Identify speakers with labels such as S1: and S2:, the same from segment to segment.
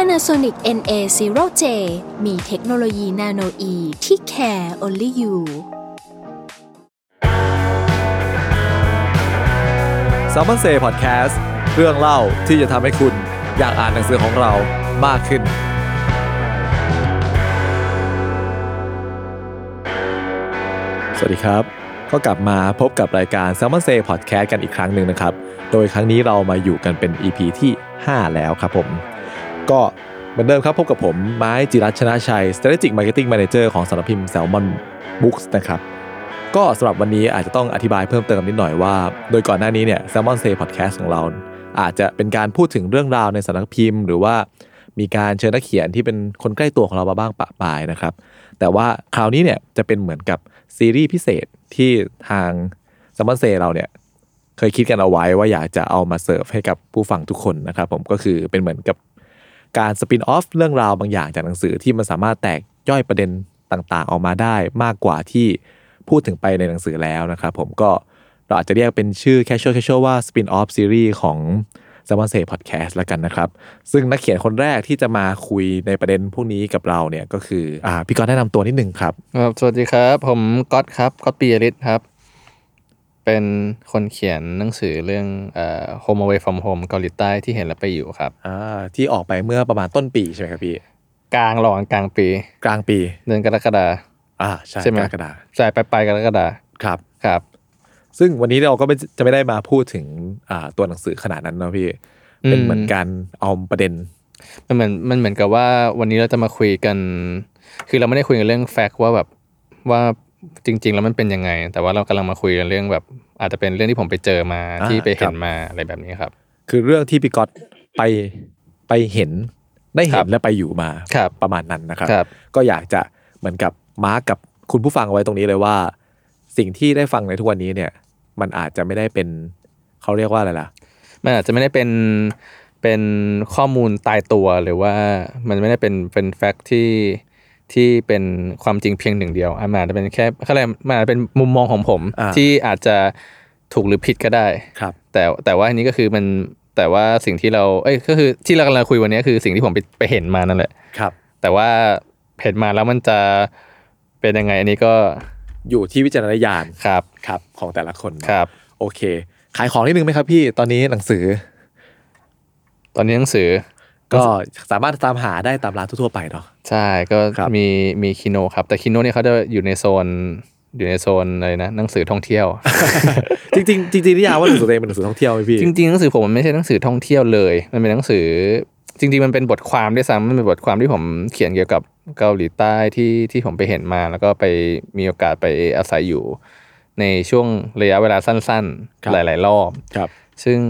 S1: Panasonic NA0J มีเทคโนโลยีนาโนอีที่ care only you
S2: แซลมอนเซ่พอดแคสต์เรื่องเล่าที่จะทำให้คุณอยากอ่านหนังสือของเรามากขึ้น สวัสดีครับ ก็กลับมาพบกับรายการ s ซ l m o n Say Podcast กันอีกครั้งหนึ่งนะครับ โดยครั้งนี้เรามาอยู่กันเป็น EP ที่ 5 แล้วครับผม ก็เหมือนเดิมครับพบกับผม ไม้จิรัชชนะชัย Strategic Marketing Manager ของสำนักพิมพ์ Salmon Books นะครับ ก็สำหรับวันนี้อาจจะต้องอธิบายเพิ่มเติมนิดหน่อยว่า โดยก่อนหน้านี้เนี่ย Salmon Say Podcast ของเรา อาจจะเป็นการพูดถึงเรื่องราวในสำนักพิมพ์ หรือว่ามีการเชิญนักเขียนที่เป็นคนใกล้ตัวของเรามาบ้างปะปายนะครับ แต่ว่าคราวนี้เนี่ยจะเป็นเหมือนกับซีรีส์พิเศษที่ทางซัมมอนเซเราเนี่ยเคยคิดกันเอาไว้ว่าอยากจะเอามาเสิร์ฟให้กับผู้ฟังทุกคนนะครับผมก็คือเป็นเหมือนกับการสปินออฟเรื่องราวบางอย่างจากหนังสือที่มันสามารถแตกย่อยประเด็นต่างๆ ออกมาได้มากกว่าที่พูดถึงไปในหนังสือแล้วนะครับผมก็เราอาจจะเรียกเป็นชื่อแคชชวลแคชชวลว่าสปินออฟซีรีส์ของซัมมอนเซพอดแคสต์แล้วกันนะครับ ซึ่งนักเขียนคนแรกที่จะมาคุยในประเด็นพวกนี้กับเราเนี่ยก็คืออ่าพี่กรณ์แนะนำตัวนิดนึงครับ
S3: ครับสวัสดีครับ ผมก๊อตครับก๊อตปียริศครับ เป็นคนเขียนหนังสือเรื่องเอ่อ Home Away from Home เกาหลีใต้ที่เห็นแล้วไปอยู่ครับ
S2: อ่าที่ออกไปเมื่อประมาณต้นปีใช่ไหมครับพี่
S3: กลางรอนกลางปี
S2: กลางปี
S3: เดือนกรกฎา
S2: อ่าใช่
S3: ใช่ไหม
S2: กรกฎาคม
S3: จ่ายไปลายๆกรกฎา
S2: ครับ
S3: ครับ
S2: ซึ่งวันนี้เราก็ไม่จะไม่ได้มาพูดถึงอ่าตัวหนังสือขนาดนั้นเนาะพี่
S3: อืม
S2: เป็นเหมือนการเอาประเด็น
S3: มันเหมือนมันเหมือนกับว่าวันนี้เราจะมาคุยกัน คือเราไม่ได้คุยกันเรื่องแฟกต์ว่าแบบว่าจริง ๆ แล้วมันเป็นยังไง แต่ว่าเรากำลังมาคุยกันเรื่องแบบ อาจจะเป็นเรื่องที่ผมไปเจอมา
S2: า
S3: ที่ไปเห็
S2: ครั
S3: น
S2: บ
S3: มาอะไรแบบนี้ครับ
S2: คือเรื่องที่พี่ก๊อตไปไปเห็นได้เห็
S3: ครั
S2: น
S3: บ
S2: และไปอยู่มา
S3: ครับ
S2: ประมาณนั้นนะครับ
S3: ครับ
S2: ก็อยากจะเหมือนกับมาร์กกับคุณผู้ฟังเอาไว้ตรงนี้เลยว่า สิ่งที่ได้ฟังในทุกวันนี้เนี่ย มันอาจจะไม่ได้เป็นเขาเรียกว่าอะไรล่ะ
S3: มันอาจจะไม่ได้เป็นเป็นข้อมูลตายตัวหรือว่ามันไม่ได้เป็นเป็นแฟกต์ที่ที่เป็นความจริงเพียงหนึ่งเดียวอ่ะมันอาจจะเป็นแค่เขาเรียกมันอาจจะเป็นมุมมองของผม
S2: อ่า
S3: ที่อาจจะถูกหรือผิดก็ได้
S2: ครับ
S3: แต่แต่ว่าอันนี้ก็คือมันแต่ว่าสิ่งที่เราเอ้ยก็คือที่เรากำลังคุยวันนี้คือสิ่งที่ผมไปไปเห็นมานั่นแหละ
S2: ครับ
S3: แต่ว่าเห็นมาแล้วมันจะเป็นยังไงอันนี้ก็
S2: อยู่ที่วิจารณญาณ
S3: ครับ
S2: ครับของแต่ละคนเนอะ
S3: ครับ
S2: โอเค ขายของนิดนึงไหมครับพี่ตอนนี้หนังสือ
S3: ตอนนี้หนังสือ
S2: ก็สามารถตามหาได้ตามร้านทั่วๆไปเนาะ
S3: ใช่ก็
S2: ครับ
S3: มีมีคิโนครับ แต่คิโนเนี่ยเขาจะอยู่ในโซนอยู่ในโซนอะไรนะหนังสือท่องเที่ยว
S2: จริงๆจริงๆนิยามว่าหนังสือตัวเองเป็นหนังสือท่องเที่ยวไหมพี่
S3: จริงๆหนังสือผมมันไม่ใช่หนังสือท่องเที่ยวเลย มันเป็นหนังสือจริง ๆ มันเป็นบทความด้วยซ้ำมันเป็นบทความที่ผมเขียนเกี่ยวกับเกาหลีใต้ที่ที่ผมไปเห็นมา แล้วก็ไปมีโอกาสไปอาศัยอยู่ ในช่วงระยะเวลาสั้น
S2: ครับ
S3: ๆ หลาย ๆ รอบ
S2: ครับ
S3: ซึ่ง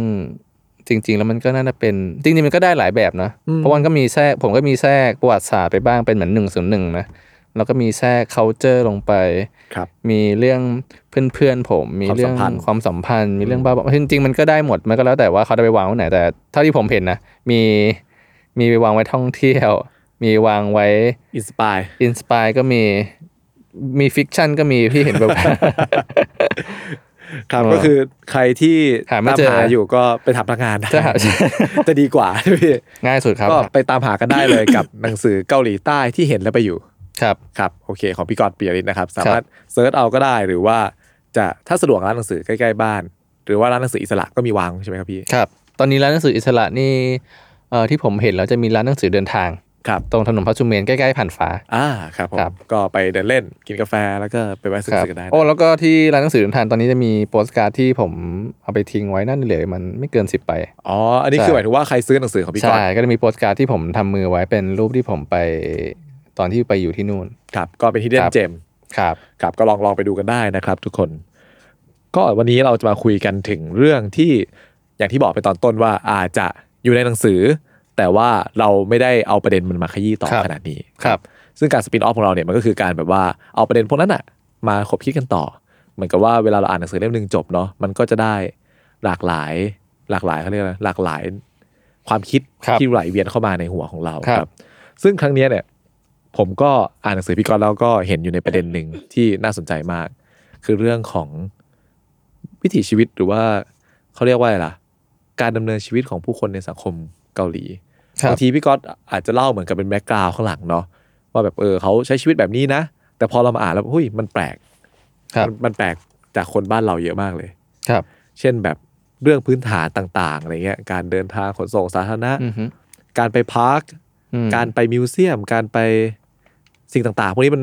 S3: จริง ๆ แล้วมันก็น่าจะเป็นจริงๆมันก็ได้หลายแบบนะ
S2: อืม
S3: เพราะมันก็มีแทรกผมก็มีแทรกประวัติศาสตร์ไปบ้างเป็นเหมือนหนึ่งส่วนหนึ่งนะแล้วก็มีแทรก culture ลงไป
S2: ครับ
S3: มีเรื่องเพื่อนๆผม มี
S2: ความ
S3: เรื่
S2: สั
S3: อง
S2: มพันธ์
S3: ความสัมพันธ์ มีเรื่องบ้าบอจริงๆมันก็ได้หมดมันก็แล้วแต่ว่าเขาจะไปวางไว้ไหนแต่เท่าที่ผมเห็นนะมีมีไปวางไว้ท่องเที่ยว มีวางไว้
S2: อินสปาย
S3: อินสปายก็มีมีฟิกชันก็มีพี่เห็นแบบ
S2: ครับ
S3: เออ
S2: ก็คือใครที่
S3: หาไม่
S2: ตาม
S3: เจอ
S2: หาอยู่ก็ไปถามพนักงานได้
S3: จะหา
S2: จะดีกว่าพี่
S3: ง่ายสุดครับ
S2: ก็ไปตามหากันได้เลยกับ หนังสือเกาหลีใต้ที่เห็นแล้วไปอยู่
S3: ครับ
S2: ครับโอเค ของพี่กรณ์ปียริศนะครับ สามารถเซิร์ชเอาก็ได้หรือว่าจะถ้าสะดวกร้านหนังสือใกล้ๆบ้าน หรือว่าร้านหนังสืออิสระก็มีวางใช่ไหมครับพี่
S3: ครับ ตอนนี้ร้านหนังสืออิสระนี่เอ่อที่ผมเห็นแล้วจะมีร้านหนังสือเดินทาง
S2: ครับ
S3: ตรงถนนพระสุเมนใกล้ๆผ่านฟ้า
S2: อ่าครับผม
S3: ครับ
S2: ก็ไปเดินเล่นกินกาแฟแล้วก็ไปแวะซื้อหนังสือกันได้นะ
S3: โอ้แล้วก็ที่ร้านหนังสือเดินทางตอนนี้จะมีโปสการ์ดที่ผมเอาไปทิ้งไว้นั่นเหลือมันไม่เกินสิบไป
S2: อ๋ออันนี้คือหมายถึงว่าใครซื้อหนังสือของพี่ก
S3: ใช่
S2: รณ์
S3: ก็จะมีโปสการ์ดที่ผมทำมือไว้เป็นรูปที่ผมไปตอนที่ไปอยู่ที่นู่น
S2: ครับก็เป็น
S3: ค
S2: hidden
S3: รับ
S2: gem
S3: ครับ
S2: ครับก็ลองลองไปดูกันได้นะครับทุกคน ก็วันนี้เราจะมาคุยกันถึงเรื่องที่อย่างที่บอกไปตอนต้นว่าอาจจะอยู่ในหนังสือ แต่ว่าเราไม่ได้เอาประเด็นมันมาขยี้ต่อ
S3: ครับ
S2: ขนาดนี้
S3: ครับ
S2: ซึ่งการสปินออฟของเราเนี่ยมันก็คือการแบบว่าเอาประเด็นพวกนั้นอะมาขบคิดกันต่อ เหมือนกับว่าเวลาเราอ่านหนังสือเล่มหนึ่งจบเนาะมันก็จะได้หลากหลายหลากหลายเขาเรียกอะไรหลากหลายความคิด
S3: ครับ
S2: ที่ไหลเวียนเข้ามาในหัวของเรา
S3: ครับ
S2: ซึ่งครั้งเนี้ยเนี่ย ผมก็อ่านหนังสือพี่กรณ์แล้วก็เห็นอยู่ในประเด็นหนึ่งที่น่าสนใจมาก คือเรื่องของวิถีชีวิตหรือว่าเขาเรียกว่าอะไรล่ะ การดำเนินชีวิตของผู้คนในสังคมเกาหลี
S3: ครับ
S2: บางทีพี่ก๊อตอาจจะเล่าเหมือนกับเป็นแบ็กกราวข้างหลังเนาะว่าแบบเออเขาใช้ชีวิตแบบนี้นะ แต่พอเรามาอ่านแล้วหุ้ยมันแปลก
S3: ครับ
S2: มันมันแปลกจากคนบ้านเราเยอะมากเลย
S3: ครับ
S2: เช่นแบบเรื่องพื้นฐานต่างๆอะไรเงี้ยการเดินทางขนส่งสาธารณะ
S3: อือฮึ
S2: การไปพาร์ค
S3: อืม
S2: การไปมิวเซียม การไปสิ่งต่างๆ พวกนี้มัน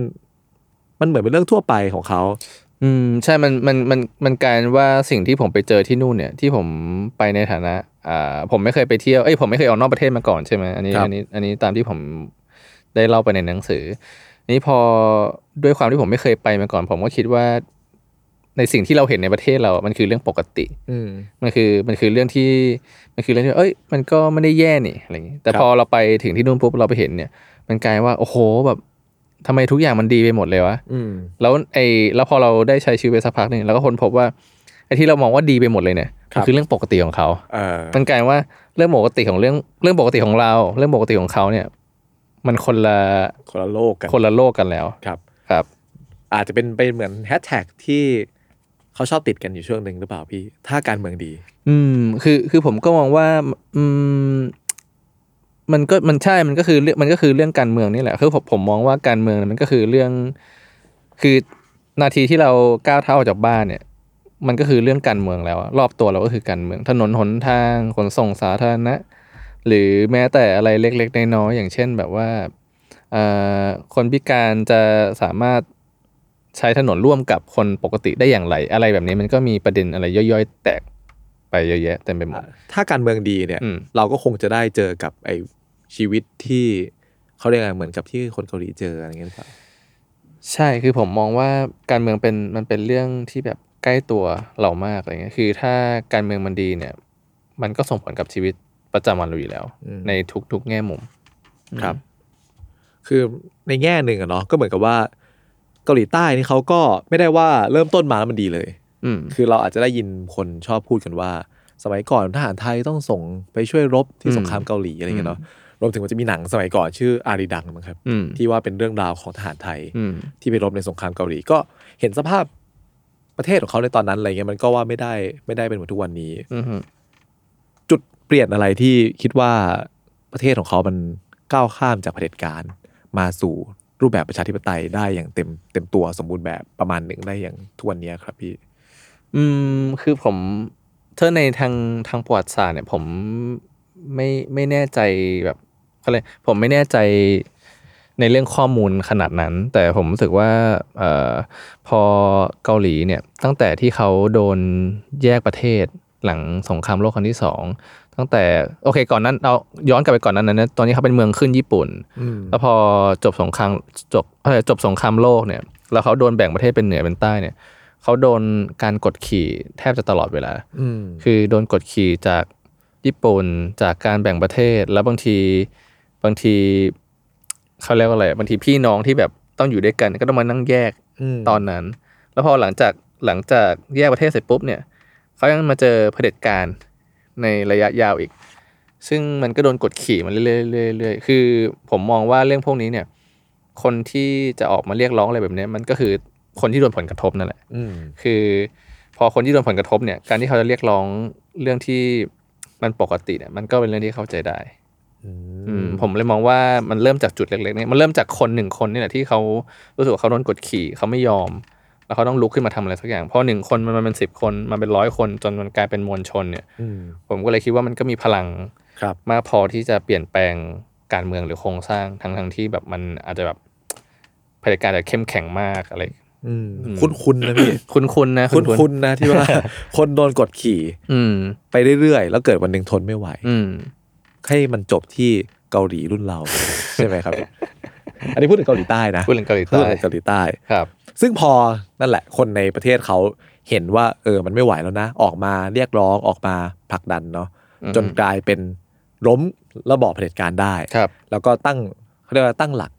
S2: มันเหมือนเป็นเรื่องทั่วไปของเขา
S3: อืมใช่มันมันมันมันกลายเป็นว่าสิ่งที่ผมไปเจอที่นู่นเนี่ยที่ผมไปในฐานะอ่าผมไม่เคยไปเที่ยวเอ้ยผมไม่เคยออกนอกประเทศมาก่อนใช่ไหมอันนี้
S2: ครับ
S3: อันนี้อันนี้ตามที่ผมได้เล่าไปในหนังสือ นี่พอด้วยความที่ผมไม่เคยไปมาก่อน ผมก็คิดว่าในสิ่งที่เราเห็นในประเทศเรา มันคือเรื่องปกติ
S2: อืม
S3: มันคือมันคือเรื่องที่มันคือเรื่องที่เอ้ยมันก็ไม่ได้แย่นี่อะไรอย่างงี้แต่
S2: ครับ
S3: พอเราไปถึงที่นู่นปุ๊บเราไปเห็นเนี่ย มันกลายว่าโอ้โหแบบทำไมทุกอย่างมันดีไปหมดเลยวะ
S2: อืม
S3: แล้วไอ้แล้วพอเราได้ใช้ชีวิตไปสักพักหนึ่งเราก็ค้นพบว่าไอ้ที่เรามองว่าดีไปหมดเลยเนี่ย
S2: ครั
S3: มั
S2: บ
S3: นคือเรื่องปกติของเขา
S2: เออ
S3: มันกลายว่าเรื่องปกติของเรื่องเรื่องปกติของเรา เรื่องปกติของเขาเนี่ย มันคนละ
S2: คนละโลกกัน
S3: คนละโลกกันแล้ว
S2: ครับ
S3: ครับ
S2: อาจจะเป็นเป็นเหมือนแฮชแท็กที่เขาชอบติดกันอยู่ช่วงหนึ่งหรือเปล่าพี่ ถ้าการเมืองดี
S3: อืมคือคือผมก็มองว่าอืมมันก็มันใช่มันก็คือเรื่องมันก็คือเรื่องการเมืองนี่แหละคือผมผมมองว่าการเมืองเนี่ยมันก็คือเรื่อง คือนาทีที่เราก้าวเท้าออกจากบ้านเนี่ย มันก็คือเรื่องการเมืองแล้วอะรอบตัวเราก็คือการเมืองถนนหนทางขนส่งสาธารณะ หรือแม้แต่อะไรเล็กๆน้อยๆอย่างเช่นแบบว่าเอ่อคนพิการจะสามารถใช้ถนนร่วมกับคนปกติได้อย่างไร อะไรแบบนี้มันก็มีประเด็นอะไรย่อยๆ แตกไปเยอะแยะเต็มไปหมด
S2: ถ้าการเมืองดีเนี่ย
S3: อืม
S2: เราก็คงจะได้เจอกับไอชีวิตที่เขาเรียกอะไรเหมือนกับที่คนเกาหลีเจออะไรอย่างเงี้ยหรือเปล่า
S3: ใช่คือผมมองว่าการเมืองเป็นมันเป็นเรื่องที่แบบใกล้ตัวเรามากอะไรเงี้ยคือถ้าการเมืองมันดีเนี่ย มันก็ส่งผลกับชีวิตประจำวันเราอยู่แล้ว ในทุกๆแง่มุม
S2: ครับ คือในแง่หนึ่งอะเนาะก็เหมือนกับว่าเกาหลีใต้นี่เขาก็ไม่ได้ว่าเริ่มต้นมาแล้วมันดีเลย
S3: อืม
S2: คือเราอาจจะได้ยินคนชอบพูดกันว่า สมัยก่อนทหารไทยต้องส่งไปช่วยรบที่
S3: อืม
S2: สงครามเกาหลีอะไรเงี้ยเนาะรวมถึงมันจะมีหนังสมัยก่อนชื่ออารีดังมั้งครับ
S3: อืม
S2: ที่ว่าเป็นเรื่องราวของทหารไทย
S3: อืม
S2: ที่ไปรบในสงครามเกาหลี ก็เห็นสภาพประเทศของเขาในตอนนั้นอะไรเงี้ยมันก็ว่าไม่ได้ไม่ได้เป็นเหมือนทุกวันนี้
S3: อืม
S2: จุดเปลี่ยนอะไรที่คิดว่าประเทศของเขามันก้าวข้ามจากเผด็จการ มาสู่รูปแบบประชาธิปไตยได้อย่างเต็มเต็มตัวสมบูรณ์แบบประมาณหนึ่งได้อย่างทุกวันเนี้ยครับพี่
S3: อืมคือผมถ้าในทางทางประวัติศาสตร์เนี่ยผมไม่ไม่แน่ใจแบบอะไรผมไม่แน่ใจในเรื่องข้อมูลขนาดนั้น แต่ผมรู้สึกว่าเอ่อพอเกาหลีเนี่ยตั้งแต่ที่เขาโดนแยกประเทศหลังสงครามโลกครั้งที่สองตั้งแต่โอเคก่อนนั้นเอาย้อนกลับไปก่อนนั้นนะตอนนี้เขาเป็นเมืองขึ้นญี่ปุ่น
S2: อืม
S3: แล้วพอจบสงครามจบเอ่อจบสงครามโลกเนี่ย แล้วเขาโดนแบ่งประเทศเป็นเหนือเป็นใต้เนี่ยเขาโดนการกดขี่แทบจะตลอดเวลา
S2: อืม
S3: คือโดนกดขี่จากญี่ปุ่นจากการแบ่งประเทศ แล้วบางทีบางทีเขาเรียกว่าอะไรบางทีพี่น้องที่แบบต้องอยู่ด้วยกัน ก็ต้องมานั่งแยก
S2: อืม
S3: ตอนนั้น แล้วพอหลังจากหลังจากแยกประเทศเสร็จปุ๊บเนี่ยเขายังมาเจอเผด็จการในระยะยาวอีก ซึ่งมันก็โดนกดขี่มาเรื่อยๆเรื่อยๆเรื่อยๆคือผมมองว่าเรื่องพวกนี้เนี่ย คนที่จะออกมาเรียกร้องอะไรแบบเนี้ยมันก็คือคนที่โดนผลกระทบนั่นแหละ
S2: อืม
S3: คือพอคนที่โดนผลกระทบเนี่ย การที่เขาจะเรียกร้องเรื่องที่มันปกติเนี่ย มันก็เป็นเรื่องที่เข้าใจได้ อืมผมเลยมองว่ามันเริ่มจากจุดเล็กๆเนี่ยมันเริ่มจากคนหนึ่งคนนี่แหละที่เขารู้สึกว่าเขาโดนกดขี่เขาไม่ยอม แล้วเขาต้องลุกขึ้นมาทำอะไรสักอย่างเพราะหนึ่งคนมันมันเป็นสิบคนมันเป็นร้อยคนจนมันกลายเป็นมวลชนเนี่ย
S2: อืม
S3: ผมก็เลยคิดว่ามันก็มีพลัง
S2: ครับ
S3: มากพอที่จะเปลี่ยนแปลงการเมืองหรือโครงสร้างทั้งทั้งๆที่แบบมันอาจจะแบบเผด็จการอาจจะเข้มแข็งมากอะไร
S2: อืม คุ้นคุ้นๆนะพี่
S3: คุ้นๆนะ
S2: คุ้น
S3: ๆ
S2: คุ้นๆนะที่ว่า คนโดนกดขี่
S3: อืม
S2: ไปเรื่อยๆ แล้วเกิดวันหนึ่งทนไม่ไหว
S3: อืม
S2: ให้มันจบที่เกาหลีรุ่นเรา ใช่ไหม ครับ อันนี้พูดถึงเกาหลีใต้นะ
S3: พูดถึงเกาหลีใต้
S2: พูดถึงเกาหลีใต้
S3: ครับ
S2: ซึ่งพอนั่นแหละ คนในประเทศเขาเห็นว่า เออ มันไม่ไหวแล้วนะ ออกมาเรียกร้องออกมาผลักดันเนาะ
S3: อืม
S2: จนกลายเป็น ล้มระบอบเผด็จการได้
S3: ครับ
S2: แล้วก็ตั้งเขาเรียกว่าตั้งหลัก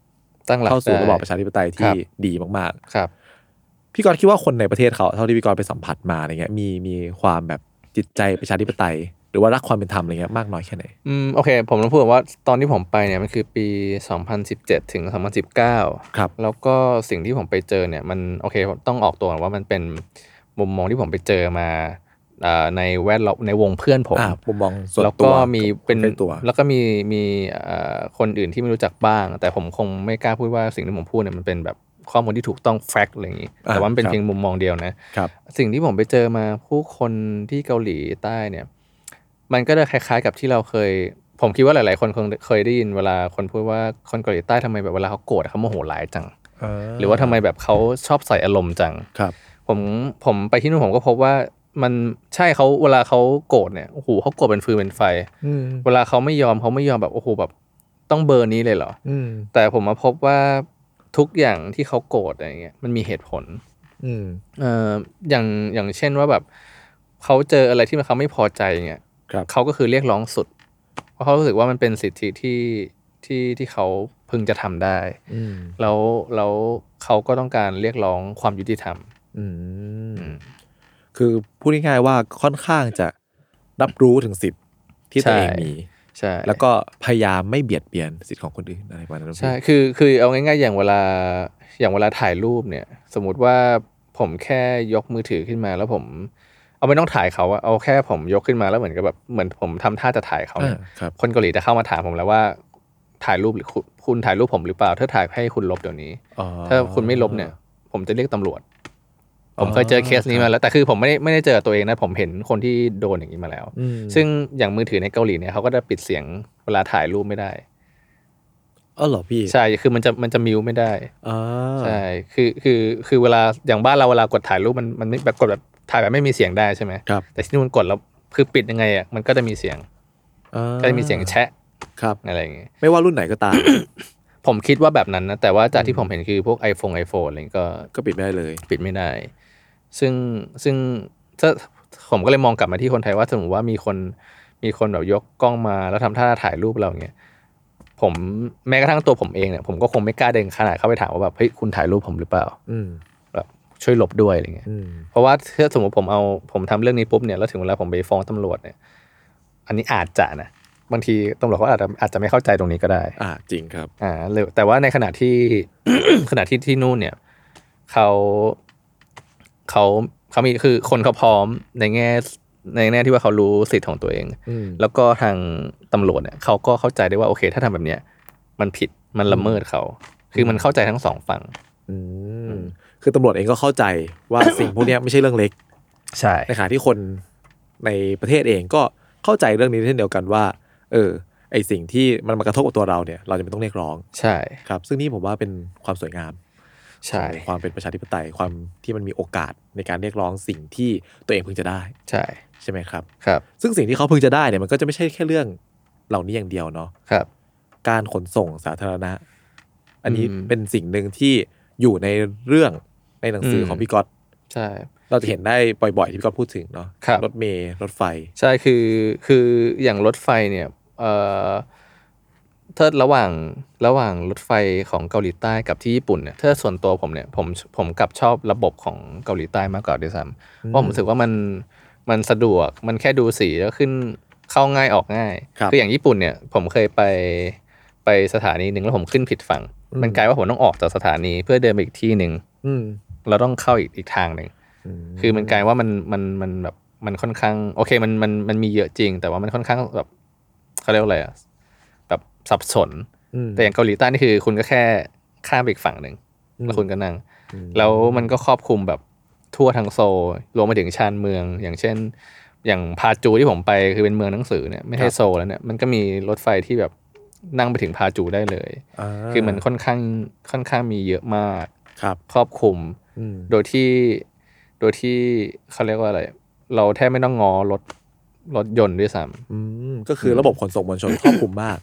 S3: ตั้งหลัก
S2: เข้าสู่
S3: ได้
S2: ระบอบประชาธิปไตย
S3: ครั
S2: ที่
S3: บ
S2: ดีมาก
S3: ครับ
S2: ๆ พี่กรณ์คิดว่าคนในประเทศเขาเท่าที่พี่กรณ์ไปสัมผัสมาอะไรเงี้ยมีมีความแบบจิตใจประชาธิปไตย หรือว่ารักความเป็นธรรมอะไรเงี้ยมากน้อยแค่ไหน
S3: อืมโอเค ผมต้องพูดก่อนว่าตอนที่ผมไปเนี่ยมันคือปี 2017 ถึง 2019
S2: ครับ
S3: แล้วก็สิ่งที่ผมไปเจอเนี่ยมันโอเคผมต้องออกตัวก่อนว่ามันเป็นมุมมองที่ผมไปเจอมาอ่าในแวดล้อมในวงเพื่อนผม
S2: อ่ะมุมมองส่วน
S3: แล้ว
S2: ตัว
S3: ก็มีเป็น
S2: ใกล้ตัว
S3: แล้วก็มีมีเอ่อคนอื่นที่ไม่รู้จักบ้าง แต่ผมคงไม่กล้าพูดว่าสิ่งที่ผมพูดเนี่ยมันเป็นแบบข้อมูลที่ถูกต้องแฟกต์อะไรอย่างนี้ แต่ว่ามันเป็น
S2: ครับ
S3: เพียงมุมมองเดียวนะ
S2: ครับ
S3: สิ่งที่ผมไปเจอมาผู้คนที่เกาหลีใต้เนี่ย มันก็จะคล้ายๆกับที่เราเคย ผมคิดว่าหลายๆ คนคงเคยได้ยินเวลาคนพูดว่าคนเกาหลีใต้ทำไมแบบเวลาเขาโกรธเขาโมโหร้ายจัง หรือว่าทำไมแบบเขาชอบใส่อารมณ์จัง
S2: ครับ
S3: ผมผมไปที่นู่นผมก็พบว่ามันใช่เขาเวลาเขาโกรธเนี่ยโอ้โหเขาโกรธเป็นฟืนเป็นไฟ
S2: อืม
S3: เวลาเขาไม่ยอมเขาไม่ยอมแบบโอ้โหแบบต้องเบอร์นี้เลยเหรอ
S2: อืม
S3: แต่ผมมาพบว่าทุกอย่างที่เขาโกรธอะไรเงี้ยมันมีเหตุผล
S2: อืม
S3: เอ่ออย่างอย่างเช่นว่าแบบเขาเจออะไรที่มันเขาไม่พอใจเงี้ย
S2: ครับ
S3: เขาก็คือเรียกร้องสุด เพราะเขารู้สึกว่ามันเป็นสิทธิที่ที่ที่เขาพึงจะทำได้
S2: อืม
S3: แล้วแล้วเขาก็ต้องการเรียกร้องความยุติธรรม
S2: อืม
S3: อืม
S2: คือพูดง่ายๆว่าค่อนข้างจะรับรู้ถึงสิทธิ์ที่ตัวเอง
S3: ใช่
S2: มี
S3: ใช่
S2: แล้วก็พยายามไม่เบียดเบียนสิทธิ์ของคนอื่นอะไรประมาณนั้น
S3: ใช่คือคือเอาง่ายๆ อย่างเวลาอย่างเวลาถ่ายรูปเนี่ย สมมติว่าผมแค่ยกมือถือขึ้นมา แล้วผม เอาไม่ต้องถ่ายเขาอะเอาแค่ผมยกขึ้นมาแล้วเหมือนกับแบบเหมือนผมทำท่าจะถ่ายเขา
S2: อ่า
S3: เนี่ย
S2: ครับ
S3: คนเกาหลีจะเข้ามาถามผมแล้วว่า ถ่ายรูปหรือคุณคุณถ่ายรูปผมหรือเปล่า ถ้าถ่ายให้คุณลบเดี๋ยวนี้ ถ้าคุณไม่ลบเนี่ย ผมจะเรียกตำรวจ ผมเคยเจอเคสนี้มาแล้วแต่คือผมไม่ได้ไม่ได้เจอตัวเองนะผมเห็นคนที่โดนอย่างนี้มาแล้ว
S2: อืม
S3: ซึ่งอย่างมือถือในเกาหลีเนี่ยเขาก็จะปิดเสียงเวลาถ่ายรูปไม่ได้
S2: อ๋อเหรอพี่
S3: ใช่คือมันจะมันจะมิวไม่ได้
S2: อ่า
S3: ใช่คือคือคือเวลาอย่างบ้านเราเวลากดถ่ายรูปมันมันไม่แบบกดแบบถ่ายแบบไม่มีเสียงได้ใช่ไหม
S2: ครับ
S3: แต่ที่นู่นกดแล้วคือปิดยังไงอ่ะมันก็จะมีเสียง
S2: อ่า
S3: ก็จะมีเสียงแชะ
S2: ครับ
S3: อะไรอย่างเงี้ย
S2: ไม่ว่ารุ่นไหนก็ตาม
S3: ผมคิดว่าแบบนั้นนะ แต่ว่าจากที่ผมเห็นคือพวก iPhone iPhone อะไรก็
S2: ก็ปิดไม่ได้เลย
S3: ปิดไม่ได้ ซึ่งซึ่งถ้าผมก็เลยมองกลับมาที่คนไทยว่าสมมติว่ามีคนมีคนแบบยกกล้องมาแล้วทำท่าถ่ายรูปเราอย่างเงี้ยผมแม้กระทั่งตัวผมเองเนี่ยผมก็คงไม่กล้าเดินขนาดเข้าไปถามว่าแบบเฮ้ยคุณถ่ายรูปผมหรือเปล่า
S2: อืม
S3: ช่วยลบด้วยอะไรเงี้ย
S2: อืม
S3: เพราะว่าถ้าสมมติผมเอาผมทำเรื่องนี้ปุ๊บเนี่ยแล้วถึงเวลาผมไปฟ้องตำรวจเนี่ย อันนี้อาจจะนะบางทีตำรวจเขาอาจจะอาจจะไม่เข้าใจตรงนี้ก็ได้
S2: อ่าจริงครับ
S3: อ่าเร็วแต่ว่าในขณะที่ ขณะที่ที่นู่นเนี่ยเขาเขาเขามีคือคนเขาพร้อมในแง่ในแง่ที่ว่าเขารู้สิทธิ์ของตัวเอง
S2: อืม
S3: แล้วก็ทางตำรวจเนี่ยเขาก็เข้าใจได้ว่าโอเค ถ้าทำแบบเนี้ยมันผิดมันละเมิดเขา คือมันเข้าใจทั้งสองฝั่ง
S2: อืมคือตำรวจเองก็เข้าใจว่า สิ่งพวกเนี้ยไม่ใช่เรื่องเล็ก
S3: ใช่
S2: ในขณะที่คนในประเทศเองก็เข้าใจเรื่องนี้เช่นเดียวกันว่า เออ ไอสิ่งที่มันมากระทบกับตัวเราเนี่ย เราจะเป็นต้องเรียกร้อง
S3: ใช่
S2: ครับ ซึ่งนี่ผมว่าเป็นความสวยงาม
S3: ใช่
S2: ของความเป็นประชาธิปไตยความที่มันมีโอกาสในการเรียกร้องสิ่งที่ตัวเองพึงจะได้
S3: ใช่
S2: ใช่ไหมครับ
S3: ครับ
S2: ซึ่งสิ่งที่เขาพึงจะได้เนี่ยมันก็จะไม่ใช่แค่เรื่องเหล่านี้อย่างเดียวเนาะ
S3: ครับ
S2: การขนส่งสาธารณะ อันนี้
S3: อืม
S2: เป็นสิ่งหนึ่งที่อยู่ในเรื่องในหนังสืออ
S3: ม
S2: ของพี่ก๊อต
S3: ใช่
S2: เราจะเห็นได้บ่อยๆที่พี่ก๊อตพูดถึงเนาะ
S3: ครับ
S2: รถเมล์รถไฟ
S3: ใช่คือคืออย่างรถไฟเนี่ยเอ่อถ้าระหว่างระหว่างรถไฟของเกาหลีใต้กับที่ญี่ปุ่นเนี่ยถ้าส่วนตัวผมเนี่ยผมผมกลับชอบระบบของเกาหลีใต้มากกว่าด้วยซ้ำเพราะผมรู้สึกว่ามันมันสะดวกมันแค่ดูสีแล้วขึ้นเข้าง่ายออกง่าย
S2: ครับ
S3: ออย่างญี่ปุ่นเนี่ยผมเคยไปไปสถานีหนึ่งแล้วผมขึ้นผิดฝั่ง
S2: อืม
S3: มันกลายว่าผมต้องออกจากสถานีเพื่อเดินไปอีกที่หนึ่ง
S2: อืม
S3: เราต้องเข้าอีกอีกทางหนึ่ง คือมันกลายว่ามันมันมันแบบมันค่อนข้างโอเคมันมันมันมีเยอะจริง แต่ว่ามันค่อนข้างแบบเขาเรียกว่าอะไรอะแบบสับสน
S2: อืม
S3: แต่อย่างเกาหลีใต้นี่คือคุณก็แค่ข้ามไปอีกฝั่งหนึ่ง
S2: อืม
S3: แล้วคุณก็นั่ง แล้วมันก็ครอบคลุมแบบทั่วทั้งโซลรวมไปถึงชานเมือง อย่างเช่น อย่างพาจูที่ผมไปคือเป็นเมืองหนังสือเนี่ยไม่ใช่โซลแล้วเนี่ยมันก็มีรถไฟที่แบบนั่งไปถึงพาจูได้เลย
S2: า
S3: คือมันค่อนข้างค่อนข้างมีเยอะมาก
S2: ครับ
S3: ครอบคลุม
S2: อืม
S3: โดยที่โดยที่เขาเรียกว่าอะไร เราแทบไม่ต้องงอรถรถยนต์ด้วยซ้
S2: อืมก็คือระบบขนส่งมวลชนครอบคลุมมาก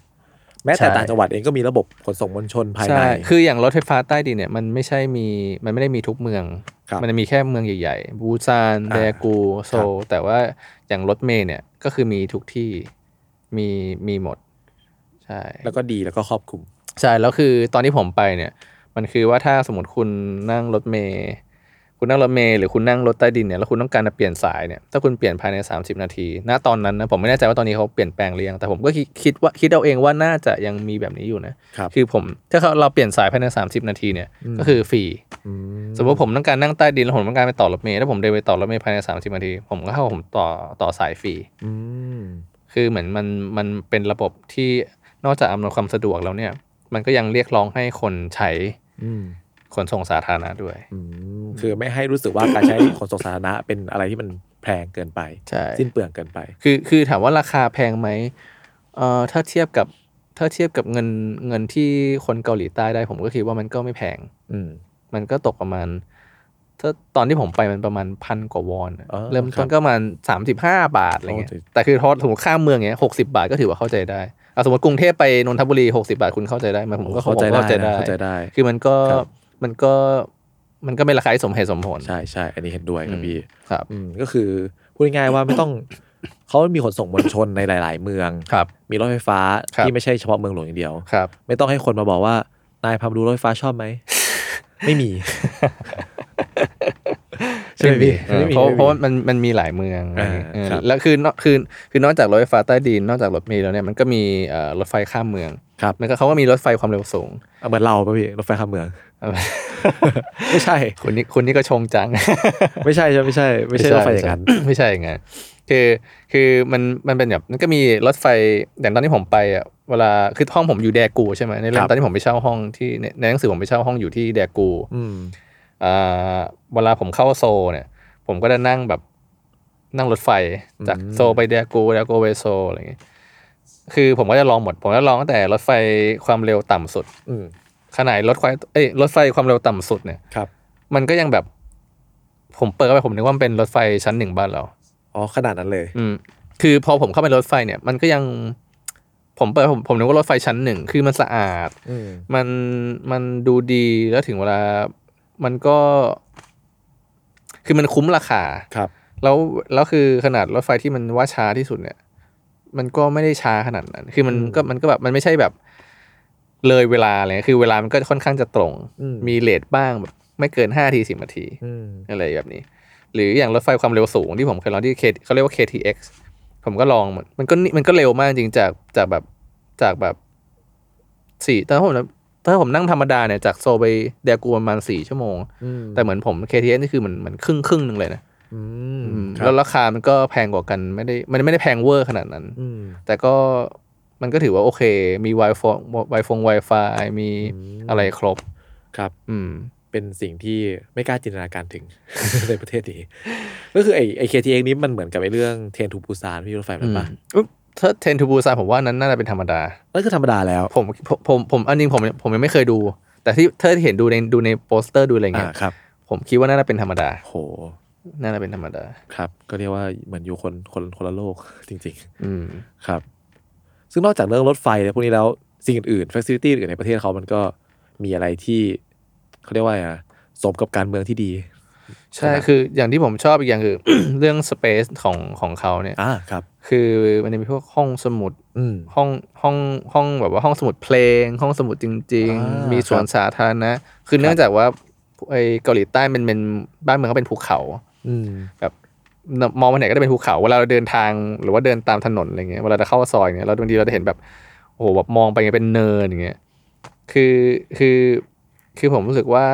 S2: แม้แต่
S3: ใช่
S2: ต่างจังหวัดเองก็มีระบบขนส่งมวลชนภาย
S3: ำ
S2: ใน
S3: ใช่ คืออย่างรถไฟฟ้าใต้ดินเนี่ยมันไม่ใช่มีมันไม่ได้มีทุกเมือง
S2: ครับ
S3: มันจะมีแค่เมืองใหญ่ๆบูซาน
S2: อ่า
S3: เดกูโซลแต่ว่าอย่างรถเมล์เนี่ยก็คือมีทุกที่ มีมีหมด ใช่
S2: แล้วก็ดีแล้วก็ครอบคลุม
S3: ใช่ แล้วคือตอนที่ผมไปเนี่ย มันคือว่าถ้าสมมติคุณนั่งรถเมย์คุณนั่งรถเมย์หรือคุณนั่งรถใต้ดินเนี่ยแล้วคุณต้องการจะเปลี่ยนสายเนี่ยถ้าคุณเปลี่ยนภายใน 30 นาที ณตอนนั้นนะผมไม่แน่ใจว่าตอนนี้เขาเปลี่ยนแปลงหรือยังแต่ผมก็คิดคิดว่าคิดเอาเองว่าน่าจะยังมีแบบนี้อยู่นะครับ อผมถ้าเขาเราเปลี่ยนสายภายใน 30 นาทีเนี่ยก็คือฟรี สมมติผมต้องการนั่งใต้ดินแล้วผมต้องการไปต่อรถเมล์แล้วผมเดินไปต่อรถเมล์ภายใน 30 นาที ผมก็เข้าผมต่อต่อสายฟรี
S2: อืม
S3: คือเหมือนมันมันเป็นระบบที่นอกจากอำนวยความสะดวกแล้วเนี่ย มันก็ยังเรียกร้องให้คนใช้
S2: อืม
S3: ขนส่งสาธารณะด้วย
S2: อืมคือไม่ให้รู้สึกว่าการใช้ขนส่งสาธารณะเป็นอะไรที่มันแพงเกินไป
S3: ใช่
S2: สิ้นเปลืองเกินไป
S3: คือคือถามว่าราคาแพงไหมเอ่อถ้าเทียบกับถ้าเทียบกับเงินเงินที่คนเกาหลีใต้ได้ ผมก็คิดว่ามันก็ไม่แพง
S2: อืม
S3: มันก็ตกประมาณ ถ้าตอนที่ผมไปมันประมาณพันกว่าวอนอะ
S2: เออ
S3: เริ่มต้นก็ประมาณสามสิบห้าบาทอะไรเงี้ย
S2: โอ้ติด
S3: แต่คือทอดสมมติข้ามเมืองเงี้ยหกสิบาทก็ถือว่าเข้าใจได้เอาสมมติกรุงเทพไปนนทบุรีหกสิบาทคุณเข้าใจได้ไหมผมก็
S2: เข้าใจ
S3: ผม
S2: ได้
S3: เข้าใจได้
S2: นะเข้าใจได้
S3: คือมันก็
S2: ครับ
S3: มันก็มันก็เป็นราคาที่สมเหตุสมผล
S2: ใช่ใช่อันนี้เห็นด้วยครับพี่
S3: ครับ
S2: อืมก็คือพูดง่ายๆว่าไม่ต้อง เขามีขนส่งมวลชนในหลาย ๆ เมือง
S3: ครับ
S2: มีรถไฟฟ้า
S3: ครับ
S2: ที่ไม่ใช่เฉพาะเมืองหลวงอย่างเดียว
S3: ครับ
S2: ไม่ต้องให้คนมาบอกว่า นายพามาดูรถไฟฟ้าช อบไหม ไม่ มี ใช่ไหมพี่
S3: เออ
S2: ไม่มี
S3: เพราะ
S2: ไม่มี
S3: เพราะว่ามันมันมีหลายเมือง
S2: อ่า
S3: เออ
S2: ครับ
S3: แล้วคือนอกคือคือนอกจากรถไฟฟ้าใต้ดินนอกจากรถเมล์แล้วเนี่ยมันก็มีเอ่อรถไฟข้ามเมือง
S2: ครับ
S3: มันก็เขาก็มีรถไฟความเร็วสูง
S2: เอาเหมือนเราป่ะพี่รถไฟข้ามเมือง ไม่ใช่
S3: คุณนี่คุณนี่ก็ชงจัง
S2: ไม่ใช่ใช่ไหมไม่ใช่ ไม่ใช่รถไฟอย่างนั้น
S3: ไม่ใช่อย่างนั้นคือคือมันมันเป็นแบบมันก็มีรถไฟอย่างตอนที่ผมไปอ่ะเวลาคือห้องผมอยู่แดกูใช่ไหมในเรื่อ
S2: ครั
S3: ง
S2: บ
S3: ตอนที่ผมไปเช่าห้องที่ในในหนังสือผมไปเช่าห้องอยู่ที่แดกู
S2: อืม
S3: อ่าเวลาผมเข้าโซลเนี่ย ผมก็จะนั่งแบบนั่งรถไฟจาก
S2: อืม
S3: โซลไปแดกูแดกูไปโซลอะไรอย่างเงี้ยคือผมก็จะลองหมด ผมก็ลองตั้งแต่รถไฟความเร็วต่ำสุด
S2: อืม
S3: ขนาดรถไฟเอ้ยรถไฟความเร็วต่ำสุดเนี่ย
S2: ครับ
S3: มันก็ยังแบบ ผมเปิดเข้าไปผมนึกว่ามันเป็นรถไฟชั้นหนึ่งบ้านเรา
S2: อ๋อขนาดนั้นเลย
S3: อืมคือพอผมเข้าไปรถไฟเนี่ย มันก็ยังผมเปิดผมผมนึกว่ารถไฟชั้นหนึ่งคือมันสะอาด
S2: อืม
S3: มันมันดูดีแล้วถึงเวลามันก็ คือมันคุ้มราคา
S2: ครับ
S3: แล้วแล้วคือขนาดรถไฟที่มันว่าช้าที่สุดเนี่ย มันก็ไม่ได้ช้าขนาดนั้น คือมัน
S2: อืม
S3: ก็มันก็แบบมันไม่ใช่แบบเลยเวลาอะไรเงี้ยคือเวลามันก็ค่อนข้างจะตรง
S2: อืม
S3: มีเลทบ้างแบบไม่เกินห้าทีสิบนาที
S2: อืม
S3: อะไรแบบนี้ หรืออย่างรถไฟความเร็วสูงที่ผมเคยลองที่ K เขาเรียกว่า KTX ผมก็ลองมันมันก็นิมันก็เร็วมากจริงจากจากแบบจากแบบสี่ตอนผมถ้าผมนั่งธรรมดาเนี่ยจากโซลไปเดียกูประมาณสี่ชั่วโมง
S2: อืม
S3: แต่เหมือนผม KTX นี่คือเหมือนเหมือนครึ่งครึ่งหนึ่งเลยนะ
S2: อืม
S3: อืม
S2: ครับ
S3: แล้วราคามันก็แพงกว่ากันไม่ได้มันไม่ได้แพงเวอร์ขนาดนั้น
S2: อืม
S3: แต่ก็มันก็ถือว่าโอเค มี Wi-Fi Wi-Fi Wi-Fi มี
S2: อืม
S3: อะไรครบ
S2: ครับ
S3: อืม
S2: เป็นสิ่งที่ไม่กล้าจินตนาการถึง ในประเทศนี้ ก็คือไอ้ไอ้ KTX นี้มันเหมือนกับไอ้เรื่องเทนทูปูซานพี่รถไฟ
S3: อื
S2: มัน
S3: ม
S2: ปะ
S3: อุ๊ยถ้าเทนทูบูซาผมว่านั้นน่าจะเป็นธรรมดา
S2: นั่นคือธรรมดาแล้ว
S3: ผมผมผมผมอันจริงผมผมยังไม่เคยดู แต่ที่เธอเห็นดูในดูในโปสเตอร์ดูอะไร
S2: อ่า
S3: เงี้ย
S2: ครับ
S3: ผมคิดว่าน่าจะเป็นธรรมดา
S2: โห
S3: น่าจะเป็นธรรมดา
S2: ครับ ก็เรียกว่าเหมือนอยู่คนคนคนละโลก จริง
S3: อืม
S2: ๆ ครับ ซึ่งนอกจากเรื่องรถไฟเนี่ยพวกนี้แล้ว สิ่งอื่นๆ f a c i l i t y อื่นในประเทศเขามันก็มีอะไรที่เขาเรียกว่าไงอะสมกับการเมืองที่ดี
S3: ใช่
S2: ใช่ไหม
S3: คืออย่างที่ผมชอบอีกอย่าง คือ เรื่องสเปซของของเขาเนี่ย
S2: อ่าครับ
S3: คือมันจะมีพวกห้องสมุด
S2: อืม
S3: ห้องห้องห้องแบบว่าห้องสมุดเพลง ห้องสมุดจริง
S2: อ่า
S3: ๆ
S2: มี
S3: มีสวน
S2: ครับ
S3: สาธารณะคือเนื่องจากว่าไอเกาหลีใต้มันเป็นบ้านเมืองเขาเป็นภูเขา
S2: ืม
S3: แบบมองไปไหนก็ได้เป็นภูเขาเวลาเราเดินทางหรือว่าเดินตามถนนอะไรเงี้ยเวลาเราเข้าซอยเนี่ยเราบางทีเราจะเห็นแบบโอ้โหแบบมองไปเงี้ยเป็นเนินอย่างเงี้ยคือคือคือผมรู้สึกว่า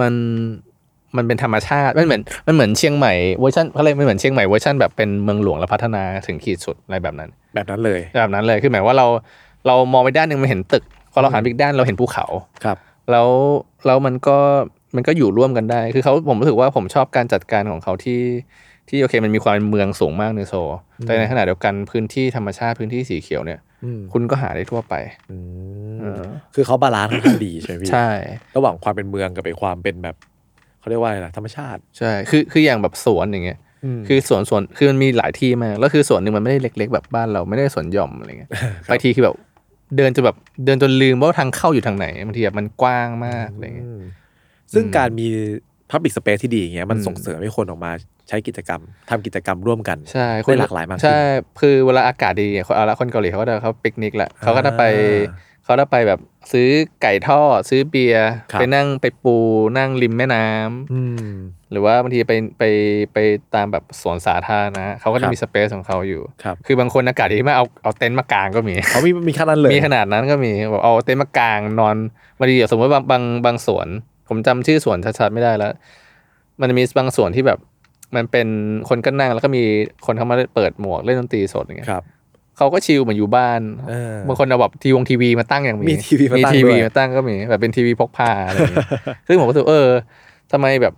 S3: มันมันเป็นธรรมชาติมันเหมือนมันเหมือนเชียงใหม่เวอร์ชันเขาเลยกมันเหมือนเชียงใหม่เวอร์ชันแบบเป็นเมืองหลวงและพัฒนาถึงขีดสุดอะไรแบบนั้น
S2: แบบนั้นเลย
S3: แบบนั้นเลยคือหมายว่าเราเรามองไปด้านหนึ่งมันเห็นตึกพอเราหันไปอีกด้านเราเห็นภูเขา
S2: ครับ
S3: แล้วแล้วมันก็มันก็อยู่ร่วมกันได้ คือเขาผมรู้สึกว่าผมชอบการจัดการของเขาที่ที่โอเคมันมีความเป็นเมืองสูงมากในโซลแต่ในขณะเดียวกันพื้นที่ธรรมชาติพื้นที่สีเขียวเนี่ย
S2: อืม
S3: คุณก็หาได้ทั่วไป
S2: อื
S3: เอ
S2: ม
S3: อ
S2: คือเขาบาลานซ์ค่อนข้างดีใช่ไหมพี่
S3: ใช่
S2: ระหว่างความเป็นเมืองกับไอ้ความเป็นแบบเขาเรียกว่าอะไรนะธรรมชาติ
S3: ใช่คือคืออย่างแบบสวนอย่างเงี้ย
S2: คื
S3: คือ อสวนสวนคือมันมีหลายที่มากแล้วคือสวนหนึ่งมันไม่ได้เล็ก ๆ แบบบ้านเราไม่ได้สวนหย่อมอะไรเงี้ยไปทีคือแบบเดินจนแบบเดินจนลืมว่าทางเข้าอยู่ทางไหนบางทีแบบมันกว้างมากอะไรเงี้ย
S2: ซึ่ง
S3: อืม
S2: การมีพับ l ิ c สเปซที่ดีอย่างเงี้ยมัน
S3: อืม
S2: ส่งเสริมให้คนออกมา ใช้กิจกรรมทำกิจกรรมร่วมกัน
S3: ใช่
S2: ได้หลากหลายมากขึ้น
S3: ใช่ คือเวลาอากาศดีเนี่ยคนเอาละคนเกาหลีเขาก็จะเขาปิกนิกแหละเขาก็จะไป
S2: อ่า
S3: เขาจะไปแบบซื้อไก่ทอดซื้อเบียร์
S2: ครับ
S3: ไปนั่งไปปูนั่งริมแม่น้ำ
S2: อืม
S3: หรือว่าบางทีไปไปไปตามแบบสวนสาธารณะเขา
S2: ค
S3: ก็
S2: รั
S3: จะ
S2: บ
S3: มีสเปซของเขาอยู่
S2: ครับ
S3: คือบางคนอากาศดีมากเอาเอาเต็นท์มากางก็มี
S2: เขามีมีขนาดเลย
S3: มีขนาดนั้นก็มีแบบเอาเต็นท์มากางนอนบางทีสมมติบางบางบางสวน ผมจำชื่อสวนชัดๆไม่ได้แล้ว มันจะมีบางสวนที่แบบ มันเป็นคนก็นั่งแล้วก็มีคนเข้ามาเปิดหมวกเล่นดนตรีสดอย่างเงี้ย
S2: ครับ
S3: เขาก็ชิลเหมือนอยู่บ้าน
S2: เออ
S3: บางคนเอาแบบทีวงทีวีมาตั้งอย่าง
S2: มี TV มาตั้ง
S3: ที
S2: ด้ว
S3: วี
S2: ย
S3: มาตั้งก็มีแบบเป็นทีวีพกพาอะไรอย่างเงี้ย ซึ่งผมก็รู้สึกเออทำไมแบบ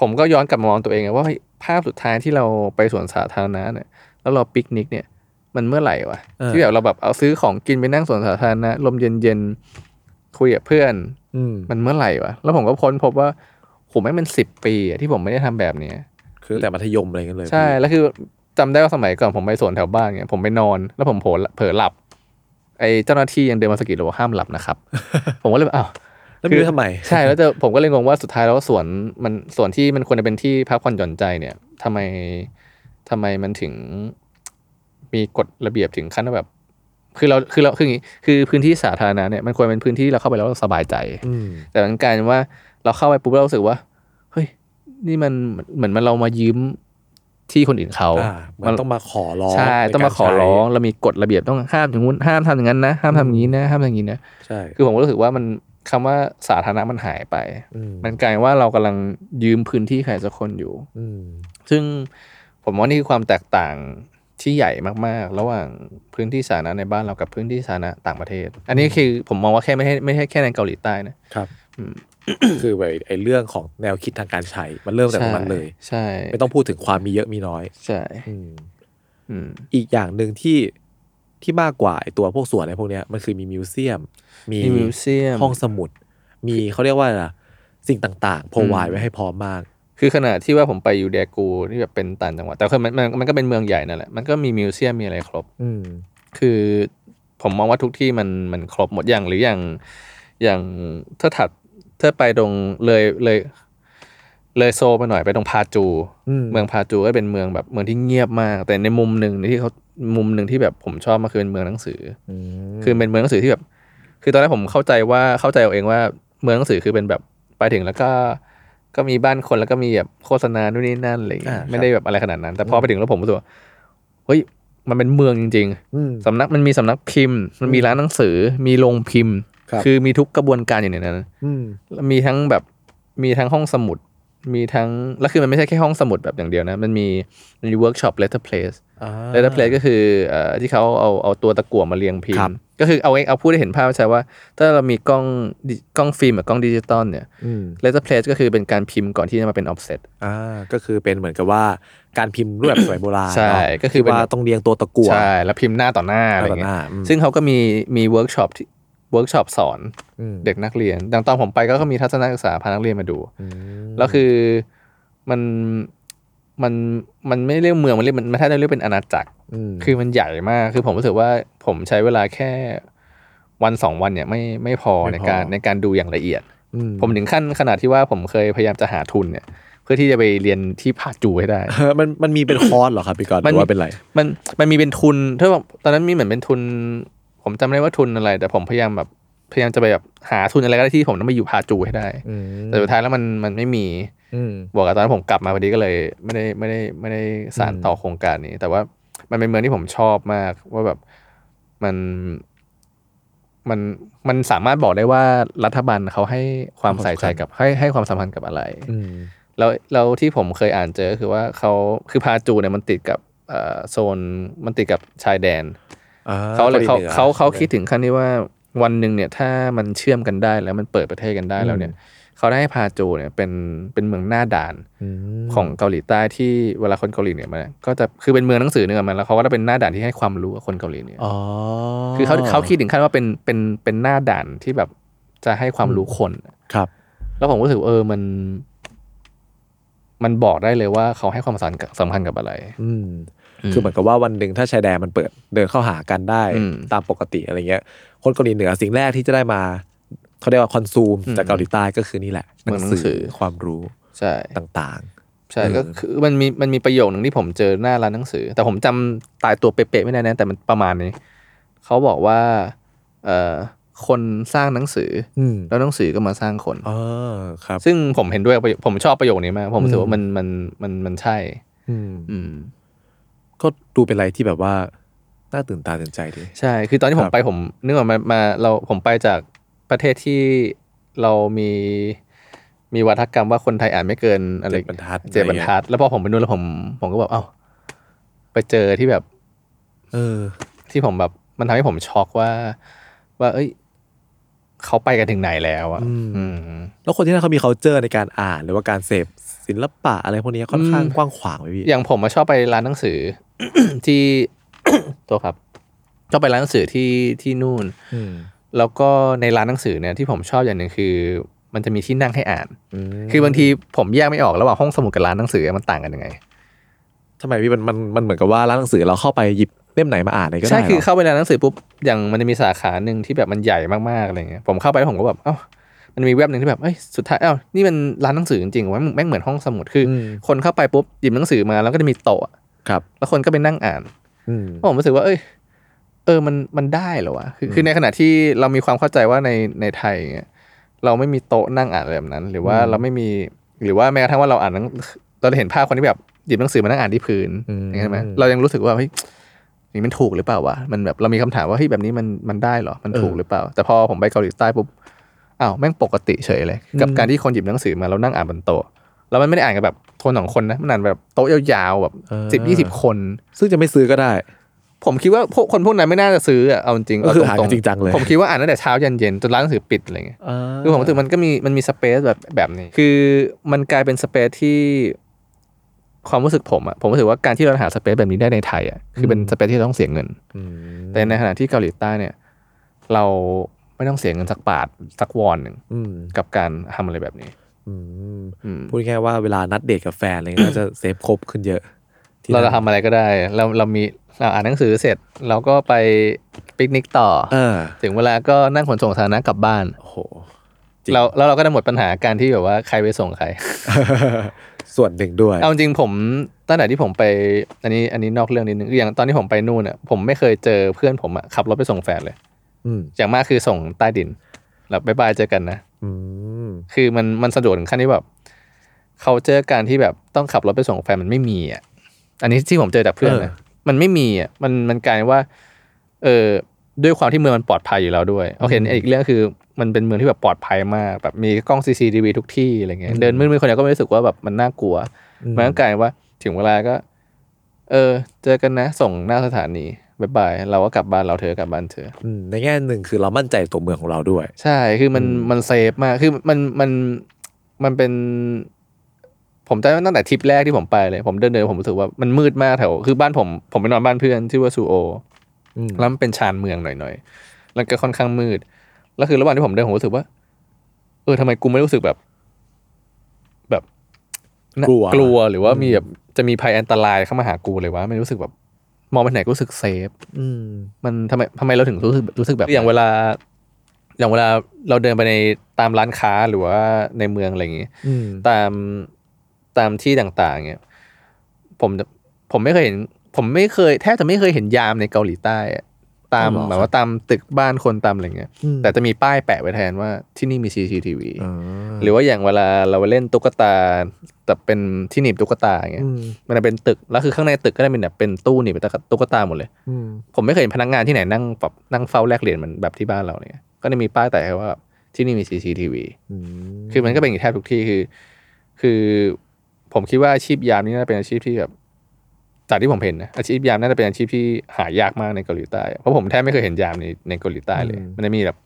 S3: ผมก็ย้อนกลับมามองตัวเองไงว่าเฮ้ยภาพสุดท้ายที่เราไปสวนสาธารณะเนี่ย แล้วเราปิกนิกเนี่ย มันเมื่อไหร่วะ
S2: เออ
S3: ที่แบบเราแบบเอาซื้อของกินไปนั่งสวนสาธารณะลมเย็นๆคุยกับเพื่อน
S2: อืม
S3: มันเมื่อไหร่วะแล้วผมก็ค้นพบว่าผมไม่งมันสิบปีอะที่ผมไม่ได้ทำแบบเนี้ย
S2: คือแต่มัธยมอะไรกันเลย
S3: ใช่แล้วคือจำได้ว่าสมัยก่อนผมไปสวนแถวบ้านเนี่ยผมไปนอน แล้วผมโผล่เผลอหลับ ไอ้เจ้าหน้าที่ยังเดินมาสะกิดเลยว่าห้ามหลับ นะครับ ผมก็เลยแบบอ้าว
S2: แล้วมีไว้ทำไม
S3: ใช่แล้วจะผมก็เลยงงว่าสุดท้ายแล้วสวนมันสวนที่มันควรจะเป็นที่พักผ่อนหย่อนใจเนี่ยทำไมทำไมมันถึงมีกฎระเบียบถึงขั้นว่าแบบ คือเราคือเราคืออย่างงี้คือพื้นที่สาธารณะเนี่ยมันควรเป็นพื้นที่เราเข้าไปแล้วเราสบายใจ
S2: อืม
S3: แต่มันกลายเป็นว่าเราเข้าไปปุ๊บเรารู้สึกว่าเฮ้ยนี่มันเหมือนมันเรามายืมที่คนอื่นเขา
S2: อ่าเหมือนต้องมาขอร้อง
S3: ใช่
S2: ในกร
S3: ต้องมาขอร้อง
S2: ใช้
S3: เรามีกฎระเบียบต้องห้ามอย่างงู้นห้ามทำอย่างนั้นนะห้ามทำอย่างนี้นะห้ามทำอย่างนี้นะ
S2: ใช่
S3: คือผมก็รู้สึกว่ามันคำว่าสาธารณะมันหายไป
S2: อืม
S3: มันกลายว่าเรากำลังยืมพื้นที่ใครสักคนอยู่
S2: อืม
S3: ซึ่งผมว่านี่คือความแตกต่างที่ใหญ่มากๆ ระหว่างพื้นที่สาธารณะในบ้านเรากับพื้นที่สาธารณะต่างประเทศ อันนี้คือผมมองว่าแค่ไม่ใช่ไม่ใช่แค่ในเกาหลีใต้นะครับ
S2: คือแบบไอ้เรื่องของแนวคิดทางการใช้ มันเริ่มจากตรงนั้นเลย
S3: ใช่
S2: ไม่ต้องพูดถึงความมีเยอะมีน้อย
S3: ใช่
S2: อืม
S3: อืม
S2: อีกอย่างหนึ่งที่ที่มากกว่าไอ้ตัวพวกสวนอะไรพวกเนี้ยมันคือมีมิวเซียม มี
S3: มีมิวเซียม
S2: ห้องสมุด มีเขาเรียกว่าอะไรล่ะสิ่งต่างๆพอวายไว้ให้พร้อมมาก
S3: คือขณะที่ว่าผมไปอยู่เดกูที่แบบเป็นต่างจังหวัดแต่คือมันมันมันก็เป็นเมืองใหญ่นั่นแหละมันก็มีมิวเซียมมีอะไรครบ
S2: อืม
S3: คือผมมองว่าทุกที่มันมันครบหมดอย่างหรืออย่างอย่างถ้าถัดถ้าไปตรงเลยเลย เลยโซลไปหน่อยไปตรงพาจู
S2: อืม
S3: เมืองพาจูก็เป็นเมืองแบบเมืองที่เงียบมาก แต่ในมุมหนึ่งที่เขามุมหนึ่งที่แบบผมชอบมากคือเป็นเมืองหนังสืออคือเป็นเมืองหนังสือที่แบบ คือตอนแรกผมเข้าใจว่าเข้าใจเอาเองว่าเมืองหนังสือคือเป็นแบบไปถึงแล้วก็ก็มีบ้านคนแล้วก็มีแบบโฆษณานู่นนี่นั่นอะไรอย่างเงี้ย
S2: อ่าครับ
S3: ไม่ได้แบบอะไรขนาดนั้น แต่พอไปถึงแล้วผมรู้สึกว่าเฮ้ยมันเป็นเมืองจริง ๆ
S2: อืม
S3: สำนักมันมีสำนักพิมพ์ มันมีร้านหนังสือ มีโรงพิมพ์
S2: ครับ
S3: คือมีทุกกระบวนการอยู่ในนั้น
S2: อืม
S3: แล้วมีทั้งแบบมีทั้งห้องสมุด มีทั้งแล้วคือมันไม่ใช่แค่ห้องสมุดแบบอย่างเดียวนะ มันมีมันมีเวิร์กช็อปเลตเตอร์เพลส
S2: อ่า
S3: เลตเตอร์เพลสก็คือเอ่อที่เขาเอาเอาตัวตะกั่วมาเรียงพิม
S2: ครับ
S3: พ์ ก็คือเอาไว้เอาพูดให้เห็นภาพใช่ว่า ถ้าเรามีกล้องดิกล้องฟิล์มกับกล้องดิจิตอลเนี่ย
S2: อืม
S3: เลตเตอร์เพลสก็คือเป็นการพิมพ์ก่อนที่จะมาเป็นออฟเซต
S2: อ่าก็คือเป็นเหมือนกับว่าการพิมพ์รูปแบบสมัยโบราณ
S3: ใช่
S2: เนาะ
S3: ก็คือเป็น
S2: ว่าต้องเรียงตัวตะกั่ว
S3: ใช่ แล้วพิมพ์หน้าต่อหน้าอะไรอย่างเงี้
S2: ห
S3: ย
S2: น้าต่อหน้าอืม
S3: ซึ่งเขาก็มีมีเวิร์กช็อปที่เวิร์กช็อปสอน
S2: อืม
S3: เด็กนักเรียนอย่างตอนผมไปก็มีทัศนศึกษาพานักเรียนมาดู
S2: อืม
S3: แล้วคือมันมันมันไม่เรียกเมืองมันเรียกมันมันถ้าจะเรียกเป็นอาณาจักร คือมันใหญ่มาก คือผมรู้สึกว่าผมใช้เวลาแค่วันสองวันเนี่ยไม่ไม่พอ
S2: ไม่พอ
S3: ในการในการดูอย่างละเอียด
S2: ม
S3: ผมถึงขั้นขนาดที่ว่าผมเคยพยายามจะหาทุนเนี่ย เพื่อที่จะไปเรียนที่พาจูให้ ได้
S2: เออมันมันมีเป็นคอร์สเหรอครับพี่กอนห
S3: มัน
S2: รือ
S3: มี
S2: ว่าเป็นไร
S3: มันมันมีเป็นทุนถ้าแบบตอนนั้นมีเหมือนเป็นทุน ผมจำไม่ได้ว่าทุนอะไร แต่ผมพยายามแบบพยายามจะไปแบบหาทุนอะไรก็ได้ที่ผมต้องไปอยู่พาจูให้ได้
S2: อืม
S3: แต่สุดท้ายแล้วมันมันไม่มี
S2: อืม
S3: บอกกับตอนนั้นผมกลับมาพอดีก็เลยไม่ได้ไม่ได้ไม่ได้สานต่อโครงการนี้ แต่ว่ามันเป็นเมืองที่ผมชอบมาก ว่าแบบมันมันมันสามารถบอกได้ว่ารัฐบาลเขาให้ความใส่ใจกับให้ให้ความสำคัญกับอะไร
S2: อืม
S3: แล้วแล้วที่ผมเคยอ่านเจอก็คือว่าเขาคือพาจูเนี่ยมันติดกับเอ่อโซนมันติดกับชายแดน
S2: อ่
S3: เขาเลยเขา
S2: กหนือ
S3: เขาเขาคิด
S2: ใช่ไหม
S3: ถึงขั้นที่ว่าวันหนึ่งเนี่ยถ้ามันเชื่อมกันได้แล้วมันเปิดประเทศกันได้แล้วเนี่ยเขาได้ให้พาโจเนี่ยเป็นเป็นเมืองหน้าด่าน
S2: อืม
S3: ของเกาหลีใต้ที่เวลาคนเกาหลีเหนี่ยมาก็จะคือเป็นเมืองหนังสือเนี่ยมันแล้วเขาก็จะเป็นหน้าด่านที่ให้ความรู้กับคนเกาหลีเนี่ย
S2: อ๋อ
S3: คือเขาเขาคิดถึงขั้นว่าเป็นเป็นเป็นหน้าด่านที่แบบจะให้ความรู้คน
S2: ครับ
S3: แล้วผมก็รู้สึกว่าเออมัน มันบอกได้เลยว่าเขาให้ความสำคัญกับสำคัญกับอะไร
S2: อืม คือเหมือนกับว่าวันหนึ่งถ้าชายแดนมันเปิดเดินเข้าหากันได้
S3: อืม
S2: ตามปกติอะไรเงี้ย คนเกาหลีเหนือสิ่งแรกที่จะได้มาเขาเรียกว่าคอนซูม จากเกาหลีใต้ก็คือนี่แหละ
S3: เหมือนหนังสือ
S2: ความรู้
S3: ใช่
S2: ต่าง
S3: ใช่
S2: เออ
S3: ก็คือมันมีมันมีประโยคหนึ่งที่ผมเจอหน้าร้านหนังสือ แต่ผมจำตายตัวเป๊ะๆไม่ได้นะแต่มันประมาณนี้เขาบอกว่าเอ่อคนสร้างหนังสือ
S2: อืม
S3: แล้วหนังสือก็มาสร้างคน
S2: อ๋อครับ
S3: ซึ่งผมเห็นด้วยกับประโยคผมชอบประโยคนี้มาก ผมรู้สึก
S2: อืม
S3: ว่ามันมันมันมันใช่
S2: อืม
S3: อืม
S2: ก็ดูเป็นอะไรที่แบบว่าน่าตื่นตาตื่นใจดี
S3: ใช่ คือตอนที่
S2: ค
S3: ผ
S2: รั
S3: ม
S2: บ
S3: ไปผมนึกว่ามามาเราผมไปจากประเทศที่เรามีมีวัฒกรรมว่าคนไทยอ่านไม่เกินอะไร
S2: เจ็ดบรรทัด
S3: เจ็ดบรรทัด แล้วพอผมไปนู่นแล้วผมผมก็แบบเอ้าไปเจอที่แบบ
S2: เออ
S3: ที่ผมแบบมันทำให้ผมช็อกว่า ว่า เอ้ยเขาไปกันถึงไหนแล้วอะ
S2: อืม
S3: อืม
S2: แล้วคนที่นั่นเขามี c u เจอร์ในการอ่าน หรือว่าการเสพศิลปะอะไรพวกนี้ค่อนข้าง
S3: อืม
S2: กว้างขวางไหมพี่
S3: อย่างผมมาชอบไปร้านหนังสือ ที่ ตัวครับชอบไปร้านหนังสือที่ที่นู่น
S2: อืม
S3: แล้วก็ในร้านหนังสือเนี่ยที่ผมชอบอย่างหนึ่งคือ มันจะมีที่นั่งให้อ่าน คือบางทีผมแยกไม่ออกระหว่างห้องสมุดกับร้านหนังสือมันต่างกันยังไง
S2: ทำไมพี่มันมันมันเหมือนกับว่าร้านหนังสือเราเข้าไปหยิบเล่มไหนมาอ่านเลยก็ได้
S3: ใช่คือ
S2: เหร
S3: เข้าไปในร้านหนังสือปุ๊บอย่างมันจะมีสาขาหนึ่งที่แบบมันใหญ่มากๆอะไรเงี้ยผมเข้าไปแล้วผมก็แบบเอ้ามันมีเว็บหนึ่งที่แบบเอ้ยสุดท้ายเอ้านี่มันร้านหนังสือจริงๆว่าแม่งเหมือนห้องสมุดคืออ
S2: ม
S3: คนเข้าไปปุ๊บหยิบหนังสือมาแล้วก็จะมีโต๊ะอะ
S2: ครับ
S3: แล้วคนก็ไปนั่งอ่าน
S2: อืม
S3: ผมรู้สึกว่าเอ้ยเออมันมันได้เหรอวะคือคือในขณะที่เรามีความเข้าใจว่าในในไทยเงี้ยเราไม่มีโต๊ะนั่งอ่านอะไรแบบนั้น หรือว่า
S2: อืม
S3: เราไม่มีหรือว่าแม้กระทั่งว่าเราอ่านหนังเราจะเห็นภาพคนที่แบบหยิบหนังสือมานั่งอ่านที่พื้น
S2: อืม
S3: อย่างนั้นไหมเรายังรู้สึกว่าเฮ้ยนี่มันถูกหรือเปล่าวะมันแบบเรามีคำถามว่าเฮ้ยแบบนี้มันมันได้เหรอมันถูกหรือเปล่า แต่พอผมไปเกาหลีใต้ปุ๊บอ้าวแม่งปกติเฉยเลย กับการที่คนหยิบหนังสือมาแล้วนั่งอ่านบนโต๊ะแล้วมันไม่ได้อ่านกันแบบทนสองคนนะมันอ่านแบบโต๊ะยาวๆแบบสิบยี่สิบคน
S2: ซึ่งจะไม่ซื้อก็ได้
S3: ผมคิดว่าพวกคนพวกนั้นไม่น่าจะซื้ออะเอาจริงๆ
S2: ก็คือ
S3: เต
S2: หากันจริงจังเลย
S3: ผมคิดว่าอ่านตั้งแต่เช้ายันเย็นจนร้านหนังสือปิดอะไรเงี้ย คือผมรู้สึกมันก็มีมันมีสเปซแบบแบบนี้ คือมันกลายเป็นสเปซที่ความรู้สึกผมอะผมรู้สึกว่าการที่เราหาสเปซแบบนี้ได้ในไทยอะคือเป็นสเปซที่เราต้องเสียเงิน
S2: อืม
S3: แต่ในขณะที่เกาหลีใต้เนี่ย เราไม่ต้องเสียเงินสักบาทสักวอนหนึ่ง
S2: อืม
S3: กับการทำอะไรแบบนี้
S2: อืม
S3: อืม
S2: พูดง่ายๆว่าเวลานัดเดทกับแฟนอะไรเงี้ยน่าจะเซฟครบขึ้นเยอะที่
S3: เรา
S2: นั่น
S3: จะทำอะไรก็ได้ เราเรามีเราอ่านหนังสือเสร็จ เราก็ไปปิกนิกต่อ
S2: เออ
S3: ถึงเวลาก็นั่งขนส่งสาธารณะกลับบ้าน
S2: โอ้โห จริง
S3: เราแล้วเราก็ได้หมดปัญหาการที่แบบว่าใครไปส่งใคร
S2: ส่วนหนึ่งด้วย
S3: เอาจริงๆผมตั้งแต่ที่ผมไปอันนี้อันนี้นอกเรื่องนิดนึงอย่างตอนที่ผมไปนู่นอ่ะผมไม่เคยเจอเพื่อนผมอ่ะขับรถไปส่งแฟนเลย
S2: อืม
S3: อย่างมากคือส่งใต้ดินแล้วบายบายเจอกันนะ
S2: อืม
S3: คือมันมันสะดวกถึงขั้นที่แบบเขาเจอการที่แบบต้องขับรถไปส่งแฟนมันไม่มีอ่ะอันนี้ที่ผมเจอจากเพื่อนนะมันไม่มีอ่ะมันมันกลายว่า เออด้วยความที่เมืองมันปลอดภัยอยู่แล้วด้วยโอเคอีกเรื่องคือมันเป็นเมืองที่แบบปลอดภัยมากแบบมีกล้อง CCTV ทุกที่อะไรเงี้ยเดินมืดๆคนเดียวก็ไม่รู้สึกว่าแบบมันน่ากลัว
S2: อื
S3: มันก็กลายเป็นว่าถึงเวลาก็ เออ เจอกันนะ ส่งหน้าสถานีบายบาย เราก็กลับบ้านเราเธอกลับบ้านเธอ
S2: อืมในแง่หนึ่งคือเรามั่นใจตัวเมืองของเราด้วย
S3: ใช่คือมันมันเซฟมากคือมันมันมันเป็น ผมจำได้ตั้งแต่ทริปแรกที่ผมไปเลย ผมเดินเดินผมรู้สึกว่ามันมืดมากแถวคือบ้านผมผมไปนอนบ้านเพื่อนชื่อว่าซูโอ
S2: อืม
S3: แล้วมันเป็นชานเมืองหน่อยๆ แล้วก็ค่อนข้างมืด แล้วคือระหว่างที่ผมเดินผมรู้สึกว่า เออทำไมกูไม่รู้สึกแบบ แบบน่าก
S2: ลัว
S3: กลัวหรือว่ามีแบบจะมีภัยอันตรายเข้ามาหากูเลยวะไม่รู้สึกแบบ มองไปไหนก็รู้สึกเซฟ
S2: อืม
S3: มันทำไมทำไมเราถึงรู้สึกรู้สึกแบบอย่างเวลา อย่างเวลาเราเดินไปในตามร้านค้าหรือว่าในเมืองอะไรอย่างงี้
S2: อืม
S3: ตามตามที่ต่างๆเนี่ยผมผมไม่เคยเห็น ผมไม่เคยแทบจะไม่เคยเห็นยามในเกาหลีใต้อะตาม
S2: อ๋อเหรอ
S3: แบบว่าตามตึกบ้านคนตามอะไรเงี้ยแต่จะมีป้ายแปะไว้แทนว่าที่นี่มี CCTV
S2: อ่า
S3: หรือว่าอย่างเวลาเราไปเล่นตุ๊กตาแต่เป็นที่หนีบตุ๊กตาเงี้ย
S2: อืม
S3: มันจะเป็นตึกแล้วคือข้างในตึกก็ได้เป็นแบบเป็นตู้หนีบตุ๊กตาหมดเลย
S2: อืม
S3: ผมไม่เคยเห็นพนักงานที่ไหนนั่งแบบนั่งเฝ้าแลกเหรียญเหมันแบบที่บ้านเราเนี่ยก็จะมีป้ายแต่ว่าแบบที่นี่มี CCTV
S2: อื
S3: คือมันก็เป็นอย่างนี้แทบทุกที่คือ คือผมคิดว่าอาชีพยามนี่น่าจะเป็นอาชีพที่แบบจากที่ผมเห็นนะอาชีพยามน่าจะเป็นอาชีพที่หายากมากในเกาหลีใต้อะเพราะผมแทบไม่เคยเห็นยามในในเกาหลีใต้เลย มันจะมีแบบ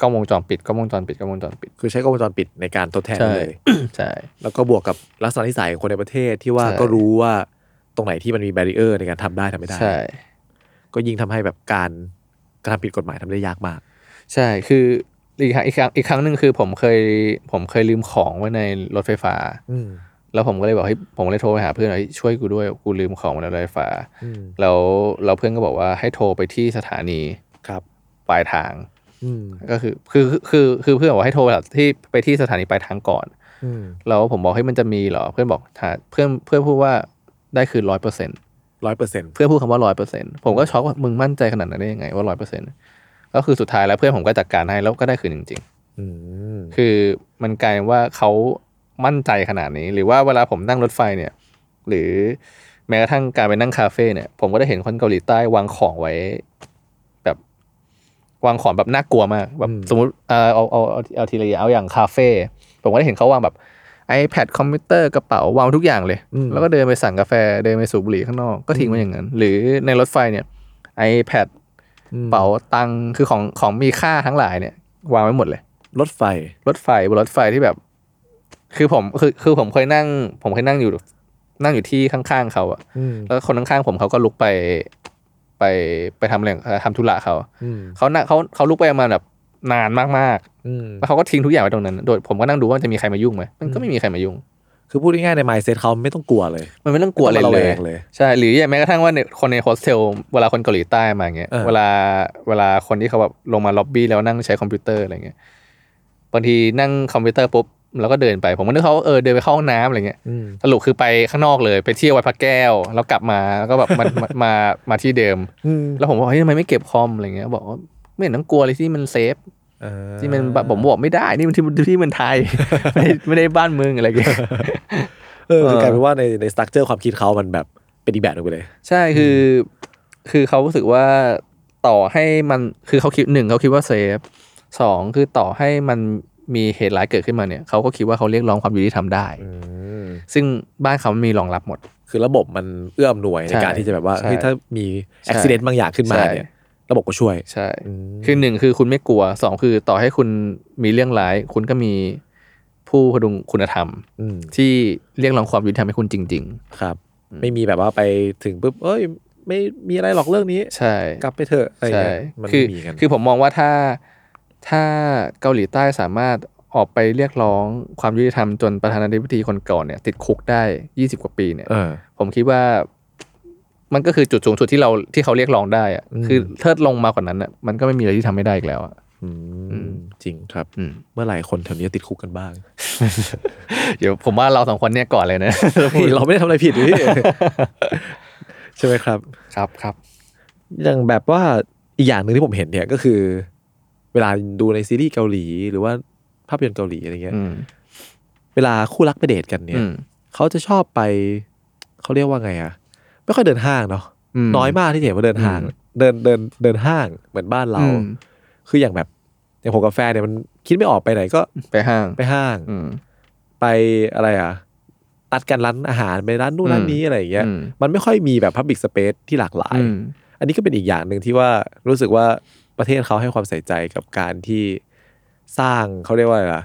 S3: กล้องวงจรปิดกล้องวงจรปิดกล้องวงจรปิด
S2: คือใช้กล้องวงจรปิดในการทดแทน
S3: ใช่
S2: เลย
S3: ใช่
S2: แล้วก็บวกกับลักษณะนิสัยของคนในประเทศที่ว่า
S3: ใช่
S2: ก็รู้ว่าตรงไหนที่มันมีแบรีเออร์ในการทำได้ทำไม่ได้
S3: ใช่
S2: ก็ยิ่งทำให้แบบการกระทำผิดกฎหมายทำได้ยากมาก
S3: ใช่ คืออีกครั้งอีกครั้งอีกครั้งหนึ่งคือผมเคย ผมเคยลืมของไว้ในรถไฟฟ้า
S2: อืม
S3: แล้วผมก็เลยบอกเฮ้ยผมก็เลยโทรไปหาเพื่อนว่าเฮ้ยช่วยกูด้วยกูลืมของไว้ในรถไฟฟ้า
S2: อืม
S3: แล้วเราเพื่อนก็บอกว่าให้โทรไปที่สถานี
S2: ครับ
S3: ปลายทาง
S2: อืม
S3: ก็คือคือคือคือเพื่อนบอกให้โทรแบบที่ไปที่สถานีปลายทางก่อน
S2: อ อืม
S3: แล้วผมบอกให้ยมันจะมีเหรอ เพื่อนบอกถ้าเพื่อนเพื่อนพูดว่าได้คือร้อยเปอร์เซ็นต์
S2: ร้อยเปอร์เซ็นต์
S3: เพื่อนพูดคำว่าร้อยเปอร์เซ็นต์ผมก็ช็อกว่ามึงมั่นใจขนาดนั้นได้ยังไงว่าร้อยเปอร์เซ็นต์ก็คือสุดท้ายแล้วเพื่อนผมก็จัดการให้แล้วก็ได้คืนจริง
S2: อืม
S3: ๆ คือมันกลายเป็นว่าเขามั่นใจขนาดนี้ หรือว่าเวลาผมนั่งรถไฟเนี่ย หรือแม้กระทั่งการไปนั่งคาเฟ่เนี่ย ผมก็ได้เห็นคนเกาหลีใต้วางของไว้ แบบวางของแบบน่ากลัวมากแบบสมมติเอ่อเอาเอาเอาเอาทีละอย่างเอาอย่างคาเฟ่ผมก็ได้เห็นเขาวางแบบ iPad คอมพิวเตอร์กระเป๋าวางทุกอย่างเลย แล้วก็เดินไปสั่งกาแฟเดินไปสูบบุหรี่ข้างนอกก็ทิ้งไว้อย่างนั้น หรือในรถไฟเนี่ย iPad เป๋าตังค์คือของของมีค่าทั้งหลายเนี่ย วางไว้หมดเลย
S2: รถไฟ
S3: รถไฟบนรถไฟที่แบบ คือผมคือคือผมเคยนั่ง ผมเคยนั่งอยู่ นั่งอยู่ที่ข้างๆเขาอะ
S2: อืม
S3: แล้วคนข้างๆผมเขาก็ลุกไป ไปไปทำอะไรเอ่อทำธุระเขา
S2: อืม
S3: เขาน่ะเขาเขาลุกไปประมาณแบบนานมาก
S2: อืม
S3: ๆแล้วเขาก็ทิ้งทุกอย่างไว้ตรงนั้น โดยผมก็นั่งดูว่าจะมีใครมายุ่งไหมมันก็ไม่มีใครมายุ่ง
S2: คือพูดง่ายๆในไมเซ็ตเขาไม่ต้องกลัวเลย
S3: มันไม่ต้องกลัวอะไร
S2: ไม่ต้อง
S3: เล
S2: ระ
S3: ย
S2: แวงเลย
S3: ใช่หรืออย่างแม้กระทั่งว่าในคนในโฮสเทลเวลาคนเกาหลีใต้มาเงี้ย
S2: เออ
S3: เวลาเวลาคนที่เขาแบบลงมาล็อบบี้แล้วนั่งใช้คอมพิวเตอร์อะไรเงี้ยบางทีนั่งคอมพิวเตอร์ปุ๊บแล้วก็เดินไป ผมก็นึกเขาเออเดินไปเข้าห้องน้ำอะไรเงี้ย
S2: อืม
S3: สรุปคือไปข้างนอกเลยไปเที่ยววัดพระแก้ว แล้วกลับมาแล้วก็แบบ มัน มามามาที่เดิม
S2: อืม
S3: แล้วผมบอกเฮ้ยทำไมไม่เก็บคอมอะไรเงี้ยบอกว่าไม่เห็นต้องกลัวเลยที่มันเซฟ
S2: อ่า
S3: ที่มันแบบผมบอกไม่ได้นี่มันที่ที่มันไทย ไม่ไม่ได้บ้านเมืองอะไรเงี้ย
S2: เออคือกลายเป็นว่าในในสตั๊กเจอร์ความคิดเขามันแบบเป็นอีกแบบหนึงไปเลย
S3: ใช่คือ คือเขารู้สึกว่าต่อให้มันคือเขาคิดหนึ่งเขาคิดว่าเซฟสองคือต่อให้มันมีเหตุร้ายเกิดขึ้นมาเนี่ยเขาก็คิดว่าเขาเรียกร้องความยุติธรรมได้
S2: อืม
S3: ซึ่งบ้านเขามันมีรองรับหมด
S2: คือระบบมันเอื้อมหน่วยใน
S3: ใช่
S2: การที่จะแบบว่า
S3: ใช่
S2: เฮ้ยถ้ามี
S3: ใช่
S2: อุบิเหตุบางอย่างขึ้นมา
S3: ใช่
S2: เนี่ย ระบบก็ช่วย
S3: ใช่
S2: อืม
S3: คือหนึ่งคือคุณไม่กลัวสองคือต่อให้คุณมีเรื่องร้าย คุณก็มีผู้พดุงคุณธรรม
S2: อืม
S3: ที่เรียกร้องความยุติธรรมให้คุณจริง
S2: ครับ ไม่มีแบบว่าไปถึงปุ๊บเอ้ย ไม่มีอะไรหรอกเรื่องนี้
S3: ๆ ใช่
S2: กลับไปเถอะอะไร
S3: ใช่
S2: เงี้ยมัน
S3: คื
S2: ไม่
S3: อ
S2: มีกัน
S3: คือผมมองว่าถ้าถ้าเกาหลีใต้สามารถออกไปเรียกร้องความยุติธรรมจนประธานาธิบดีคนก่อนเนี่ย ติดคุกได้ยี่สิบกว่าปีเนี่ย
S2: เออ
S3: ผมคิดว่ามันก็คือจุดสูงสุดที่เราที่เขาเรียกร้องได้อะ
S2: อืม
S3: คือถ้าลงมากกว่านั้นอ่ะมันก็ไม่มีอะไรที่ทำไม่ได้อีกแล้วอ่ะ
S2: อืมจริงครับ
S3: อืม
S2: เมื่อไหร่คนแถวนี้จะติดคุกกันบ้าง
S3: เดี๋ยวผมว่าเราสองคนเนี่ยก่อนเลยนะ
S2: เราไม่ได้ทำอะไรผิด พี่ ใช่ไหมครับ
S3: ครับครับ
S2: อย่างแบบว่าอีกอย่างหนึ่งที่ผมเห็นเนี่ยก็คือ เวลาดูในซีรีส์เกาหลี หรือว่าภาพยนตร์เกาหลีอะไรเงี้ย
S3: อืม
S2: เวลาคู่รักไปเดทกันเนี่ย
S3: อืม
S2: เขาจะชอบไปเขาเรียกว่าไงอะไม่ค่อยเดินห้างเนาะ
S3: อืม
S2: น้อยมากที่จะเห็นว่าเดินห้าง
S3: อืม
S2: เดินเดินเดินห้างเหมือนบ้านเรา
S3: อืม
S2: คืออย่างแบบอย่างผมกับแฟนเนี่ยมันคิดไม่ออกไปไหนก็
S3: ไปห้าง
S2: ไปห้าง
S3: อืม
S2: ไปอะไรอ่ะตัดกันร้านอาหารไปร้านนู่นร้านนี้อะไรอย่างเงี้ย
S3: อืม
S2: มันไม่ค่อยมีแบบพับบิ c สเปซที่หลากหลาย
S3: อืม
S2: อันนี้ก็เป็นอีกอย่างหนึ่งที่ว่ารู้สึกว่าประเทศเขาให้ความใส่ใจกับการที่สร้างเขาเรียกว่าอะไรล่ะ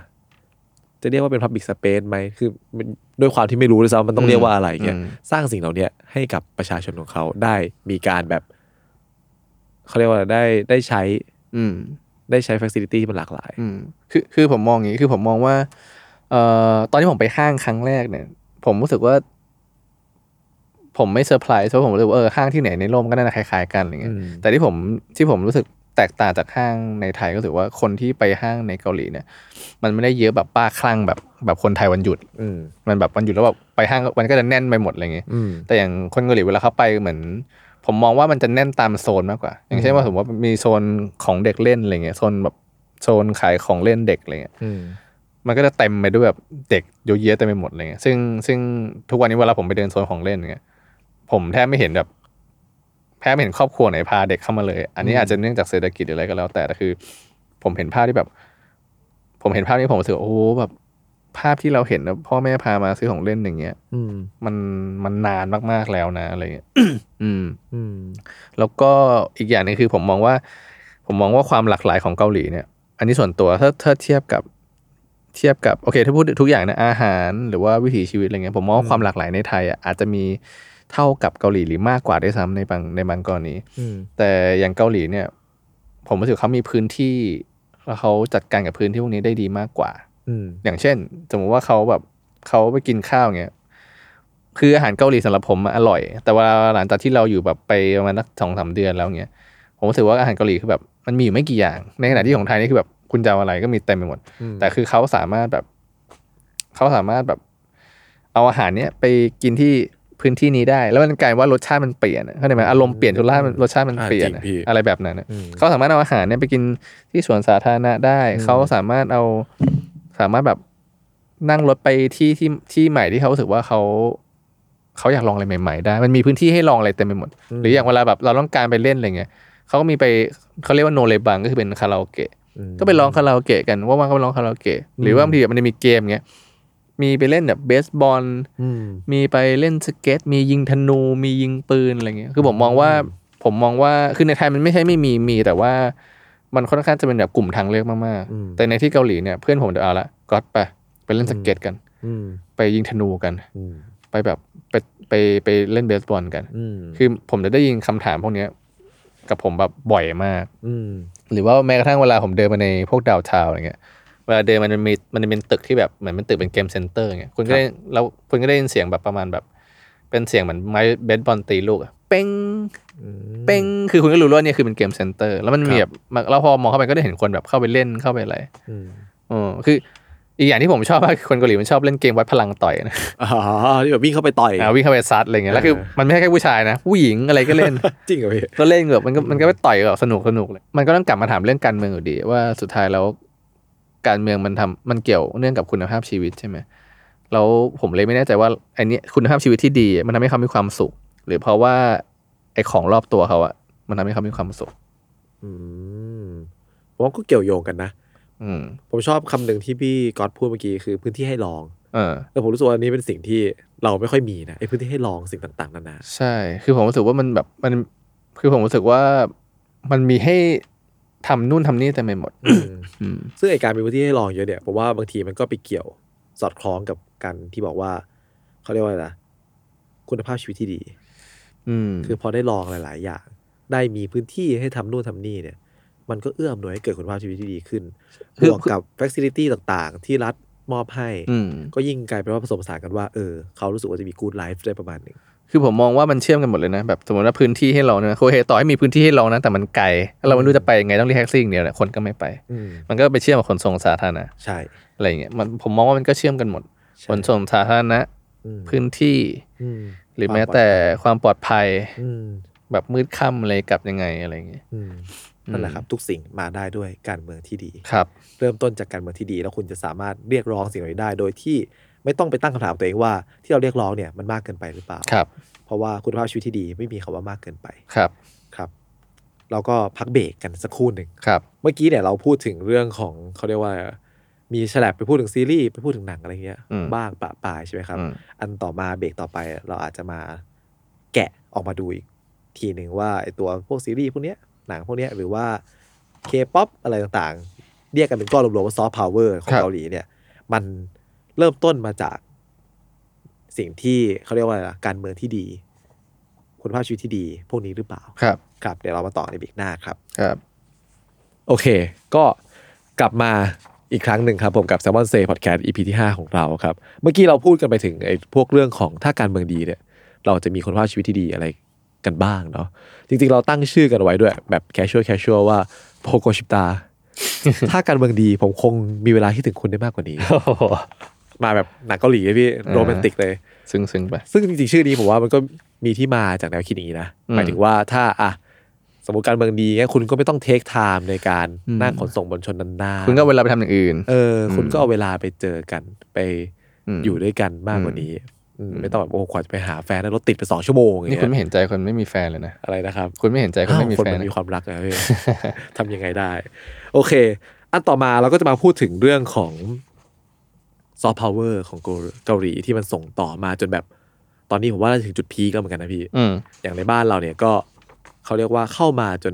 S2: จะเรียกว่าเป็นพับบิ c สเปซไหมคือมันด้วยความที่ไม่รู้ด้วยซ้ำมันต้องเรียกว่าอะไรเงี้ยสร้างสิ่งเหล่าเนี้ยให้กับประชาชนของเขาได้มีการแบบเขาเรียกว่าอะไรได้ได้ใช้
S3: อืม
S2: ได้ใช้ฟ a c ิลิตี้ที่มันหลากหลาย
S3: อืมคือคือผมมองอย่างนี้คือผมมองว่าเอ่อตอนที่ผมไปห้างครั้งแรกเนี่ย ผมรู้สึกว่า ผมไม่เซอร์ไพรส์เพราะผมรู้สึกว่าเออห้างที่ไหนในโลกมันก็น่าจะคล้ายๆกันอะไรเงี้ย
S2: อืม
S3: แต่ที่ผมที่ผมรู้สึกแตกต่างจากห้างในไทยก็รู้สึกว่าคนที่ไปห้างในเกาหลีเนี่ย มันไม่ได้เยอะแบบบ้าคลั่งแบบแบบคนไทยวันหยุด
S2: อืม
S3: มันแบบวันหยุดแล้วแบบไปห้างมันก็จะแน่นไปหมดอะไรเงี้ย
S2: อืม
S3: แต่อย่างคนเกาหลีเวลาเขาไปเหมือน ผมมองว่ามันจะแน่นตามโซนมากกว่า อย่างเช่นว่าสมมติว่ามีโซนของเด็กเล่นอะไรเงี้ยโซนแบบโซนขายของเล่นเด็กอะไรเงี้ย
S2: อืม
S3: มันก็จะเต็มไปด้วยแบบเด็กเยอะแยะเต็มไปหมดอะไรเงี้ยซึ่งซึ่งทุกวันนี้เวลาผมไปเดินโซนของเล่นเงี้ยผมแทบไม่เห็นแบบแทบไม่เห็นครอบครัวไหนพาเด็กเข้ามาเลย อันนี้อาจจะเนื่องจากเศรษฐกิจหรืออะไรก็แล้ว แต่แต่คือ ผมเห็นภาพที่แบบ ผมเห็นภาพนี้ผมรู้สึกว่าโอ้โหแบบภาพที่เราเห็นแล้วพ่อแม่พามาซื้อของเล่นอย่างเงี้ย
S2: อืม
S3: มันมันนานมากๆแล้วนะอะไรเงี้ย อืม
S2: อืม
S3: แล้วก็อีกอย่างหนึงคือผมมองว่า ผมมองว่าความหลากหลายของเกาหลีเนี่ย อันนี้ส่วนตัวถ้าถ้าเทียบกับเทียบกับโอเค ถ้าพูดทุกอย่างนะอาหารหรือว่าวิถีชีวิตอะไรเงี้ยผมมองว่าความหลากหลายในไทยอ่ะอาจจะมีเท่ากับเกาหลีหรือมากกว่าด้วยซ้ำในบางในบางกรณี
S2: อืม
S3: แต่อย่างเกาหลีเนี่ย ผมรู้สึกเขามีพื้นที่แล้วเขาจัดการกับพื้นที่พวกนี้ได้ดีมากกว่า
S2: อืม
S3: อย่างเช่น สมมุติว่าเขาแบบเขาไปกินข้าวเงี้ยคืออาหารเกาหลีสำหรับผมอะอร่อย แต่เว่าหลังจากที่เราอยู่แบบไปประมาณสักสองสามเดือนแล้วเงี้ยผมรู้สึกว่าอาหารเกาหลีคือแบบมันมีอยู่ไม่กี่อย่าง ในขณะที่ของไทยนี่คือแบบคุณจะเอาอะไรก็มีเต็มไปหมด แต่คือเขาสามารถแบบ เขา เขาสามารถแบบเอาอาหารเนี้ยไปกินที่พื้นที่นี้ได้ แล้วมันกลายว่ารสชาติมันเปลี่ยนอะเข้าใจไหมอารมณ์เปลี่ยนทุล่ามันรสชาติมัน
S2: อ่า
S3: เปลี่ย
S2: จ
S3: น
S2: ริ
S3: อะ
S2: งพี่
S3: อะไรแบบนั้นอะ
S2: อืม
S3: เขาสามารถเอาอาหารเนี่ยไปกินที่สวนสาธารณะได้ เขาสามารถเอาสามารถแบบนั่งรถไปที่ที่ที่ใหม่ที่เขารู้สึกว่าเขา เขาอยากลองอะไรใหม่ๆ ได้ มันมีพื้นที่ให้ลองอะไรเต็มไปหมด หรืออย่างเวลาแบบเราต้องการไปเล่นอะไรเงี้ยเขาก็มีไปเขาเรียกว่าโนเลบังก็คือเป็นคาราโอเกะ ก็ไปร้องคาราโอเกะกันว่างๆก็ไปร้องคาราโอเกะ หรือว่าบางทีแบบมันจะมีเกมเงี้ย มีไปเล่นแบบเบสบอล
S2: อืม
S3: มีไปเล่นสเก็ต มียิงธนู มียิงปืนอะไรเงี้ย คือผมมองว่า ผมมองว่า คือในไทยมันไม่ใช่ไม่มี มีแต่ว่ามันค่อนข้างจะเป็นแบบกลุ่มทางเลือกมาก
S2: อืม
S3: ๆ แต่ในที่เกาหลีเนี่ยเพื่อนผมเดี๋ยวเอาละก็ไปไปเล่นสเก็ตกัน
S2: อืม
S3: ไปยิงธนูกัน
S2: อืม
S3: ไปแบบไปไปไปเล่นเบสบอลกัน
S2: อืม
S3: คือผมจะได้ยินคำถามพวกเนี้ยกับผมแบบบ่อยมาก
S2: อืม
S3: หรือว่าแม้กระทั่งเวลาผมเดินมาในพวกดาวน์ทาวน์อะไรเงี้ยเวลาเดินมันจะมีมันจะเป็นตึกที่แบบเหมือนเป็นตึกเป็นเกมเซ็นเตอร์เงี้ยคุณก็ได้แล้วคุณก็ได้ยินเสียงแบบประมาณแบบ เป็นเสียงเหมือนไม้เบสบอลตีลูกอะเป้ง
S2: อืม
S3: เป้งคือคุณก็รู้ว่าเนี่ยคือเป็นเกมเซ็นเตอร์แล้วมันมี
S2: ค
S3: แบ
S2: รั
S3: บบ แล้วพอมองเข้าไปก็ได้เห็นคนแบบเข้าไปเล่นเข้าไปอะไร
S2: อืม
S3: อ๋อคืออีกอย่างที่ผมชอบมากคือคนเกาหลีมันชอบเล่นเกมวัดพลังต่อยนะ
S2: อ๋อที่แบบวิ่งเข้าไปต่อย
S3: อ่าวิ่งเข้าไปซัดอะไรเงี้ยแล้วคือ
S2: เออ
S3: มันไม่ใช่แค่ผู้ชายนะ ผู้หญิงอะไรก็เล่น
S2: จริงเหรอพี่
S3: ก็เล่นแบบมันก็มันก็ไปต่อยกับสนุกสนุกเลยมันก็ต้องกลับมาถามเรื่องการเมืองอยู่ดี ว่าสุดท้ายแล้วการเมืองมันทำมันเกี่ยวเนื่องกับคุณภาพชีวิตใช่ไหมแล้วผมเลยไม่แน่ใจว่าไอันนี้คุณภาพชีวิตที่ดี มันทำให้เขามีความสุข หรือเพราะว่าไอ้ของรอบตัวเขาอะมันทำให้เขามีความสุข
S2: อืมผมว่าก็เกี่ยวโยงกันนะ
S3: อืม
S2: ผมชอบคำหนึ่งที่พี่ก๊อตพูดเมื่อกี้คือพื้นที่ให้ลอง
S3: เออ
S2: แต่ผมรู้สึกว่าอันนี้เป็นสิ่งที่เราไม่ค่อยมีนะไอ้พื้นที่ให้ลองสิ่งต่างๆ นานา
S3: ใช่ คือผมรู้สึกว่ามันแบบมัน คือผมรู้สึกว่ามันมีให้ทำนู่นทำนี่เต็มไปหมด อืม
S2: ซึ่งไอการมีพื้นที่ให้ลองเยอะเนี่ยผมว่าบางทีมันก็ไปเกี่ยวสอดคล้องกับการที่บอกว่าเขาเรียกว่าอะไรนะคุณภาพชีวิตที่ดี
S3: อืม
S2: คือพอได้ลองหลาย ๆ อย่าง ได้มีพื้นที่ให้ทำนู่นทำนี่เนี่ย มันก็เอื้ออำนวยให้เกิดคุณภาพชีวิตที่ดีขึ้น
S3: คือ
S2: บวกกับ facility ต่างๆ ที่รัฐมอบให้
S3: อืม
S2: ก็ยิ่งกลายเป็นว่าผสมผสานกันว่าเออเขารู้สึกว่าจะมี good life ได้ประมาณหนึ่ง
S3: คือผมมองว่ามันเชื่อมกันหมดเลยนะแบบสมมติว่าพื้นที่ให้ลองนะโคเฮต่อให้มีพื้นที่ให้ลองนะแต่มันไกลแล้วเราไม่รู้จะไปยังไงต้องเรียกแท็กซี่อย่างเดียวเนี่ยคนก็ไม่ไป
S2: อืม
S3: มันก็ไปเชื่อมกับขนส่งสาธารณะ
S2: ใช่
S3: อะไรอย่างเงี้ยมันผมมองว่ามันก็เชื่อมกันหมดข
S2: ใช่
S3: นส่งสาธารณะ
S2: อืม
S3: พื้นที่
S2: อืม
S3: หรือแม้แต่ความปลอดภัย
S2: อืม
S3: แบบมืดค่ำอะไรกลับยังไงอะไรอย่างเงี้ย
S2: อืมนั่นแหละครับ ทุกสิ่งมาได้ด้วยการเมืองที่ดี
S3: ครับ
S2: เริ่มต้นจากการเมืองที่ดี แล้วคุณจะสามารถเรียกร้องสิ่งเหล่านี้ได้ โดยที่ไม่ต้องไปตั้งคำถามตัวเองว่าที่เราเรียกร้องเนี่ยมันมากเกินไปหรือเปล่า
S3: ครับ
S2: เพราะว่าคุณภาพชีวิตที่ดีไม่มีคำว่ามากเกินไป
S3: ครับ
S2: ครับ เราก็พักเบรกกันสักครู่หนึ่ง
S3: ครับ
S2: เมื่อกี้เนี่ยเราพูดถึงเรื่องของเขาเรียกว่า มีฉลับไปพูดถึงซีรีส์ไปพูดถึงหนังอะไรเงี้ยบ้างปะปายใช่ไหมครับ
S3: อืม
S2: อันต่อมาเบรกต่อไปเราอาจจะมาแกะออกมาดูอีกทีหนึ่งว่าไอตัวพวกซีรีส์พวกเนี้ยหนังพวกเนี้ยหรือว่าเคป๊อปอะไรต่างๆ เรียกกันเป็นก้อนรวมๆว่าซอฟต์พาวเวอร์ของเกาหลีเนี่ย มันเริ่มต้นมาจากสิ่งที่เขาเรียกว่าอะไรนะการเมืองที่ดี คุณภาพชีวิตที่ดีพวกนี้หรือเปล่า
S3: ครับ
S2: ครับ เดี๋ยวเรามาต่อในเบรกหน้าครับ
S3: ครับ
S2: โอเค ก็กลับมาอีกครั้งหนึ่งครับ ผมกับ s ซ l m o n Say Podcast EP ที่ 5 ของเราครับ เมื่อกี้เราพูดกันไปถึงไอ้พวกเรื่องของถ้าการเมืองดีเนี่ย เราจะมีคุณภาพชีวิตที่ดีอะไรกันบ้างเนาะจริงๆ เราตั้งชื่อกันไว้ด้วย แบบ casual casual ว่าโพโกชิปตา ถ้าการเมืองดีผมคงมีเวลาที่ถึงคุณได้มากกว่านี้
S3: โอ้โห
S2: มาแบบหนังเกาหลีเลยพี่
S3: อ่า
S2: โรแมนติกเลย
S3: ซึ้งซึ้งไป
S2: ซึ่งจริงๆ ชื่อนี้ผมว่ามันก็มีที่มาจากแนวคิดอย่างนี้นะ
S3: อืม
S2: หมายถึงว่าถ้าอ่ะสมมติการเมืองดีเงี้ยคุณก็ไม่ต้องเทคไทม์ในการ
S3: อืม
S2: นั่งขนส่งบนชนนานๆ
S3: คุณก็เอาเวลาไปทำอย่างอื่น
S2: เออ คุณ
S3: อืม
S2: ก็เอาเวลาไปเจอกันไป
S3: ม
S2: อยู่ด้วยกันมากกว่านี้อืมไม่ต้องแบบโอ้กว่าจะไปหาแฟนนะรถติดไปสองชั่วโมงอย่าง
S3: นี่คุ
S2: เงี้
S3: ณ
S2: ย
S3: ไม่เห็นใจคนไม่มีแฟนเลยนะ
S2: อะไรนะครับ
S3: คุณไม่เห็นใจคน
S2: อ้าว
S3: ไม่มี
S2: คน
S3: แฟน
S2: มัน
S3: นะ
S2: มีความรักนะ พี่ ทำยังไงได้ โอเค อันต่อมาเราก็จะมาพูดถึงเรื่องของซอฟต์พาวเวอร์ของเกาหลีที่มันส่งต่อมาจนแบบ ตอนนี้ผมว่าน่าจะถึงจุดพีคแล้วเหมือนกันนะพี่
S3: อืม
S2: อย่างในบ้านเราเนี่ยก็เขาเรียกว่าเข้ามาจน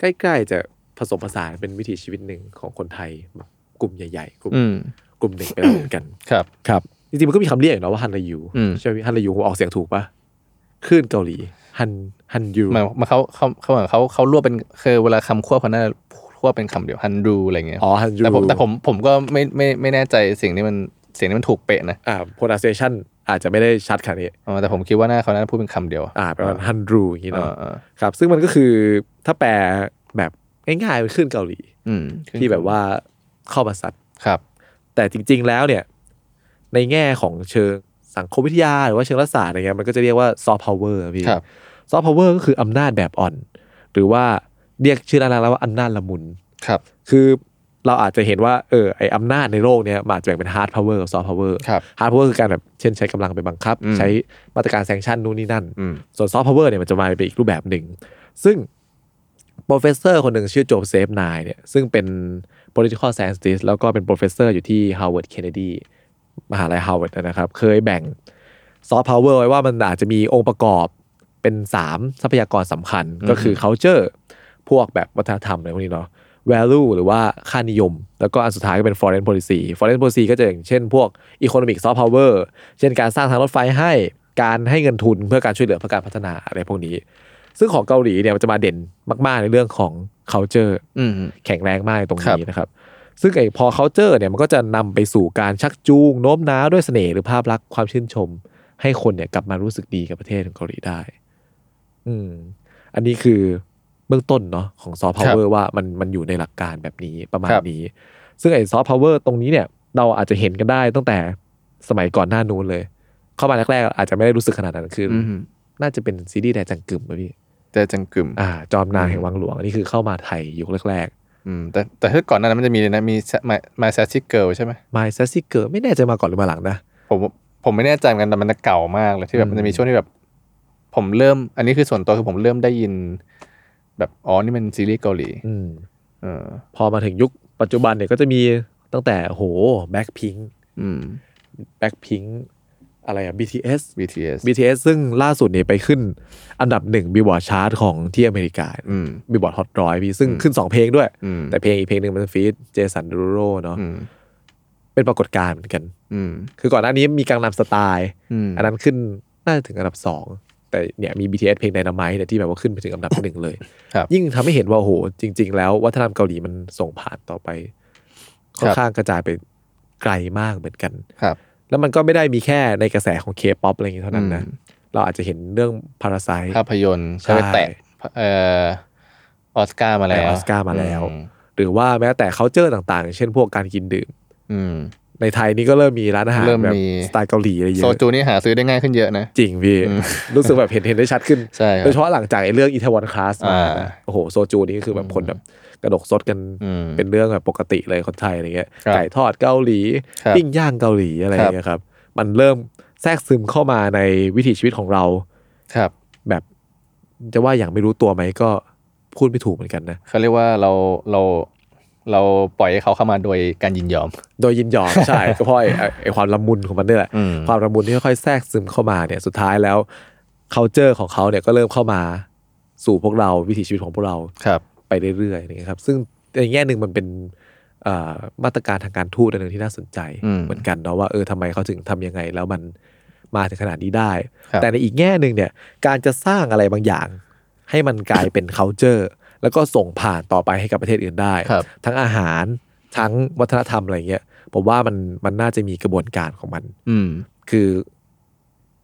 S2: ใกล้ๆจะผสมผสานเป็นวิถีชีวิตหนึ่งของคนไทยแบบกลุ่มใหญ่ๆ กลุ่ม
S3: อืม
S2: กลุ่มหนึ่งไปแล้วเหมือนกัน
S3: ครับ
S2: ครับ จริงๆ มันก็มีคำเรียกอยู่นะว่าฮันรายู
S3: อืม
S2: ใช่ไหมพี่ฮันรายูผมออกเสียงถูกปะคลื่นเกาหลีฮันฮันยู
S3: หมายมาเขาเขาเขาเหมือนเขาเขารวบเป็นคือเวลาคำควบเขาน่าจะควบเป็นคำเดียวฮันรูอะไรเงี้ย
S2: อ๋อฮันยู
S3: แต่ผมแต่ผมผมก็ไม่ไม่ไม่แน่ใจเสียงที่มันเสียงที่มันถูกเป๊ะนะ
S2: อ่า pronunciation อาจจะไม่ได้ชัดขนาดนี้
S3: อ๋อแต่ผมคิดว่าหน้าเขาน่าจะพูดเป็นคำเดียว
S2: อ่าประมาณฮันรูอย่างนี้
S3: เอ
S2: เนาะ
S3: อเออ
S2: ครับ ซึ่งมันก็คือถ้าแปลแบบง่ายๆเป็นคลื่นเกาหลี
S3: อืม
S2: ที่แบบว่าเข้ามาซัด
S3: ครับ
S2: แต่จริง ๆ แล้วเนี่ย ในแง่ของเชิงสังคมวิทยาหรือว่าเชิงรัฐศาสตร์อะไรเงี้ยมันก็จะเรียกว่าซอฟต์พาวเวอร์พี่
S3: ครับ
S2: ซอฟต์พาวเวอร์ก็คืออำนาจแบบอ่อน หรือว่าเรียกชื่อร้านๆแล้วว่าอำนาจละมุน
S3: ครับ
S2: คือเราอาจจะเห็นว่าเออไออำนาจในโลกเนี้ยมันอาจจะแบ่งเป็นฮาร์ดพาวเวอร์กับซอฟต์พาวเวอร์
S3: ครับ
S2: ฮาร์ดพาวเวอร์คือการแบบเช่นใช้กำลังไปบังคับ
S3: อืม
S2: ใช้มาตรการแซงชั่นนู่นนี่นั่น
S3: อืม
S2: ส่วนซอฟต์พาวเวอร์เนี่ยมันจะมาเป็นอีกรูปแบบหนึ่ง ซึ่งโปรเฟสเซอร์คนหนึ่งชื่อโจเซฟนายเนี่ยซึ่งเป็น political scientist แล้วก็เป็นโปรเฟสเซอร์อยู่ที่ Harvard Kennedy มหาลัย Harvard นะครับ เคยแบ่งซอฟต์พาวเวอร์ไว้ว่ามันอาจจะมีองค์ประกอบเป็น 3 ทรัพยากรสำคัญก็คือ culture พวกแบบวัฒนธรรมอะไรพวกนี้เนาะ value หรือว่าค่านิยม แล้วก็อันสุดท้ายก็เป็น foreign policy foreign policy ก็จะอย่างเช่นพวก economic soft power เช่นการสร้างทางรถไฟให้ การให้เงินทุนเพื่อการช่วยเหลือเพื่อการพัฒนาอะไรพวกนี้ ซึ่งของเกาหลีเนี่ยมันจะมาเด่นมาก ๆ ในเรื่องของ culture
S3: อืม
S2: แข็งแรงมากในตรง
S3: ครับ
S2: นี้นะครับ ซึ่งไอ้พอ culture เนี่ยมันก็จะนำไปสู่การชักจูงโน้มน้าวด้วยเสน่ห์หรือภาพลักษณ์ความชื่นชม ให้คนเนี่ยกลับมารู้สึกดีกับประเทศของเกาหลีได้ อืม อันนี้คือเบื้องต้นเนาะของซอฟต์พาวเวอร์ว่ามันมันอยู่ในหลักการแบบนี้ประมาณ
S3: ครับ
S2: นี้ ซึ่งไอ้ซอฟต์พาวเวอร์ตรงนี้เนี่ยเราอาจจะเห็นกันได้ตั้งแต่สมัยก่อนหน้านู้นเลย เข้ามาแรกๆอาจจะไม่ได้รู้สึกขนาดนั้นคืออ
S3: อืม
S2: น่าจะเป็นซีรีส์แดจังกึมอะพี่
S3: แต่จังกึม
S2: อ่า จอมนางแห่งวังหลวงอันนี้คือเข้ามาไทยยุคแรกๆ
S3: อืมแต่แต่ถ้าก่อนหนานั้นมันจะมีเลยนะมีมาแซชิเกิลใช่ไหม
S2: My Sassy Girl ไม่แน่ใจมาก่อนหรือมาหลังนะ
S3: ผมผมไม่แน่ใจเหมือนกันแต่มันเก่ามากเลยที่แบบ
S2: อืม
S3: มันจะมีช่วงที่แบบ ผมเริ่ม อันนี้คือส่วนตัวคือผมเริ่มได้ยิน แบบอ๋อนี่มันซีรีส์เกาหลี
S2: อืม
S3: เออ
S2: พอมาถึงยุคปัจจุบันเนี่ยก็จะมีตั้งแต่โหแบ็คพิง
S3: อืม
S2: แบ็คพิงอะไรอะ BTS
S3: BTS
S2: BTS ซึ่งล่าสุดเนี่ยไปขึ้นอันดับหนึ่งบิวบอร์ดชาร์ตของที่อเมริกา
S3: อืม
S2: บิวบอร์ดฮอตร้อยพี่ซึ่ง
S3: อืม
S2: ขึ้น 2 เพลงด้วย
S3: อืม
S2: แต่เพลงอีกเพลงหนึ่งมันฟีดเจสันดูโรเนาะ
S3: อืม
S2: เป็นปรากฏการณ์เหมือนกัน
S3: อืม
S2: คือก่อนหน้านี้มีกังนำสไตล์
S3: อืม
S2: อันนั้นขึ้นน่าจะถึงอันดับสองแต่เนี่ยมี BTS เพลงไดนาไมต์เนี่ยที่แบบว่าขึ้นไปถึงอันดับหนึ่ง เลย
S3: ครับ
S2: ยิ่งทำให้เห็นว่าโอ้โหจริง ๆ แล้ววัฒนธรรมเกาหลีมันส่งผ่านต่อไป
S3: ครับ
S2: ค่อนข้างกระจายไปไกลมากเหมือนกัน
S3: ครับ
S2: แล้วมันก็ไม่ได้มีแค่ในกระแสของเคป๊อปอะไรอย่างเงี้ยเท่านั้นนะ
S3: อืม
S2: เราอาจจะเห็นเรื่องพาราไซ
S3: ภาพยนตร์ใช่ไหม
S2: ใช่
S3: แตะเอ่อออสการ์มาแล้ว
S2: ออสการ์มาแล้ว
S3: อืม
S2: หรือว่าแม้แต่เคาเจอร์ต่างๆ เช่นพวกการกินดื่ม
S3: อืม
S2: ในไทยนี่ก็เริ่มมีร้านอาหาร
S3: เริ่ม
S2: แบบ
S3: มี
S2: สไตล์เกาหลีอะไรเย
S3: โซ
S2: อะ
S3: จูนี่หาซื้อได้ง่ายขึ้นเยอะนะ
S2: จริงพี่
S3: อืม
S2: รู้สึกแบบเห็นเห็นได้ชัดขึ้น
S3: ใช่ค
S2: โดยเฉ
S3: รับ
S2: พาะหลังจากไอ้เรื่องอีทวอนคลาสมา
S3: อ่า
S2: นะโอ้โหโซจูนี่ก็คือแบบคนแบบกระดกซดกัน
S3: อืม
S2: เป็นเรื่องแบบปกติเลยคนไทยอะไรเงี้ย
S3: ครับ
S2: ไก่ทอดเกาหลี
S3: ครับ
S2: ปิ้งย่างเกาหลีอะไร
S3: ครับ
S2: เงี้ยครับ มันเริ่มแทรกซึมเข้ามาในวิถีชีวิตของเรา
S3: ครับ
S2: แบบจะว่าอย่างไม่รู้ตัวไหมก็พูดไม่ถูกเหมือนกันนะ
S3: เขาเรียกว่าเราเราเราปล่อยให้เขาเข้ามาโดยการยินยอม
S2: โดยยินยอม ใช่ก็เพราะไอ้ไอ้ไอ้ความละมุนของมันนี่แหละ
S3: อืม
S2: ความละมุนที่ค่อยๆแทรกซึมเข้ามาเนี่ยสุดท้ายแล้ว c u เจอร์ของเขาเนี่ยก็เริ่มเข้ามาสู่พวกเราวิถีชีวิตของพวกเรา
S3: ครับ
S2: ไปเรื่อยๆนะครับ ซึ่งในแง่หนึ่งมันเป็นเอ่อมาตรการทางการทูตอันหนึ่งที่น่าสนใจ
S3: อืม
S2: เหมือนกันเนาะว่าเออทำไมเขาถึงทำยังไง แล้วมันมาถึงขนาดนี้ได้
S3: ครับ
S2: แต่ในอีกแง่หนึ่งเนี่ยการจะสร้างอะไรบางอย่าง ให้มันกลายเป็น c u เจอร์แล้วก็ส่งผ่านต่อไปให้กับประเทศอื่นได้
S3: ครับ
S2: ทั้งอาหารทั้งวัฒนธรรมอะไรเงี้ยผมว่ามันมันน่าจะมีกระบวนการของมัน
S3: อืม
S2: คือ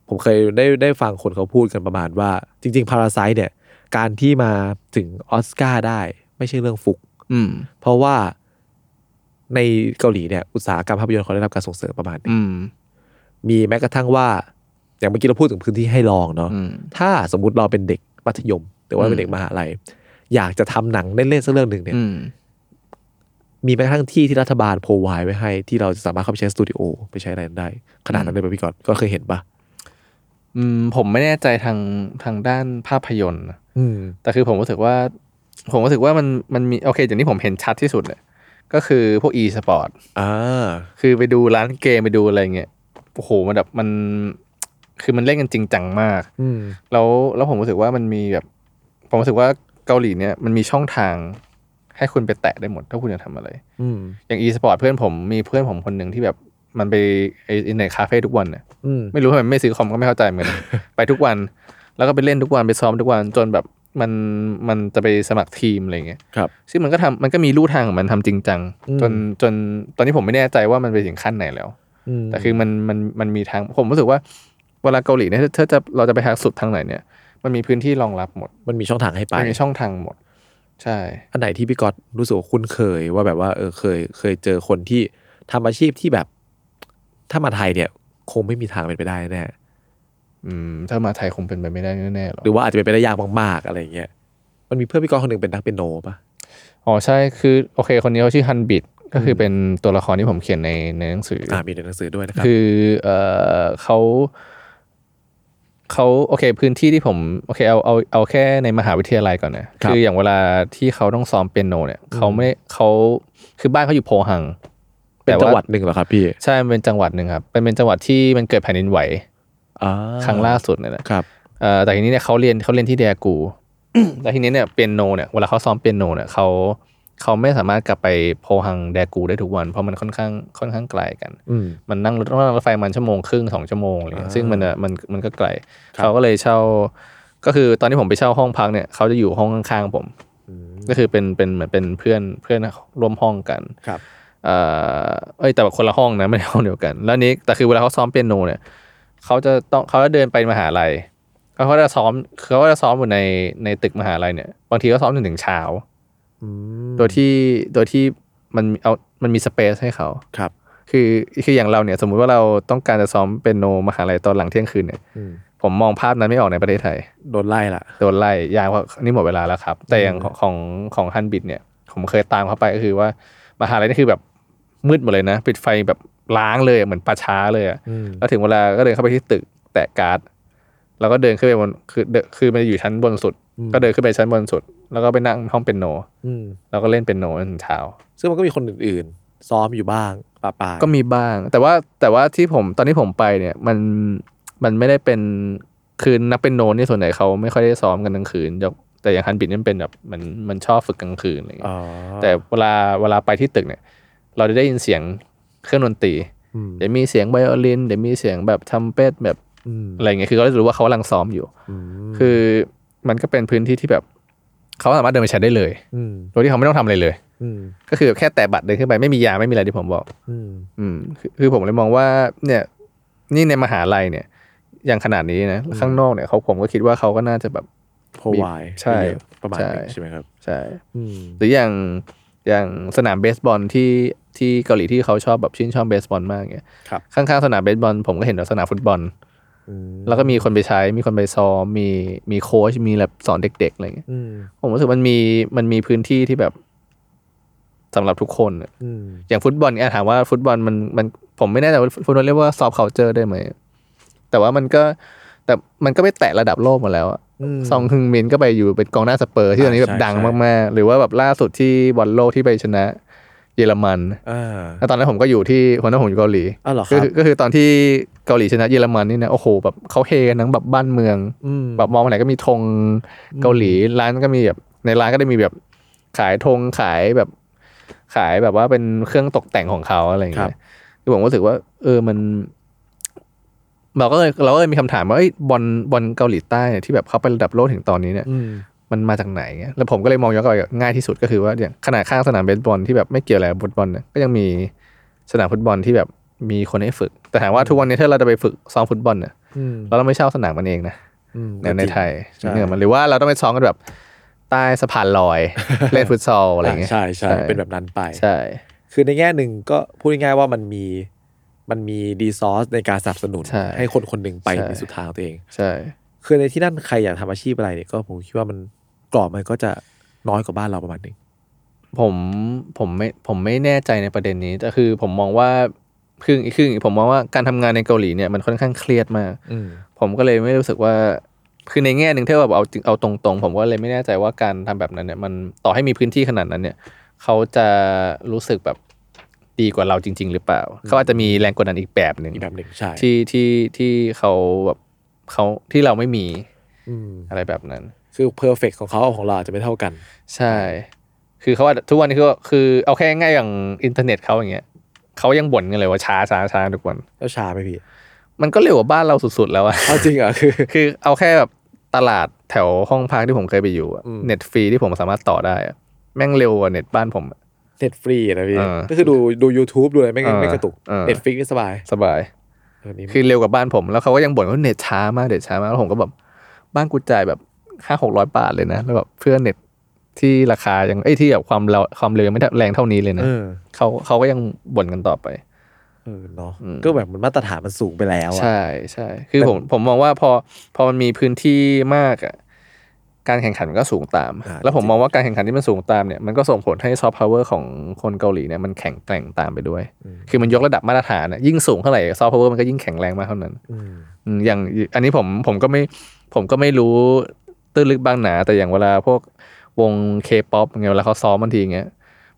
S2: ผมเคยได้ได้ฟังคนเขาพูดกันประมาณว่า จริง ๆ พาราไซเนี่ย การที่มาถึงออสการ์ได้ ไม่ใช่เรื่องฟุก
S3: อืม
S2: เพราะว่าในเกาหลีเนี่ย อุตสาหกรรมภาพยนตร์เขาได้รับการส่งเสริมประมาณหนึ่ง
S3: อืม
S2: มีแม้กระทั่งว่า อย่างเมื่อกี้เราพูดถึงพื้นที่ให้ลองเนาะ
S3: อืม
S2: ถ้าสมมุติเราเป็นเด็กมัธยม หรือว่าเป็นเด็กมหาลัยอยากจะทำหนังเล่นๆสักเรื่องหนึ่งเนี่ย
S3: อืม
S2: มีแม้กระทั่งที่ที่รัฐบาลโพไวไว้ให้ที่เราจะสามารถเข้าไปใช้สตูดิโอไปใช้อะไรได้ ขนาดนั้นเลยป่ะพี่กอดก็เคยเห็นปะ
S3: อืม ผมไม่แน่ใจทางทางด้านภาพยนตร์นะ
S2: อืม
S3: แต่คือผมรู้สึกว่า ผมรู้สึกว่ามันมันมี โอเคอย่างนี้ผมเห็นชัดที่สุดเลย ก็คือพวก e สปอร์ต
S2: อ่า
S3: คือไปดูร้านเกมไปดูอะไรเงี้ยโอ้โหมันแบบมัน คือมันเล่นกันจริงจังมาก
S2: อืม
S3: แล้วแล้วผมรู้สึกว่ามันมีแบบ ผมรู้สึกว่าเกาหลีเนี่ยมันมีช่องทาง ให้คุณไปแตะได้หมด ถ้าคุณอยากทำอะไร
S2: อืม
S3: อย่าง e สปอร์ตเพื่อนผมมีเพื่อนผมคนหนึ่งที่แบบมันไปไอ้ในคาเฟ่ทุกวันเนี่ย
S2: อืม
S3: ไม่รู้ทำไมไม่ซื้อคอมก็ไม่เข้าใจเหมือนกัน ไปทุกวัน แล้วก็ไปเล่นทุกวันไปซ้อมทุกวันจนแบบมันมันจะไปสมัครทีมอะไรเงี้ย
S2: ครับ
S3: ซึ่งมันก็ทำมันก็มีลู่ทางของมันทำจริงจัง
S2: อืม
S3: จนจนตอนนี้ผมไม่แน่ใจว่ามันไปถึงขั้นไหนแล้ว
S2: อืม
S3: แต่คือมันมันมันมีทางผมรู้สึกว่าเวลาเกาหลีเนี่ยถ้าจะเราจะไปทางสุดทางไหนเนี่ย มันมีพื้นที่รองรับหมด
S2: มันมีช่องทางให้ไป
S3: มันมีช่องทางหมด ใช่
S2: อันไหนที่พี่กอดรู้สึกว่าคุ้นเคยว่าแบบว่าเออเคยเคยเจอคนที่ทำอาชีพที่แบบ ถ้ามาไทยเนี่ยคงไม่มีทางเป็นไปได้แน่
S3: อืมถ้ามาไทยคงเป็นไปไม่ได้แน่ๆหรอก
S2: หรือว่าอาจจะเป็นไปได้ยากมากๆอะไรอย่างเงี้ยมันมีเพื่อนพี่กรคนหนึ่งเป็นนักเปียโนปะ
S3: อ๋อใช่คือโอเคคนนี้เขาชื่อฮันบิดก็คือเป็นตัวละครที่ผมเขียนในในหนังสืออ
S2: อ่ามีในหนังสือด้วยนะครับ
S3: คือเอ่อเขาเขาโอเคพื้นที่ที่ผมโอเคเอาเอาเอาแค่ในมหาวิทยาลัยก่อนนะครับ คืออย่างเวลาที่เขาต้องซ้อมเปียโนเนี่ยเขาไม่ได้เขาคือบ้านเขาอยู่โพหัง
S2: เป็นจังหวัดหนึ่งเหรอครับพี่
S3: ใช่มันเป็นจังหวัดหนึ่งครับเป็นเป็นจังหวัดที่มันเกิดแผ่นดินไหว
S2: อ่า
S3: ครั้งล่าสุดเนี่ยแหละ
S2: ครับ
S3: เอ่อแต่ทีนี้เนี่ยเขาเรียนเขาเรียนที่เดียกู แต่ทีนี้เนี่ยเปียโนเนี่ยเวลาเขาซ้อมเปียโนเนี่ยเขาเขาไม่สามารถกลับไปโพหังเดยกูได้ทุกวันเพราะมันค่อนข้างค่อนข้างไกลกัน
S2: อืม
S3: มันนั่งรถต้องนั่งรถไฟมันชั่วโมงครึ่งสองชั่วโมงอะไรเงี้ย
S2: อ่า
S3: ซึ่งมันอะมันมันก็ไกล
S2: ครับ
S3: เขาก็เลยเช่า ก็คือตอนที่ผมไปเช่าห้องพักเนี่ยเขาจะอยู่ห้องข้างๆผม ก็คือเป็นเป็นเหมือนเป็นเพื่อนเพื่อนร่วมห้องกัน
S2: ครับ
S3: เอ่อเอ้ยแต่ว่าคนละห้องนะ ไม่ได้ห้องเดียวกัน แล้วนี้แต่คือเวลาเขาซ้อมเปียโนเนี่ยเขาจะต้องเขาจะเดินไปมหาลัยแล้วเขาจะซ้อมเขาก็จะซ้อมอยู่ในในตึกมหาลัยเนี่ยบางทีก็ซ้อมจนถึงเช้า
S2: อืม
S3: โดยที่โดยที่มันเอามันมีสเปซให้เขา
S2: ครับ
S3: คือคืออย่างเราเนี่ยสมมุติว่าเราต้องการจะซ้อมเปียโนมหาลัยตอนหลังเที่ยงคืนเนี่ย
S2: อืม
S3: ผมมองภาพนั้นไม่ออกในประเทศไทย
S2: โดนไล่ละ
S3: โดนไล่ยาวเพราะนี่หมดเวลาแล้วครับ แต่อย่าง
S2: อืม
S3: ของของของฮันบิดเนี่ย ผมเคยตามเขาไปก็คือว่ามหาลัยนี่คือแบบมืดหมดเลยนะ ปิดไฟแบบล้างเลยอะเหมือนป่าช้าเลยอะ
S2: อืม
S3: แล้วถึงเวลาก็เดินเข้าไปที่ตึกแตะการ์ดแล้วก็เดินขึ้นไปบนคือเดินคือมันอยู่ชั้นบนสุด ก็เดินขึ้นไปชั้นบนสุด แล้วก็ไปนั่งห้องเปียโน
S2: อืม
S3: แล้วก็เล่นเปียโนจนเช้า
S2: ซึ่งมันก็มีคนอื่นๆ ซ้อมอยู่บ้างปะปาย
S3: ก็มีบ้าง แต่ว่าแต่ว่าที่ผมตอนที่ผมไปเนี่ยมันมันไม่ได้เป็นคือนักเป็นโนนี่ส่วนใหญ่เขาไม่ค่อยได้ซ้อมกันกลางคืนยกแต่อย่างฮันบิดนี่มันเป็นแบบมันมันชอบฝึกกลางคืนอะไรอย่าง
S2: อ๋
S3: เงี้ย
S2: อ
S3: แต่เวลาเวลาไปที่ตึกเนี่ย เราจะได้ยินเสียงเครื่องดนตรี
S2: อืม
S3: เดี๋ยวมีเสียงไวโอลินเดี๋ยวมีเสียงแบบทำเป็ดแบบ
S2: อืม
S3: อะไรเงี้ยคือเขาจะรู้ว่าเขากำลังซ้อมอยู่
S2: ม
S3: คือมันก็เป็นพื้นที่ที่แบบเขาสามารถเดินไปใช้ได้เลย
S2: ม
S3: โดยที่เขาไม่ต้องทำอะไรเลย
S2: อืม
S3: ก็คือแค่แตะบัตรเดินขึ้นไปไม่มียาไม่มีอะไรที่ผมบอก
S2: อืม
S3: อืมคือคือผมเลยมองว่าเนี่ยนี่ในมหาลัยเนี่ยอย่างขนาดนี้นะข้างนอกเนี่ยเขาผมก็คิดว่าเขาก็น่าจะแบบ
S2: พอวาย
S3: ใช่
S2: ประมาณห
S3: ใช่
S2: นึ่งใช่ไหมครับ
S3: ใช่
S2: อืม
S3: หรืออย่างอย่างสนามเบสบอลที่ที่เกาหลีที่เขาชอบแบบชื่นชอบเบสบอลมากเนี่ย
S2: ครับ
S3: ข้างๆสนามเบสบอลผมก็เห็นว่าสนามฟุตบอล
S2: อืม
S3: แล้วก็มีคนไปใช้ มีคนไปซ้อมมีมีโค้ชมีแบบสอนเด็กๆอะไรเงี้ย
S2: อืม
S3: ผมรู้สึกมันมีมันมีพื้นที่ที่แบบสำหรับทุกคนอะ
S2: อืม
S3: อย่างฟุตบอลเนี่ยถามว่าฟุตบอลมันมันผมไม่แน่ใจว่าฟุตบอลเรียกว่าซอฟต์เคาเจอร์ได้ไหม แต่ว่ามันก็แต่มันก็ไปแตะระดับโลกหมาแล้วอะ
S2: อืม
S3: ซองฮึงมินก็ไปอยู่เป็นกองหน้าสเปอร์ที่ตอนนี้แบ
S2: ใช่
S3: บดัง
S2: ใช่
S3: มากๆ หรือว่าแบบล่าสุดที่บอลโลกที่ไปชนะเยอรมัน
S2: อ่า
S3: แล้วตอนนั้นผมก็อยู่ที่หัวหน้าผมอยู่เกาหลี
S2: อ้าวเหรอครับ
S3: ก็คือก็คือตอนที่เกาหลีชนะเยอรมันนี่นะโอ้โหแบบเขาเฮกันทั้งแบบบ้านเมือง
S2: อืม
S3: แบบมองไปไหนก็มีธงเกาหลีร้านก็มีแบบในร้านก็ได้มีแบบขายธงขายแบบขายแบบว่าเป็นเครื่องตกแต่งของเขาอะไรอย่างเงี้ยคือผมรู้สึกว่า เออมัน เราก็เลยเราก็เลยมีคำถามว่าเอ้ยบอลบอลเกาหลีใต้เนี่ยที่แบบเขาไประดับโลกถึงตอนนี้เนี่ย
S2: อืม
S3: มันมาจากไหนเงี้ยแล้วผมก็เลยมองย้อนกลับไปง่ายที่สุดก็คือว่าอย่างขนาดข้างสนามเบสบอลที่แบบไม่เกี่ยวอะไรกับฟุตบอลเนี่ยก็ยังมีสนามฟุตบอลที่แบบมีคนให้ฝึก แต่ถามว่าทุกวันนี้ถ้าเราจะไปฝึกซ้อมฟุตบอลเนี่ย
S2: อืม
S3: เราต้องไม่เช่าสนามมันเองนะ
S2: อืม
S3: ในในไทย
S2: ใช่
S3: เหนือมันหรือว่าเราต้องไปซ้อมกันแบบใต้สะพานลอย เล่นฟุตซอลอะไรอย่างเงี้ย
S2: ใช่ใช่เป็นแบบนั้นไป
S3: ใช่
S2: คือในแง่หนึ่งก็พูดง่ายๆว่ามันมีมันมีดีซอสในการสนับสนุน
S3: ใช่
S2: คนคนหนึ่งไป
S3: ใช่
S2: ในสุดทางของตัวเอง
S3: ใช่
S2: คือในที่นั่นใครอยากทำอาชีพอะไรเนี่ยก็ผมคิดว่ามันกรอบมันก็จะน้อยกว่าบ้านเราประมาณหนึง
S3: ผมผมไม่ผมไม่แน่ใจในประเด็นนี้แต่คือผมมองว่าคือคือผมมองว่าการทำงานในเกาหลีเนี่ยมันค่อนข้างเครียดมาก
S2: อืม
S3: ผมก็เลยไม่รู้สึกว่า คือในแง่หนึ่งถ้าแบบเอาจริงเอาตรงๆ ผมก็เลยไม่แน่ใจว่าการทำแบบนั้นเนี่ยมันต่อให้มีพื้นที่ขนาดนั้นเนี่ย เขาจะรู้สึกแบบดีกว่าเราจริง ๆ หรือเปล่า เขาอาจจะมีแรงกดดันอีกแบบหนึ่ง
S2: อีกแบบหนึ่งใช่
S3: ที่ที่ที่เขาแบบเขาที่เราไม่มี
S2: อืม
S3: อะไรแบบนั้น
S2: คือเพอร์เฟกของเขากับของเราอาจจะไม่เท่ากัน
S3: ใช่ คือเขาว่าทุกวันนี้คือคือเอาแค่ง่ายๆอย่างอินเทอร์เน็ตเขาอย่างเงี้ยเขายังบ่นกันเลยว่าช้าช้าช้าทุกวัน
S2: แล้วชาไหมพี่
S3: มันก็เร็วกว่าบ้านเราสุดๆแล้วอะ
S2: เอาจริงเหรอคือ
S3: คือเอาแค่แบบตลาดแถวห้องพักที่ผมเคยไปอยู่อะ
S2: อืม
S3: เน็ตฟรีที่ผมสามารถต่อได้อะแม่งเร็วกว่าเน็ตบ้านผมอะ
S2: เน็ตฟรีนะพี่
S3: อ่า
S2: ก็คือดูดู YouTube ดูอะไรไม่งั้น
S3: อ่า
S2: ไม่กระตุก
S3: อ่า
S2: เน็ตฟลิกนี่สบาย
S3: สบาย
S2: เออนี่
S3: คือเร็วกว่าบ้านผม แล้วเขาก็ยังบ่นว่าเน็ตช้ามากเน็ตช้ามากแล้วผมก็แบบบ้านกูจ่ายแบบห้าหกร้อยบาทเลยนะแล้วแบบเพื่อเน็ตที่ราคายังเอ้ยที่แบบความเราความเร็วยังไม่ได้แรงเท่านี้เลยนะ
S2: เออ
S3: เขาเขาก็ยังบ่นกันต่อไป
S2: เอ อเนาะ
S3: อืม
S2: ก็แบบมันมาตรฐานมันสูงไปแล้วอะ
S3: ใช่ใช่คือ
S2: แต่
S3: ผมผมมองว่าพอพอมันมีพื้นที่มากอะการแข่งขันมันก็สูงตาม
S2: อ่า
S3: แล้วผ
S2: จ
S3: ม
S2: ริง
S3: มองว่าการแข่งขันที่มันสูงตามเนี่ยมันก็ส่งผลให้ซอฟต์พาวเวอร์ของคนเกาหลีเนี่ยมันแข็งแกร่งตามไปด้วย คือมันยกระดับมาตรฐานอะยิ่งสูงเท่าไหร่ซอฟต์พาวเวอร์มันก็ยิ่งแข็งแรงมากเท่านั้น
S2: อืม
S3: อืมอย่างอันนี้ผมผมก็ไม่ผมก็ไม่รู้ตื้นลึกบางหนา แต่อย่างเวลาพวกวงเคป๊อปเงี้ยเวลาเขาซ้อมบางทีเงี้ย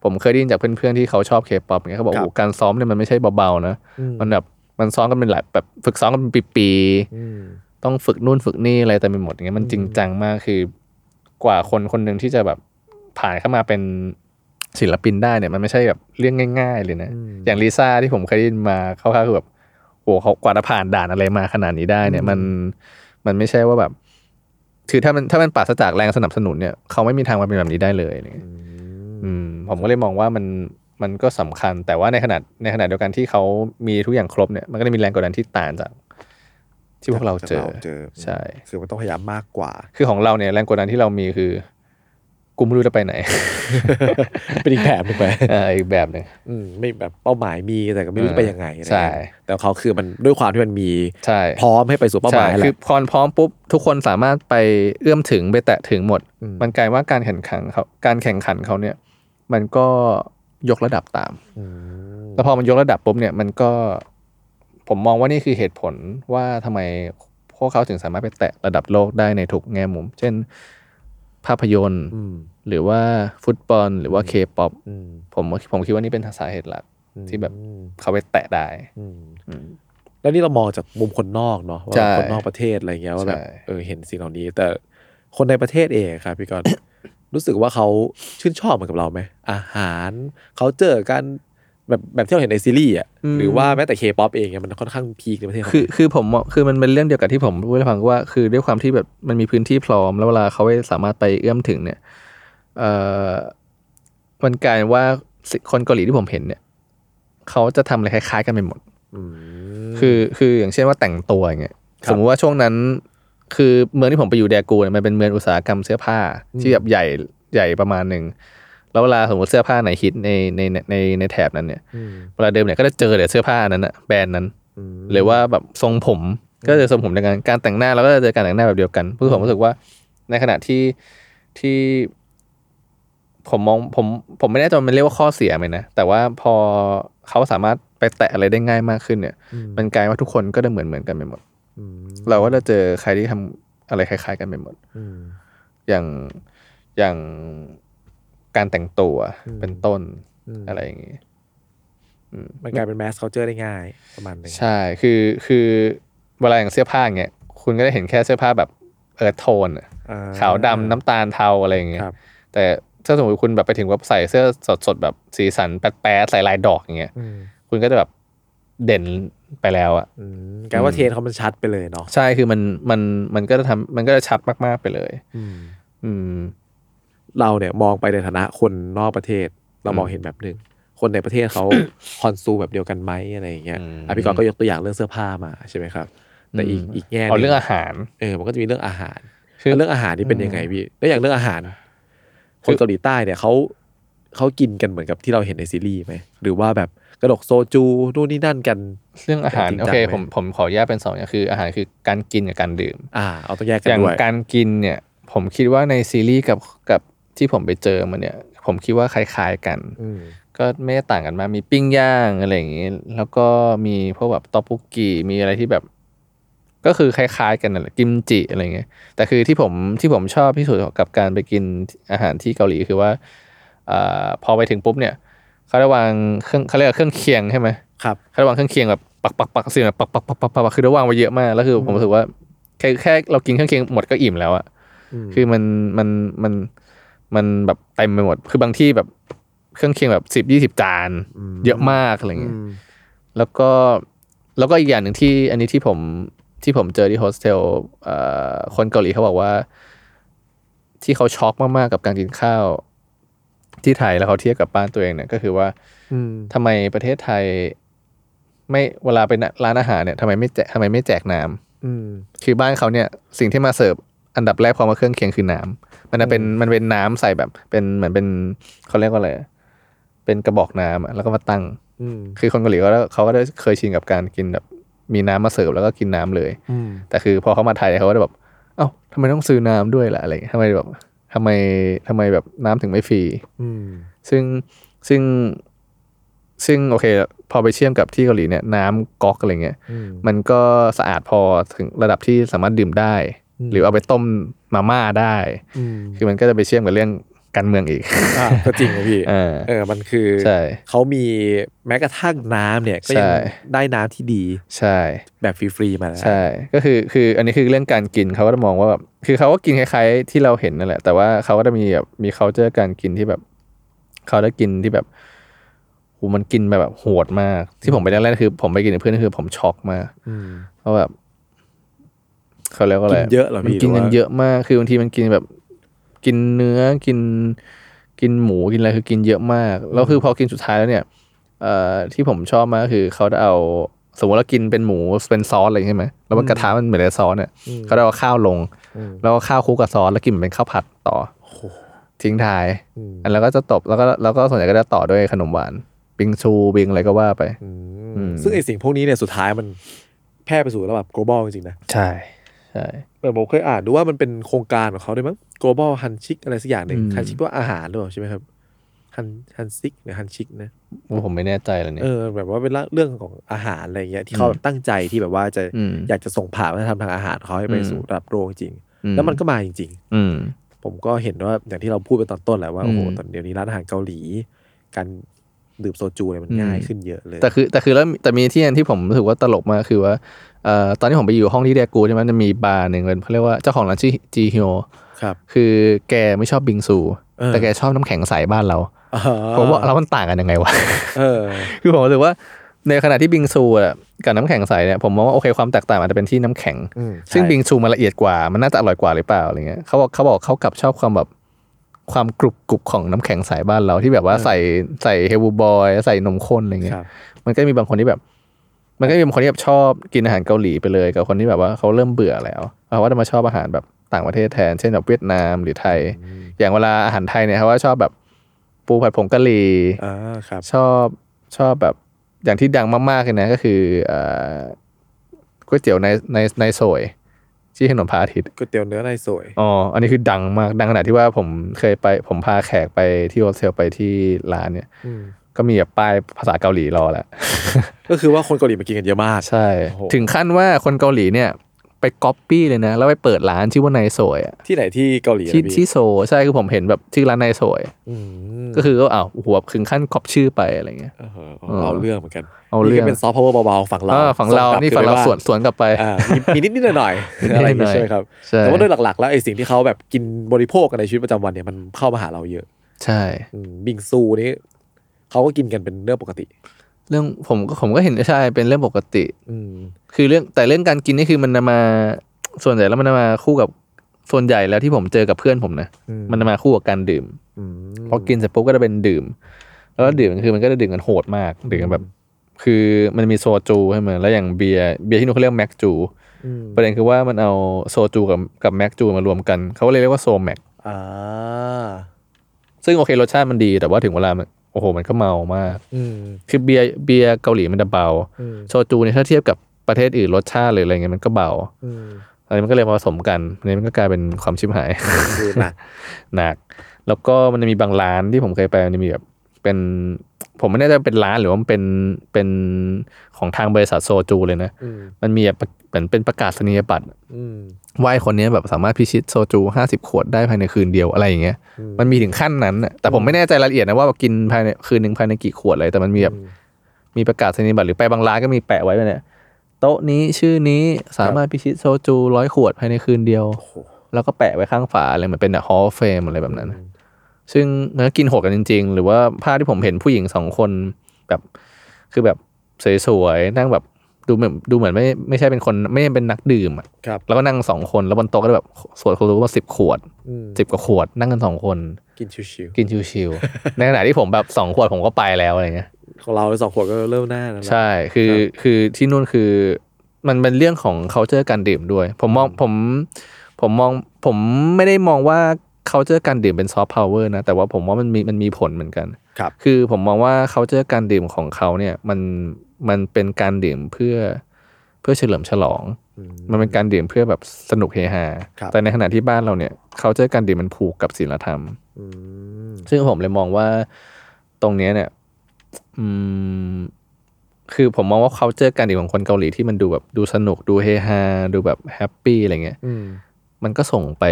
S3: ผมเคยได้ยินจากเพื่อนๆที่เขาชอบเคป๊อปเงี้ยเขาบอกว่าโอ้โหการซ้อมเนี่ยมันไม่ใช่เบาๆนะ
S2: อืม
S3: มันแบบมันซ้อมกันเป็นหลายแบบฝึกซ้อมกันเป็นปี
S2: อืม
S3: ๆต้องฝึกนู่นฝึกนี่อะไรแต่ไปหมดอย่างเงี้ยมันจริงจังมากคือกว่าคนคนหนึ่งที่จะแบบผ่านเข้ามาเป็นศิลปินได้เนี่ยมันไม่ใช่แบบเรื่องง่าย ๆ เลยนะ
S2: อืม
S3: อย่างลิซ่าที่ผมเคยได้ยินมาเขาวๆคือแบบโอ้โหเขากว่าจะผ่านด่านอะไรมาขนาดนี้ได้เนี่ยมันมันไม่ใช่ว่าแบบ คือถ้ามันถ้ามันปราศจากแรงสนับสนุนเนี่ยเขาไม่มีทางมาเป็นแบบนี้ได้เลยอะไรเงี้ย
S2: อืม
S3: อืมผมก็เลยมองว่ามันมันก็สำคัญ แต่ว่าในขณะในขณะเดียวกันที่เขามีทุกอย่างครบเนี่ยมันก็จะมีแรงกดดันที่ต่างจาก ที่พวกเราเจอ
S2: จากเจอ
S3: ใช่
S2: คือมันต้องพยายามมากกว่า
S3: คือของเราเนี่ยแรงกดดันที่เรามีคือกูไม่รู้จะไปไหน
S2: เป็นอีกแบบหนึ่งไป
S3: เอออีกแบบหนึ่ง
S2: อืมไม่แบบเป้าหมายมีแต่ก็ไม่รู้จะไปยังไงอะไร
S3: ใช่
S2: เงี้ยแต่ของเขาคือมันด้วยความที่มันมี
S3: ใช่
S2: พร้อมให้ไปสู่เป้าหมายแห
S3: คื
S2: ละ
S3: อพอพร้อมปุ๊บ ทุกคนสามารถไปเอื้อมถึงไปแตะถึงหมด
S2: อืม
S3: มันกลายว่าการแข่งขันเขาการแข่งขันเขาเนี่ย มันก็ยกระดับตาม
S2: ม
S3: แล้วพอมันยกระดับปุ๊บเนี่ยมันก็ ผมมองว่านี่คือเหตุผลว่าทำไมพวกเขาถึงสามารถไปแตะระดับโลกได้ในทุกแง่มุม เช่น ภาพยนตร์
S2: อืม
S3: หรือว่าฟุตบอล หรือว่าเคป๊อป
S2: อืม
S3: ผมผมคิดว่านี่เป็นสาเหตุหลัก ที่แบบ
S2: อืม
S3: เขาไปแตะได้
S2: อืมแล้วนี่เรามองจากมุมคนนอกเนาะว่า
S3: ใช่
S2: คนนอกประเทศอะไรเงี้ยว่าแบบ
S3: ใช่
S2: เออเห็นสิ่งเหล่านี้ แต่คนในประเทศเองครับพี่กรณ์ รู้สึกว่าเขาชื่นชอบเหมือนกับเราไหมอาหารเขาเจอกันแบบแบบที่เราเห็นในซีรีส์อ่ะหรือว่าแม้แต่เคป๊อปเองเนี่ยมันค่อนข้างพีคในประเทศเขา
S3: คือคือผมคือมันเป็นเรื่องเดียวกับที่ผมพูดให้ฟังว่า คือด้วยความที่แบบมันมีพื้นที่พร้อม แล้วเวลาเขาไปสามารถไปเอื้อมถึงเนี่ยเอ่อมันกลายว่าสิคนเกาหลีที่ผมเห็นเนี่ยเขาจะทำอะไรคล้ายๆกันไปหมด
S2: อืม
S3: คือคืออย่างเช่นว่าแต่งตัวอย่างเงี้ย
S2: ครั
S3: ส
S2: บ
S3: มมุติว่าช่วงนั้น คือเมืองที่ผมไปอยู่แดกูเนี่ยมันเป็นเมืองอุตสาหกรรมเสื้อผ้า
S2: อืม
S3: ที่แบบใหญ่ใหญ่ประมาณหนึ่งแล้วเวลาสมมติเสื้อผ้าไหนฮิตในในในในในแถบนั้นเนี่ย
S2: อืม
S3: เวลาเดินเนี่ยก็จะเจอแต่เสื้อผ้านั้นอะแบรนด์นั้น
S2: อืม
S3: หรือว่าแบบทรงผมก็จะเจอทรงผมเดียวกันการแต่งหน้าเราก็จะเจอการแต่งหน้าแบบเดียวกันเพื่อผมรู้สึกว่าในขณะที่ที่ผมมองผมผมไม่แน่ใจว่ามันเรียกว่าข้อเสียไหมนะแต่ว่าพอเขาสามารถไปแตะอะไรได้ง่ายมากขึ้นเนี่ย
S2: อืม
S3: มันกลายว่าทุกคนก็จะเหมือนเหมือนกันไปหมด
S2: อืม
S3: เราก็จะเจอใครที่ทำอะไรคล้าย ๆ กันไปหมด
S2: อืม
S3: อย่างอย่างการแต่งตัว
S2: อืม
S3: เป็นต้น
S2: อืม
S3: อะไรอย่างนี้
S2: มันกลายเป็นแมสเคาเจอร์ได้ง่ายประมาณหนึง
S3: ใช่ คือ คือเวลาอย่างเสื้อผ้าอย่างเงี้ย คุณก็ได้เห็นแค่เสื้อผ้าแบบเอิร์ธโทนอะ
S2: อ่
S3: ขาวดำน้ำตาลเทาอะไรอย่างเงี้ย
S2: ครับ
S3: แต่ถ้าสมมติคุณแบบไปถึงว่าใส่เสื้อสดๆแบบสีสันแป๊ดๆใส่ลายดอกอย่างเงี้ย
S2: อืม
S3: คุณก็จะแบบเด่นไปแล้วอะ
S2: อืมกลายว่าเทรนเขามันชัดไปเลยเนาะ
S3: ใช่ คือมัน มัน มันก็จะทำมันก็จะชัดมากๆไปเลย
S2: อืม
S3: อืม
S2: เราเนี่ยมองไปในฐานะคนนอกประเทศ เรามอง
S3: อืม
S2: เห็นแบบหนึ่งคนในประเทศเขา คอนซูมแบบเดียวกันไหมอะไรอย่างเงี้ย
S3: อืม
S2: อ่ะพี่กรณ์ก็ยกตัวอย่างเรื่องเสื้อผ้ามาใช่ไหมครับ แต่อีกอีกแง่หนึ่
S3: เอาเรื่องอาหาร
S2: เออมันก็จะมีเรื่องอาหาร
S3: คือ
S2: แล้วเรื่องอาหารนี่เป็นยังไงพี่แล้วอย่างเรื่องอาหารค
S3: คือ
S2: นเกาหลีใต้เนี่ยเขาเขากินกันเหมือนกับที่เราเห็นในซีรีส์ไหมหรือว่าแบบกระดกโซจูนู่นนี่นั่นกัน
S3: เรื่องอาหาร
S2: จริงจัง
S3: โอเค
S2: ไหม
S3: ผม ผมขอแยกเป็นสองอย่าง คือ อาหารคือการกินกับการดื่ม
S2: อ่าเอาต้องแยกกั
S3: อน ย่าง
S2: ด้วย
S3: การกินเนี่ย ผมคิดว่าในซีรีส์กับกับที่ผมไปเจอมาเนี่ย ผมคิดว่าคล้ายๆกัน
S2: อืม
S3: ก็ไม่ได้ต่างกันมากมีปิ้งย่างอะไรอย่างนี้ แล้วก็มีพวกแบบต๊อกบุกกีมีอะไรที่แบบ ก็คือคล้ายๆกันนั่นแหละกิมจิอะไรเงี้ยแต่คือที่ผมที่ผมชอบที่สุดกับการไปกินอาหารที่เกาหลีคือว่าอาพอไปถึงปุ๊บเนี่ยเขาได้วางเครื่องเขาเรียกว่าเครื่องเคียงใช่ไหม
S2: ครับ
S3: เขาระวังเครื่องเคียงแบบปักปักปักเสียงแบบปักปักปักปักปักคือระวังไว้เยอะมากแล้วคือผมรู้สึกว่าแค่แค่เรากินเครื่องเคียงหมดก็อิ่มแล้วอะ
S2: อืม
S3: คือมันมันมันมันแบบเต็มไปหมด คือบางที่แบบเครื่องเคียงแบบสิบยี่สิบจาน เยอะมากอะไรเงี้ยแล้วก็แล้วก็อีกอย่างหนึ่งที่อันนี้ที่ผมที่ผมเจอที่โฮสเทลเอ่อคนเกาหลีเขาบอกว่า ที่เขาช็อกมากๆกับการกินข้าว ที่ไทยแล้วเขาเทียบกับบ้านตัวเองเนี่ยก็คือว่า
S2: อืม
S3: ทำไมประเทศไทยไม่เวลาไปร้านอาหารเนี่ยทำไมไม่แจกทำไมไม่แจกน้ำ
S2: อืม
S3: คือบ้านเขาเนี่ยสิ่งที่มาเสิร์ฟอันดับแรกพอมาเครื่องเคียงคือน้ำมันจะเป็นมันเป็นน้ำใส่แบบ เป็นเหมือนเป็นเขาเรียกว่าอะไรเป็นกระบอกน้ำอะแล้วก็มาตั้ง
S2: อืม
S3: คือคนเกาหลีเขาเขาก็ได้เคยชินกับการกินแบบมีน้ำมาเสิร์ฟแล้วก็กินน้ำเลย
S2: อืม
S3: แต่คือพอเขามาไทยเขาก็จะแบบ เอ้าทำไมต้องซื้อน้ำด้วยล่ะอะไรอย่างเงี้ยทำไมแบบทำไมทำไมแบบน้ำถึงไม่ฟรี
S2: อืม
S3: ซึ่งซึ่งซึ่งโอเค พอไปเชื่อมกับที่เกาหลีเนี่ยน้ำก๊อกอะไรเงี้ย
S2: อืม
S3: มันก็สะอาดพอถึงระดับที่สามารถดื่มได้
S2: อืม
S3: หรือเอาไปต้มมาม่าได้
S2: อืม
S3: คือมันก็จะไปเชื่อมกับเรื่องการเมืองอีก
S2: อ่ะก็จริงนะพี่
S3: เออ
S2: เออ มันคือ
S3: ใช่
S2: เขามีแม้กระทั่งน้ำเนี่ย ก็ยัง
S3: ใช่
S2: ได้น้ำที่ดี
S3: ใช่
S2: แบบฟรีๆมาแล้ว
S3: ใช่ก็คือคืออันนี้คือเรื่องการกินเขาก็จะมองว่าแบบคือเขาก็กินคล้ายๆที่เราเห็นนั่นแหละ แต่ว่าเขาก็จะมีแบบมี c u เจอการกินที่แบบเขาได้กินที่แบบโหมันกินไปแบบโหดมาก ที่ผมไปแรกๆคือ ผมไปกินกับเพื่อนนคือผมช็อกมาก
S2: อืม
S3: เพราะแบบเขาเรียกว่าอะไร
S2: กินเยอะเหรอพี่
S3: มันกิน
S2: หรือ
S3: กัน
S2: ว่า
S3: เยอะมาก คือบางทีมันกินแบบ กินเนื้อกิน กินหมูกินอะไรคือกินเยอะมาก แล้วคือพอกินสุดท้ายแล้วเนี่ย เอ่อที่ผมชอบมากคือเขาจะเอา สมมติเรากินเป็นหมูเป็นซอสอะไรใช่ไหมแล้วมันกระทะมันเหมือนในซอสเนี่ยเขาจะเอาข้าวลง แล้วก็ข้าวคลุกกับซอสแล้วกินเหมือนเป็นข้าวผัดต่อทิ้งท้าย อันแล้วก็จะตบแล้วก็แล้วก็ส่วนใหญ่ก็จะต่อด้วยขนมหวานบิงซูบิงอะไรก็ว่าไป อืม
S2: ซึ่งไอสิ่งพวกนี้เนี่ยสุดท้ายมันแพร่ไปสู่ระดับ global จริงๆนะ
S3: ใช่ใช่
S2: เออผมเคยอ่านดูว่ามันเป็นโครงการของเขาด้วยมั้ง global handshake อะไรสักอย่างหนึ่ง
S3: อืม
S2: handshake ว่าอาหารหรือเปล่าใช่ไหมครับ han handshake หรือ handshake นะ
S3: ผมไม่แน่ใจเลยเนี่ย
S2: เออแบบว่าเป็นเรื่องของอาหารอะไรเงี้ยที่เขา
S3: อืม
S2: แบบตั้งใจที่แบบว่าจะ
S3: อืม
S2: อยากจะส่งผ่านวัฒนธรรมทางอาหารเขาให้ไป
S3: อืม
S2: สู่ระดับโลกจริง
S3: อื
S2: แล้วมันก็มาจริง
S3: อืม
S2: ๆ ผมก็เห็นว่าอย่างที่เราพูดไปตอนต้นแหละว่าโอ้โห
S3: อืม
S2: ตอนเดี๋ยวนี้ร้านอาหารเกาหลี การดื่มโซจูเนี่ยมัน
S3: อืม
S2: ง่ายขึ้นเยอะเลย
S3: แต่คือแต่คือแล้วแต่มีที่อันที่ผมรู้สึกว่าตลกมากคือว่าเอ่อตอนที่ผมไปอยู่ห้องที่เดียกูใช่ไหมจะมีบาร์หนึ่งเป็นเขาเรียกว่าเจ้าของร้านชื่อจีฮิโอ
S2: ครับ
S3: คือแกไม่ชอบบิงซู
S2: เออ
S3: แต่แกชอบน้ำแข็งใสบ้านเรา
S2: อ๋อ
S3: ผมว่าเรามันต่างกันยังไงวะ
S2: เออ
S3: คือผมรู้สึกว่าในขณะที่บิงซูอะกับน้ำแข็งใสเนี่ยผมมองว่าโอเคความแตกต่างอาจจะเป็นที่น้ำแข็ง
S2: อืมใช่
S3: ซึ่งบิงซูมันละเอียดกว่ามันน่าจะอร่อยกว่าหรือเปล่าอะไรเงี้ยเขาบอกเขาบอกเขากลับชอบความแบบความกรุบกรุบของน้ำแข็งใสบ้านเราที่แบบว่าใส่ใส่เฮลบูบอยใส่นมข้นอะไรเงี้
S2: ค
S3: ย
S2: รับ
S3: มันก็มีบางคนที่แบบ มันก็มีบางคนที่แบบชอบกินอาหารเกาหลีไปเลย กับคนที่แบบว่าเขาเริ่มเบื่อแล้วเขาก็จะมาชอบอาหารแบบต่างประเทศแทน เช่นแบบเวียดนามหรือไทย อย่างเวลาอาหารไทยเนี่ยเขาก็ชอบแบบปูผัดผงกะหรี่
S2: อ่าครับ
S3: ชอบชอบแบบอย่างที่ดังมากๆเลยนะก็คือเอ่อก๋วยเตี๋ยวในในในโซยที่ถนนพระอาทิตย์
S2: ก๋วยเตี๋ยวเนื้อในสวย
S3: อ๋ออันนี้คือดังมากดังขนาดที่ว่าผมเคยไปผมพาแขกไปที่โฮสเทลไปที่ร้านเนี่ย
S2: อืม
S3: ก็มีแบบป้ายภาษาเกาหลีรอแหละ
S2: ก็คือว่าคนเกาหลีมากินกันเยอะมาก
S3: ใช่
S2: โอ้โห
S3: ถึงขั้นว่าคนเกาหลีเนี่ย ไปก๊อปปี้เลยนะ แล้วไปเปิดร้านชื่อว่านายโซยอะ
S2: ที่ไหนที่เกาหลี
S3: ที่
S2: นะพี่
S3: ที่โซใช่คือผมเห็นแบบชื่อร้านนายโซย
S2: อืม
S3: ก็คือก็เอาหัวถึงขั้นก๊อปชื่อไปอะไรเงี้ย
S2: เออเอาเรื่องเหมือนกัน
S3: เอาเรื่อง
S2: นี่ก็เป็นซอฟต์พาวเวอร์เบาๆฝั่งเรา
S3: เออฝั่งเรา
S2: ส่กลับ
S3: นี่ฝั่งเรา
S2: คืไป
S3: สวนสวนกลับไป
S2: อ่ามีนิดๆหน่อย
S3: นิด
S2: ๆ
S3: ๆ
S2: อะไรอย่าง
S3: หน่
S2: เงี้
S3: อย ย
S2: ใช่ไหมครับ
S3: ใช่
S2: แต่ว่าโดยหลักๆ แล้วไอ้สิ่งที่เขาแบบกินบริโภคกันในชีวิตประจำวันเนี่ยมันเข้ามาหาเราเยอะ
S3: ใช่
S2: อืมบิงซูนี่เขาก็กินกันเป็นเรื่องปกติ
S3: เรื่องผมก็ผมก็เห็นใช่เป็นเรื่องปกติ
S2: อืม
S3: คือเรื่องแต่เรื่องการกินนี่คือมันนำมาส่วนใหญ่แล้วมันนำมาคู่กับส่วนใหญ่แล้วที่ผมเจอกับเพื่อนผมนะ
S2: อืม
S3: มันนำมาคู่กับการดื่ม
S2: อืม
S3: พอกินเสร็จปุ๊บก็จะเป็นดื่ม แล้วดื่มคือมันก็จะดื่มกันโหดมาก ดื่มกันแบบ คือมันมีโซจูใช่ไหมแล้วอย่างเบียร์เบียร์ที่นู่นเขาเรียกแม็กจู
S2: อืม
S3: ประเด็นคือว่ามันเอาโซจูกับกับแม็กจูมารวมกัน เขาเลยเรียกว่าโซแม็ก
S2: อ่า
S3: ซึ่งโอเครสชาติมันดี แต่ว่าถึงเวลามันโอ้โห มันก็เมามาก
S2: อืม
S3: คือเบียร์เบียร์เกาหลีมันจะเบา
S2: อืม
S3: โซจูเนี่ยถ้าเทียบกับประเทศอื่นรสชาติหรืออะไรเงี้ยมันก็เบา
S2: อืม
S3: อันนี้มันก็เลยมาผสมกันอันนี้มันก็กลายเป็นความชิบหาย
S2: ดูหนัก
S3: หนักแล้วก็มันจะมีบางร้านที่ผมเคยไปมันจะมีแบบเป็นผมไม่แน่ใจเป็นร้านหรือว่ามันเป็นเป็นของทางบริษัทโซจูเลยนะ
S2: อืม
S3: มันมีแบบเหมือนเป็นประกาศนียบัตร
S2: อืม
S3: ว่าไอ้คนเนี้ยแบบสามารถพิชิตโซจู 50 ขวดได้ภายในคืนเดียวอะไรอย่างเงี้ย
S2: อืม
S3: มันมีถึงขั้นนั้นน่ะแต่ผมไม่แน่ใจรายละเอียดนะว่ากินภายในคืนหนึ่งภายในกี่ขวดอะไรแต่มันมีแบบมีประกาศนียบัตรหรือไปบางร้านก็มีแปะไว้ว่าเนี่ยโต๊ะนี้ชื่อนี้สามารถพิชิตโซจูร้อยขวดภายในคืนเดียว
S2: โอ้โห
S3: แล้วก็แปะไว้ข้างฝาอะไรเหมือนเป็นแบบ hall of fame อะไรแบบนั้น ซึ่งมันก็กินโหดกันจริง ๆ หรือว่าภาพที่ผมเห็นผู้หญิงสองคนแบบ คือแบบสวยๆนั่งแบบดูเหมือนดูเหมือนไม่ไม่ใช่เป็นคนไม่ได้เป็นนักดื่มอะ
S2: ครับ
S3: แล้วก็นั่งสองคนแล้วบนโต๊ะก็แบบสวดคนรู้ว่าสิบขวด
S2: อืม
S3: สิบกว่าขวด นั่งกันสองคน
S2: กินชิว
S3: กินชิวๆ ในขณะที่ผมแบบสองขวดผมก็ไปแล้วอะไรเงี้ย
S2: ๆของเราสองขวดก็เริ่มหน้าแล้วนะ
S3: ใช่ คือ
S2: ครับ
S3: คือที่นู่นคือ มันเป็นเรื่องของ c u เจอการดื่มด้วย ผมมอง ผม ผมมอง ผมไม่ได้มองว่า c u เจอการดื่มเป็นซอฟต์พาวเวอร์นะ แต่ว่าผมว่ามันมี มันมีผลเหมือนกัน
S2: ครับ
S3: คือผมมองว่าเขาเจอการดื่มของเขาเนี่ยมันมันเป็นการดื่มเพื่อเพื่อเฉลิมฉลอง มันเป็นการดื่มเพื่อแบบสนุกเฮฮา
S2: ครับ
S3: แต่ในขณะที่บ้านเราเนี่ยเขาเจอการดื่มมันผูกกับศีลธรรม
S2: อืม
S3: ซึ่งผมเลยมองว่าตรงเนี้ยเนี่ย อืม คือผมมองว่าเขาเจอการดื่มของคนเกาหลีที่มันดูแบบดูสนุกดูเฮฮาดูแบบแฮปปี้อะไรเงี้ย
S2: อืม
S3: มันก็ส่งไป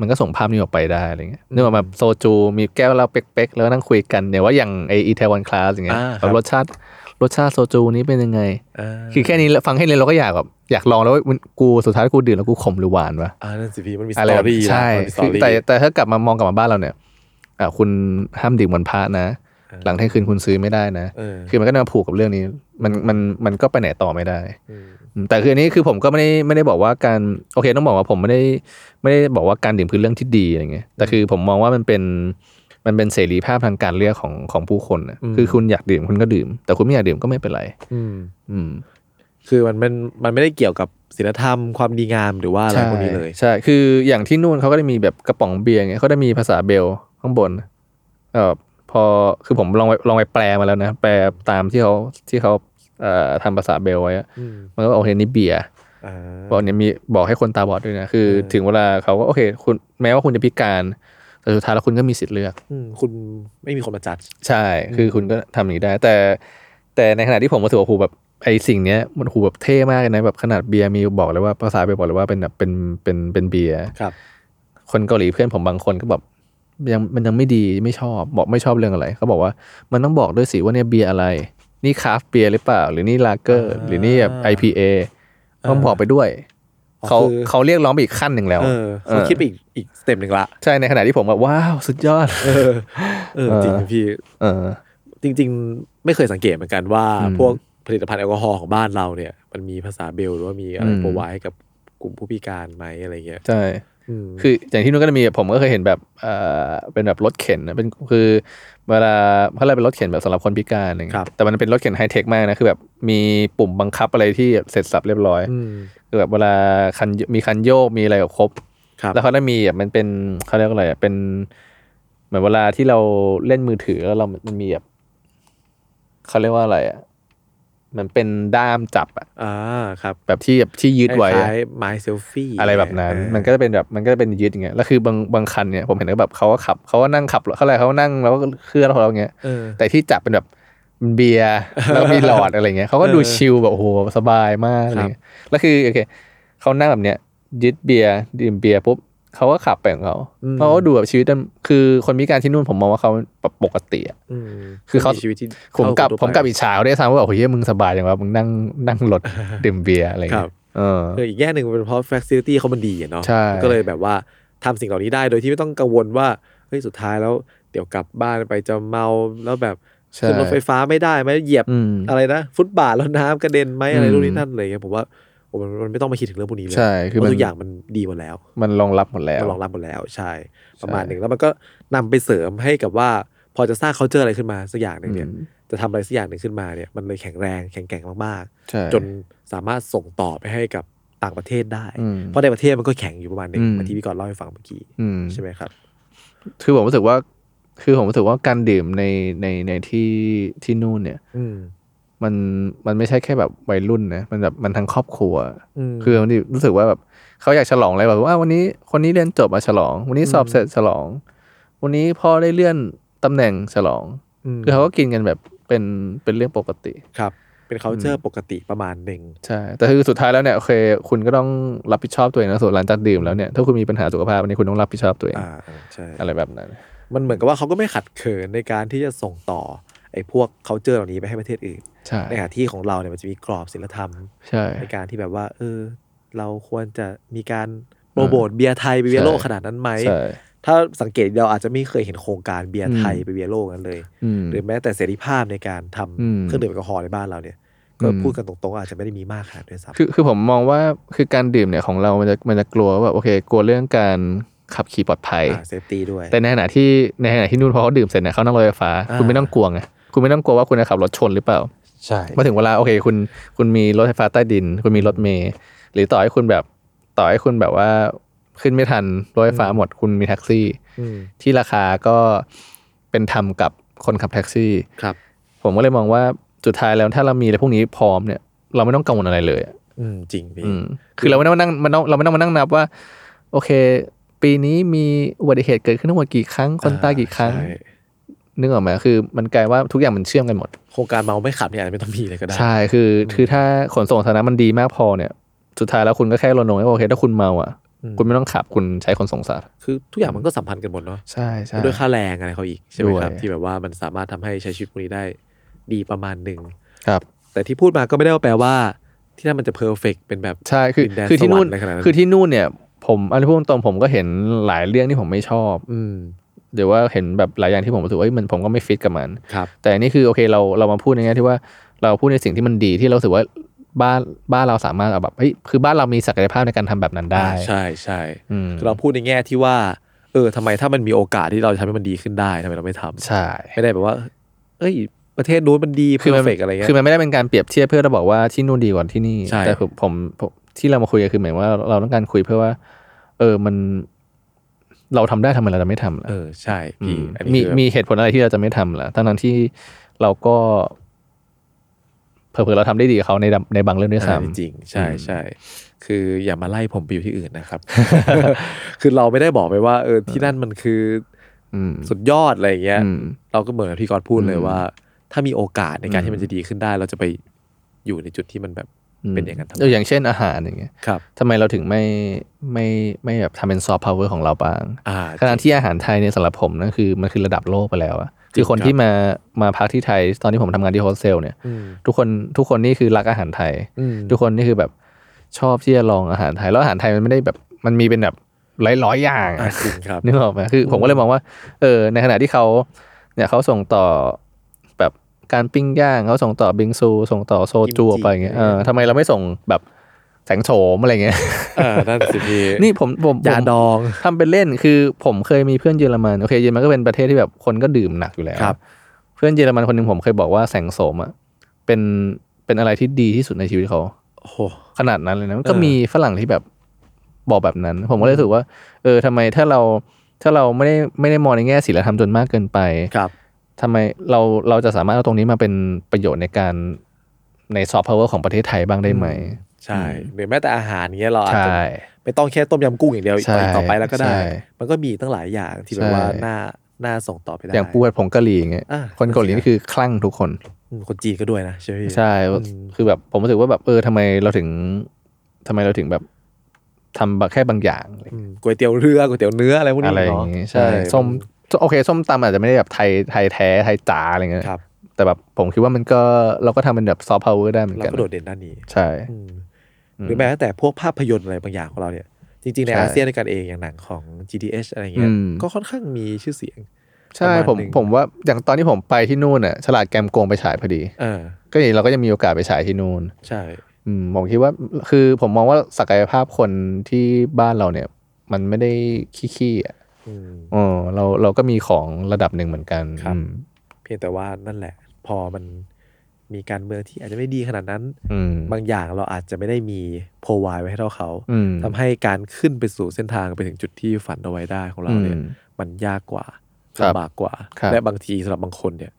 S3: มันก็ส่งภาพนี้ออกไปได้อะไรเงี้ยนึกว่าแบบโซจูมีแก้วเราเป๊กๆ แล้วนั่งคุยกันเนี่ยว่าอย่างไออีเทวันคลาสอย่างเงี้ย
S2: อ่าครับ
S3: แบบรสชาติรสชาติโซจูนี้เป็นยังไง
S2: อ่า
S3: คือแค่นี้แล้วฟังแค่นี้เราก็อยากแบบอยากลองแล้วว่ามันกูสุดท้ายกูดื่มแล้วกูขมหรือหวานวะ
S2: อ่านั่นสิพี่มันมีส
S3: อะไร
S2: ต
S3: แบ
S2: อบ รี่นะ
S3: ใช่
S2: มันมีสต
S3: คือ อ
S2: รี่
S3: แต่แต่ถ้ากลับมามองกลับมาบ้านเราเนี่ยอ่ะคุณห้ามดื่มวันพระนะ หลังเที่ยงคืนคุณซื้อไม่ได้นะ
S2: เออ
S3: คือมันก็มาผูกกับเรื่องนี้ มันมันมันก็ไปไหนต่อไม่ได้อืมแต่คืออันนี้คือผมก็ไม่ได้ไม่ได้บอกว่าการโอเคต้องบอกว่าผมไม่ได้ไม่ได้บอกว่าการดื่มคือเรื่องที่ดีอะไรเงี้ยแต่คือผมมองว่ามันเป็นมันเป็นเสรีภาพทางการเลือกของของผู้คนนะคือคุณอยากดื่มคุณก็ดื่ม แต่คุณไม่อยากดื่มก็ไม่เป็นไร
S2: อืม
S3: อืม
S2: คือมันมันมันไม่ได้เกี่ยวกับศีลธรรมความดีงามหรือว่าอะไรพวกนี้เลย
S3: ใช่ คืออย่างที่นู่นเขาก็ได้มีแบบกระป๋องเบียร์เงี้ยเขาได้มีภาษาเบลข้างบนเออพอคือผมลองไปลองไปแปลมาแล้วนะ แปลตามที่เขาที่เขาเอ่อทำภาษาเบลไว้อะ
S2: อืม
S3: มันก็บอกโอเคนี่เบียร์
S2: อ่า
S3: บอกเนี่ยมีบอกให้คนตาบอดด้วยนะ คือ
S2: เออ
S3: ถึงเวลาเขาก็โอเคคุณแม้ว่าคุณจะพิการ แต่สุดท้ายแล้วคุณก็มีสิทธิ์เลือก
S2: อืมคุณไม่มีคนมาจัด
S3: ใช่ คือคุณก็ทำอย่างนี้ได้ แต่ แต่ในขณะที่ผมมาถือว่าโหแบบไอสิ่งเนี้ยมันโหแบบเท่มากเลยนะแบบขนาดเบียร์มีบอกเลยว่าภาษาเบลบอกเลยว่าเป็นแบบเป็นเป็นเป็นเบียร์
S2: ครับ
S3: คนเกาหลีเพื่อนผมบางคนก็แบบยังมันยังไม่ดีไม่ชอบบอกไม่ชอบเรื่องอะไรเขาบอกว่ามันต้องบอกด้วยสิว่าเนี่ยเบียร์อะไร นี่คราฟต์เบียร์หรือเปล่า หรือนี่ลาเกอร์
S2: อ่า
S3: หรือนี่แบบ IPA ต้องบอกไปด้วย
S2: อ๋อ
S3: เขา
S2: คือ
S3: เขาเรียกร้องไปอีกขั้นหนึ่งแล้ว
S2: เออเขาคิดไปอีกอีกสเต็ปหนึ่งละ
S3: ใช่ในขณะที่ผมแบบว้าวสุดยอด
S2: เออ เออ จริงพี่
S3: เออ
S2: จริง ๆ ไม่เคยสังเกตเหมือนกันว่า
S3: อืม
S2: พวกผลิตภัณฑ์แอลกอฮอล์ของบ้านเราเนี่ย มันมีภาษาเบลหรือว่ามีอะไร
S3: อืม
S2: โปรไวให้กับกลุ่มผู้พิการไหมอะไรเงี้ย
S3: ใช่
S2: อืม
S3: คืออย่างที่นู้นก็จะมีผมก็เคยเห็นแบบเอ่อเป็นแบบรถเข็นนะเป็นคือเวลาเขาเรียกเป็นรถเข็นแบบสำหรับคนพิการอะไรเงี้ย
S2: ครับ
S3: แต่มันเป็นรถเข็นไฮเทคมากนะคือแบบมีปุ่มบังคับอะไรที่เสร็จสับเรียบร้อย
S2: ม
S3: คือแบบเวลาคันมีคันโยกมีอะไรแบบครบ
S2: ครับ
S3: แล้วเขาได้มีแบบมันเป็นเขาเรียกว่าอะไรอ่ะเป็น เหมือนเวลาที่เราเล่นมือถือแล้วเรามันมีแบบเขาเรียกว่าอะไรอ่ะมันเป็นด้ามจับอ่ะ
S2: อ่า ครับ
S3: แบบที่แบบที่ยึดไว้อะ
S2: คล้ายๆไม้เซลฟี่
S3: อะไรแบบนั้น
S2: เออ
S3: มันก็จะเป็นแบบมันก็จะเป็นยึดอย่างเงี้ยแล้วคือบางบางคันเนี่ยผมเห็นว่าแบบเขาก็ขับเขาก็นั่งขับเขาอะไรเขาก็นั่งแล้วก็เคลื่อนของเราอย่างเงี้ย
S2: เออ
S3: แต่ที่จับเป็นแบบเบี ยร์ แล้วมีหลอดอะไรเงี้ยเขาก็ดู
S2: เออ
S3: ชิลแบบโอ้โหสบายมากอะไรเงี้ยแล้วคือโอเคเขานั่งแบบเนี้ยยึดเบียร์ดื่มเบียร์ปุ๊บเขาก็ขับไปของเขา
S2: อืม
S3: เขาก็ดูแบบชีวิตมันคือคนพิการที่นู่นผมมองว่าเขาแบบปกติอะ
S2: อืม
S3: คือเขา
S2: มีชีวิตที่
S3: ผมกลับ
S2: เท่า
S3: ผมกลับ
S2: ทั่วไป
S3: อิจฉาเขาได้วยซ้ำว่าแบบโอ้ยมึงสบายอย่างว่ามึงนั่งนั่งร ถ ดื่มเบียร์อะไร
S2: ครั
S3: เงี้
S2: บ
S3: ยเออ
S2: เอออีกแง่หนึ่งเป็นเพราะ flexibility เขามันดีอะเนาะ
S3: ใช่
S2: ก็เลยแบบว่าทำสิ่งเหล่านี้ได้โดยที่ไม่ต้องกังวลว่าเฮ้ยสุดท้ายแล้วเดี๋ยวกลับบ้านไปจะเมาแล้วแบบ
S3: ใช่
S2: ขึ้นรถไฟฟ้าไม่ได้ไหมเหยียบ
S3: อืม
S2: อะไรนะ ฟุตบาทแล้วน้ำกระเด็นไหมอะไร
S3: อืม
S2: นู่นนี่นั่นอะไรเลยผมว่าโอ้มันมันไม่ต้องมาคิดถึงเรื่องพวกนี้เลย
S3: ใช่คือ
S2: เพ
S3: มัน
S2: ราะทุกอย่างมันดีหมดแล้ว
S3: มันรองรับหมดแล้ว
S2: มันรองรับหมดแล้วใช่ ประมาณหนึ่งแล้วมันก็นำไปเสริมให้กับว่า พอจะสร้าง culture อะไรขึ้นมาสักอย่างหนึ่งเนี่ย
S3: อืม
S2: จะทำอะไรสักอย่างหนึ่งขึ้นมาเนี่ยมันเลยแข็งแรงแข็งแกร่งมากๆ
S3: ใช่
S2: จนสามารถส่งต่อไปให้กับต่างประเทศได้
S3: อืม
S2: เพราะในประเทศมันก็แข็งอยู่ประมาณหนึง
S3: อืม
S2: มาที่พี่กรณ์เล่าให้ฟังเมื่อกี้
S3: อืม
S2: ใช่ไหมครับ
S3: คือผมรู้สึกว่า คือผมรู้สึกว่าการดื่มในในในที่ที่นู่นเนี่ย
S2: อืม
S3: มันมันไม่ใช่แค่แบบวัยรุ่นนะมันแบบมันทั้งครอบครัว
S2: อืม
S3: คือมันรู้สึกว่าแบบเขาอยากฉลองอะไรแบบว่าวันนี้คนนี้เรียนจบมาฉลอง วันนี้สอบเสร็จฉลอง วันนี้พ่อได้เลื่อนตำแหน่งฉลอง
S2: อืม
S3: คือเขาก็กินกันแบบเป็นเป็นเรื่องปกติ
S2: ครับ เป็น culture ปกติประมาณหนึ่ง
S3: ใช่ แต่คือสุดท้ายแล้วเนี่ยโอเค คุณก็ต้องรับผิดชอบตัวเองนะส่วนหลังจากดื่มแล้วเนี่ยถ้าคุณมีปัญหาสุขภาพอันนี้คุณต้องรับผิดชอบตัวเอง
S2: อ่าใช่
S3: อะไรแบบนั้น
S2: มันเหมือนกับว่าเขาก็ไม่ขัดเขินในการที่จะส่งต่อไอ้พวก culture เหล่านี้ไปให้ประเทศอื่น
S3: ใช่
S2: ในขณะที่ของเราเนี่ยมันจะมีกรอบศีลธรรม
S3: ใช่
S2: ในการที่แบบว่า เออ เราควรจะมีการโปรโมทเบียร์ไทยไปเบียร์โลกขนาดนั้นไหม
S3: ใช่
S2: ถ้าสังเกตเราอาจจะไม่เคยเห็นโครงการเบียร์ไทย
S3: อืม
S2: ไปเบียร์โลกนั้นเลย
S3: อืม
S2: หรือแม้แต่เสรีภาพในการทำ
S3: อืม
S2: เครื่องดื่มแอลกอฮอล์ในบ้านเราเนี่ย ก็
S3: อืม
S2: พูดกันตรงๆ อาจจะไม่ได้มีมากขนาดด้วยซ้ำ
S3: คือคือผมมองว่าคือการดื่มเนี่ยของเรามันจะมันจะกลัวว่าแบบโอเค กลัวเรื่องการขับขี่ปลอดภัย
S2: เซฟตี้ด้วย
S3: แต่ในขณะที่ในขณะที่นู่นพอเขาดื่มเสร็จเนี่ยเขานั่งรถไฟฟ้า
S2: อ่า
S3: คุณไม่ต้องกลัวไงคุณไม่ต้องกลัวว่าคุณจะขับรถชนหรือเปล่า
S2: ใช่
S3: มาถึงเวลาโอเค คุณคุณมีรถไฟฟ้าใต้ดิน คุณมีรถเมล์หรือต่อให้คุณแบบต่อให้คุณแบบว่าขึ้นไม่ทันรถไฟฟ้าหมดคุณมีแท็กซี่
S2: อืม
S3: ที่ราคาก็เป็นธรรมกับ คนขับแท็กซี่
S4: ครับ
S3: ผมก็เลยมองว่าสุดท้ายแล้วถ้าเรามีอะไรพวกนี้พร้อมเนี่ยเราไม่ต้องกังวลอะไรเลยอะ
S2: อืมจริงพี่
S3: อืมคือเราไม่ต้องมานั่งมันต้องเราไม่ต้องมานั่งนับว่า โอเค ปีนี้มีอุบัติเหตุเกิดขึ้นทั้งหมดกี่ครั้งคนตายกี่ครั้ง
S2: ใช่
S3: นึกออกไหมคือมันกลายว่าทุกอย่างมันเชื่อมกันหมด
S2: โครงการเมาไม่ขับเนี่ยอาจจะไม่ต้องมีเลยก็ได้
S3: ใช่ คือ คือถ้าขนส่งสาธารณะมันดีมากพอเนี่ย สุดท้ายแล้วคุณก็แค่รณรงค์ว่าโอเค ถ้าคุณเมาอ่ะ
S2: อืม
S3: คุณไม่ต้องขับ คุณใช้ขนส่งสาธารณะ
S2: คือทุกอย่างมันก็สัมพันธ์กันหมดเนาะ
S3: ใช่ใช่
S2: ด้วยค่าแรงอะไรเขาอีกใช่ไหมครับ
S3: ด้วย
S2: ที่แบบว่ามันสามารถทำให้ใช้ชีวิตพวกนี้ได้ดีประมาณหนึ่ง
S3: ครับ
S2: แต่ที่พูดมาก็ไม่ได้ว่าแปลว่า ที่นั่นมันจะเพอร์เฟกเป็นแบบ
S3: ใช่ คือ
S2: ดินแดน
S3: คือที่นู่น
S2: สวรรค์อะไรขนาดนั้น
S3: คือที่นู่นเนี่ย ผมอันนี้พูดตรงๆผมก็เห็นหลายเรื่องที่ผมไม่ชอบ
S2: อืม
S3: หรือว่าเห็นแบบหลายอย่างที่ผมรู้สึกว่าเอ้ยมันผมก็ไม่ฟิตกับมัน
S2: ครับ
S3: แต่อันนี่คือโอเคเราเรามาพูดในแง่ที่ว่าเราพูดในสิ่งที่มันดีที่เรารู้สึกว่าบ้านบ้านเราสามารถเอาแบบเฮ้ยคือบ้านเรามีศักยภาพในการทำแบบนั้นได้
S2: อ่าใช่ใช่
S3: อืม
S2: เราพูดในแง่ที่ว่า เออทำไมถ้ามันมีโอกาสที่เราจะทำให้มันดีขึ้นได้ทำไมเราไม่ทำ
S3: ใช่
S2: ไม่ได้แบบว่า เอ้ย ประเทศนู้นมันดีเพ
S3: คื
S2: อ
S3: อมัน
S2: ร์เฟกอะไรเงี้ย
S3: คือมันไม่ได้เป็นการเปรียบเทียบเพื่อจะบอกว่าที่นู่นดีกว่าที่นี่
S2: ใช่
S3: แต่ผมผมผมที่เรามาคุยกันคือหมายว่าเราต้องการคุยเพื่อว่า เออมัน เราทำได้ทำไมเราจะไม่ทำล่ะ
S2: เออใช่พี่
S3: ม
S2: อันนี้
S3: มี
S2: คือแบบ
S3: มีเหตุผลอะไรที่เราจะไม่ทำล่ะทั้งนั้นที่เราก็เผลอๆเราทำได้ดีกับเขาในในบางเรื่องด้วย
S2: อ่า
S3: ซ้ำ
S2: จริงๆใช่ใช่คืออย่ามาไล่ผมไปอยู่ที่อื่นนะครับ คือเราไม่ได้บอกไปว่า เออที่นั่นมันคืออ
S3: ม
S2: สุดยอดอะไรเงี้ย
S3: อืม
S2: เราก็เหมือนที่กอดพูดเลย
S3: อืม
S2: ว่า ถ้ามีโอกาสในการ
S3: อืม
S2: ที่มันจะดีขึ้นได้ เราจะไปอยู่ในจุดที่มันแบบเป็นอย่างนั้นทำไม
S3: เอออย่างเช่นอาหารอย่างเงี้ย
S2: ครับ
S3: ทำไมเราถึงไม่ไม่ไม่แบบทำเป็นซอฟต์พาวเวอร์ของเราบ้าง
S2: อ่า
S3: ขณะที่อาหารไทยเนี่ยสำหรับผมนั่นคือมันคือระดับโลกไปแล้วอะ
S2: จริง
S3: คือคน
S2: ครับ
S3: ที่มามาพักที่ไทย ตอนที่ผมทำงานที่โฮสเทลเนี่ย
S2: อืม
S3: ทุกคนทุกคนนี่คือรักอาหารไทย
S2: อืม
S3: ทุกคนนี่คือแบบชอบที่จะลองอาหารไทย แล้วอาหารไทยมันไม่ได้แบบมันมีเป็นแบบร้อยร้อยๆอย่างอะ
S2: อ่ะจริงครับ
S3: นึกออกไหมคือผมก็เลยมองว่าเออในขณะที่เขาเนี่ยเขาส่งต่อแบบการปิ้งย่างเขาส่งต่อบิงซู ส่งต่อโซจู
S2: กิมจิ
S3: ไปอย่างเงี้ยเออทำไมเราไม่ส่งแบบแสงโฉมอะไรเงี้ย
S2: อ่านั่นสิพี่
S3: นี่ผมผมผม
S2: ยาดอง
S3: ทำเป็นเล่นคือผมเคยมีเพื่อนเยอรมันโอเคเยอรมันก็เป็นประเทศที่แบบคนก็ดื่มหนักอยู่แล้ว
S2: ครับ
S3: เพื่อนเยอรมันคนหนึ่งผมเคยบอกว่าแสงโสมอ่ะเป็นเป็นอะไรที่ดีที่สุดในชีวิตเขา
S2: โอ้โห
S3: ขนาดนั้นเลยนะมันก็
S2: เออ
S3: มีฝรั่งที่แบบบอกแบบนั้น ผมก็เลยรู้สึกว่า เออทำไมถ้าเราถ้าเราไม่ได้ไม่ได้มองในแง่ศีลธรรมจนมากเกินไป
S2: ครับ
S3: ทำไมเราเราจะสามารถเอาตรงนี้มาเป็นประโยชน์ในการในซอฟต์พาวเวอร์ของประเทศไทยบ้างได้ไหม
S2: ใช่หรือแม้แต่อาหารเงี้ยเราอาจ
S3: ใช่
S2: จะไม่ต้องแค่ต้มยำกุ้งอย่างเดียว
S3: ใช่
S2: ต่อไปแล้วก็ได้
S3: ใช่
S2: มันก็มีตั้งหลายอย่างที่แบ
S3: ใช่
S2: บว่าน่าน่าส่งต่อไปได้
S3: อย่างปูผัดผงกะหรี่อย่างเงี้ย
S2: อ่ะ
S3: คนเกาหลีนี่คือคลั่งทุกคน
S2: อืมคนจีนก็ด้วยนะใช่ไหมพี่
S3: ใช่
S2: อืม
S3: คือแบบผมรู้สึกว่าแบบเออทำไมเราถึงทำไมเราถึงแบบทำแบบแค่บางอย่างอะไร
S2: อืมก๋วยเตี๋ยวเรือก๋วยเตี๋ยวเนื้ออะไรพวกนี้
S3: อะไรอย่า
S2: เนาะ
S3: งงี้ใช่ส้มส้มโอเคส้มตำอาจจะไม่ได้แบบไทยไทยแท้ไทยจ๋าอะไรเงี้ย
S2: ครับ
S3: แต่แบบผมคิดว่ามันก็เราก็ทำเป็นแบบซอฟต์พาวเวอร์ได้เหมือน
S2: เรา
S3: กัน
S2: ก็โดดเด่นด้านนี้
S3: ใช่
S2: อืมหรือแม้แต่พวกภาพยนตร์อะไรบางอย่างของเราเนี่ย จริง ๆ ในอาเซียนด้วยกันเองอย่างหนังของ GDH อะไรเงี้ยก็ค่อนข้างมีชื่อเสียง
S3: ใช่
S2: ประมาณ
S3: ผม
S2: หนึ่ง
S3: ผมว่าอย่างตอนที่ผมไปที่นู่นอ่ะฉลาดแกมโกงไปฉายพอดี
S2: เออ
S3: ก็อย่างนี้เราก็ยังมีโอกาสไปฉายที่นู่น
S2: ใช่
S3: อืมผมคิดว่าคือผมมองว่าศักยภาพคนที่บ้านเราเนี่ย มันไม่ได้ขี้ๆอ่ะ
S2: อืม
S3: อ๋อเราเราก็มีของระดับหนึ่งเหมือนกัน
S2: ครับ
S3: อืม
S2: เพียงแต่ว่านั่นแหละ พอมันมีการเมืองที่อาจจะไม่ดีขนาดนั้น
S3: อืม
S2: บางอย่างเราอาจจะไม่ได้มีโพวายไว้ให้เท่าเขา
S3: อืม
S2: ทำให้การขึ้นไปสู่เส้นทางไปถึงจุดที่ฝันเอาไว้ได้ของเราเนี่ย
S3: อืม
S2: มันยากกว่า
S3: ครับ
S2: ลำบากกว่า
S3: ครับ
S2: และบางทีสำหรับบางคนเนี่ย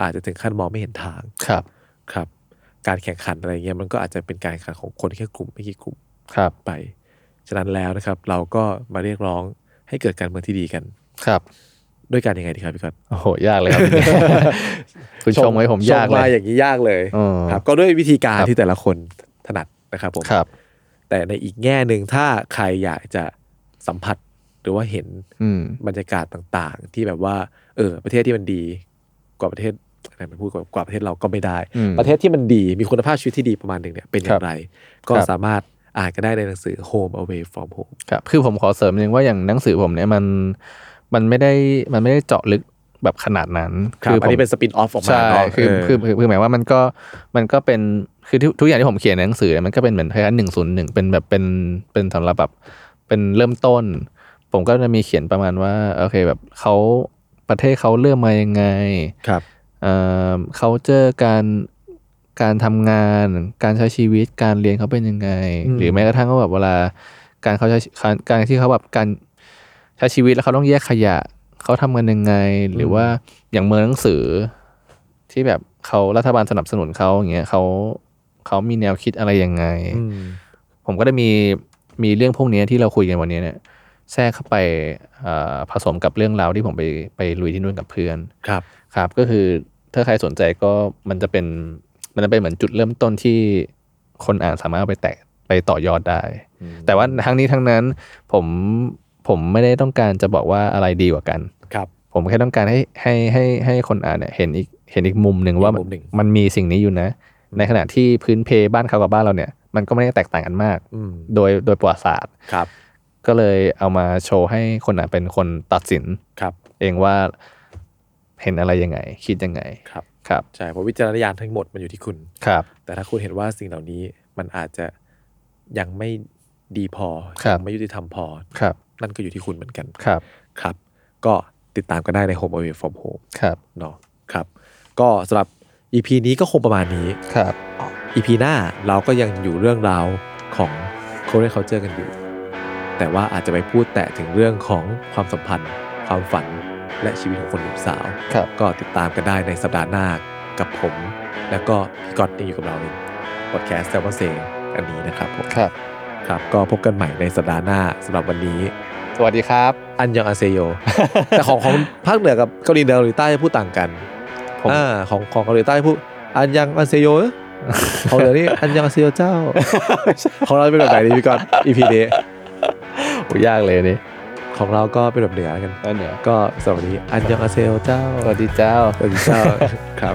S2: อาจจะถึงขั้นมองไม่เห็นทาง
S3: ครับ
S2: ครับ การแข่งขันอะไรเงี้ยมันก็อาจจะเป็นการแข่งขันของคนแค่กลุ่มไม่กี่กลุ่ม
S3: ครับ
S2: ไป ฉะนั้นแล้วนะครับ เราก็มาเรียกร้องให้เกิดการเมืองที่ดีกัน
S3: ครับ
S2: ด้วยการยังไงดีครับพี่ก๊อต
S3: โอ้โหยา กเลยครับ คุณชงไว้ผมยาก
S2: ชง
S3: เล
S2: มาย อย่างนี้ยากเลย
S3: เออ
S2: ครับ ก็ด้วยวิธีการ
S3: ครับ
S2: ที่แต่ละคนถนัดนะครับผม
S3: ครับ
S2: แต่ในอีกแง่หนึ่งถ้าใครอยากจะสัมผัสหรือว่าเห็น
S3: อืม
S2: บรรยากาศต่างๆ ที่แบบว่า เออ ประเทศที่มันดี กว่าประเทศอะไรมันพูดกว่ากว่าประเทศเราก็ไม่ได้
S3: อืม
S2: ประเทศที่มันดีมีคุณภาพชีวิตที่ดีประมาณหนึ่งเนี่ยเป็นอย่า
S3: ครั
S2: ง
S3: บ
S2: ไร ก็
S3: ครับ
S2: สามารถอ่านกันได้ในหนังสือ Home Away from Home
S3: ครับ คือผมขอเสริมนิดนึงว่าอย่างหนังสือผมเนี่ยมันมันไม่ได้มันไม่ได้เจาะลึกแบบขนาดนั้น
S2: ครับ
S3: ผ
S2: อัน
S3: ม
S2: นี้เป็นสปินออฟออกมา
S3: ใช่
S2: เนาะ
S3: คือ
S2: เ
S3: คือคือคือหมายว่ามันก็มันก็เป็นคือทุกทุกอย่างที่ผมเขียนในหนังสือเนี่ยมันก็เป็นเหมือนคล้ายๆหนึ่งศูนย์หนึ่งเป็นแบบเป็นเป็นสำหรับแบบเป็นเริ่มต้น ผมก็จะมีเขียนประมาณว่าโอเคแบบเขาประเทศเขาเริ่มมายังไง
S2: ครับ
S3: เคาเจอการการทำงาน การใช้ชีวิตการเรียนเขาเป็นยังไง
S2: อืม
S3: หรือแม้กระทั่งว่าแบบเวลาการเขาใช้การการที่เขาแบบการใช้ชีวิตแล้วเขาต้องแยกขยะ เขาทำกันยังไง หรือว่าอย่างเมืองหนังสือ ที่แบบเขารัฐบาลสนับสนุนเขาอย่างเงี้ยเขาเขามีแนวคิดอะไรยังไง
S2: อืม
S3: ผมก็ได้มีมีเรื่องพวกเนี้ยที่เราคุยกันวันนี้เนี่ยแทรกเข้าไปเอ่อผสมกับเรื่องราวที่ผมไปไปลุยที่นู่นกับเพื่อน
S2: ครับ
S3: ครับก็คือถ้าใครสนใจก็มันจะเป็นมันจะเป็นเหมือนจุดเริ่มต้นที่คนอ่านสามารถเอาไปแตะไปต่อยอดได้ แต่ว่าทั้งนี้ทั้งนั้นผมผมไม่ได้ต้องการจะบอกว่าอะไรดีกว่ากัน
S2: ครับ
S3: ผมแค่ต้องการให้ให้ให้ให้คนอ่านเนี่ยเห็นอีกเห็นอีกมุมหนึ่งว่า
S2: อีก
S3: มัน
S2: มุมหนึ่ง
S3: มันมีสิ่งนี้อยู่นะ ในขณะที่พื้นเพบ้านเขากับบ้านเราเนี่ย มันก็ไม่ได้แตกต่างกันมาก
S2: อืม
S3: โดยโดยประวัติศาสตร์
S2: ครับ
S3: ก็เลยเอามาโชว์ให้คนอ่านเป็นคนตัดสิน
S2: ครับ
S3: เองว่าเห็นอะไรยังไง คิดยังไง
S2: ครับ
S3: ครับ
S2: ใช่เพราะวิจารณญาณทั้งหมดมันอยู่ที่คุณ
S3: ครับ
S2: แต่ถ้าคุณเห็นว่าสิ่งเหล่านี้มันอาจจะยังไม่ดีพอ
S3: ครับ
S2: ยังไม่ยุติธรรมพอ
S3: ครับ
S2: นั่นก็อยู่ที่คุณเหมือนกัน
S3: ครับ
S2: ครับ ก็ติดตามกันได้ใน Home Away from Home
S3: ครับ
S2: เนาะครับ ก็สำหรับ EP นี้ก็คงประมาณนี้
S3: ครับ
S2: EP หน้าเราก็ยังอยู่เรื่องราวของโคเรียนเขาเจอกันอยู่ แต่ว่าอาจจะไปพูดแตะถึงเรื่องของความสัมพันธ์ ความฝันและชีวิตของคนหนุ่มสาว
S3: ครับ
S2: ก็ติดตามกันได้ในสัปดาห์หน้ากับผม แล้วก็พี่ก๊อตยังอยู่กับเราในพอดแคสต์แซมเบอร์เซอันนี้นะครับผม
S3: ครับ
S2: ครับ ก็พบกันใหม่ในสัปดาห์หน้าสำหรับวันนี้
S3: สวัสดีครับ
S2: อันยองอาเซ โย แต่ของของภาคเหนือกับเกาหลีเหนือเกาหลีใต้พูดต่างกัน
S3: ผม
S2: อ่าของของเกาหลีใต้พูดอันยังอาเซโยของเหนือนี่อันยังอาเซโยเจ้า ของเราเป็นแบบไหนดีพี่กอนอีพีนี้
S3: โหยากเลยนี่
S2: ของเราก็เป็นแบบเหนือแล้วกัน
S3: นั่นเหนือ
S2: ก็สำหรับวันนี้อันยังอาเซโยเจ้า
S3: สวัสดีเจ้า
S2: สวัสดีเจ้า ครับ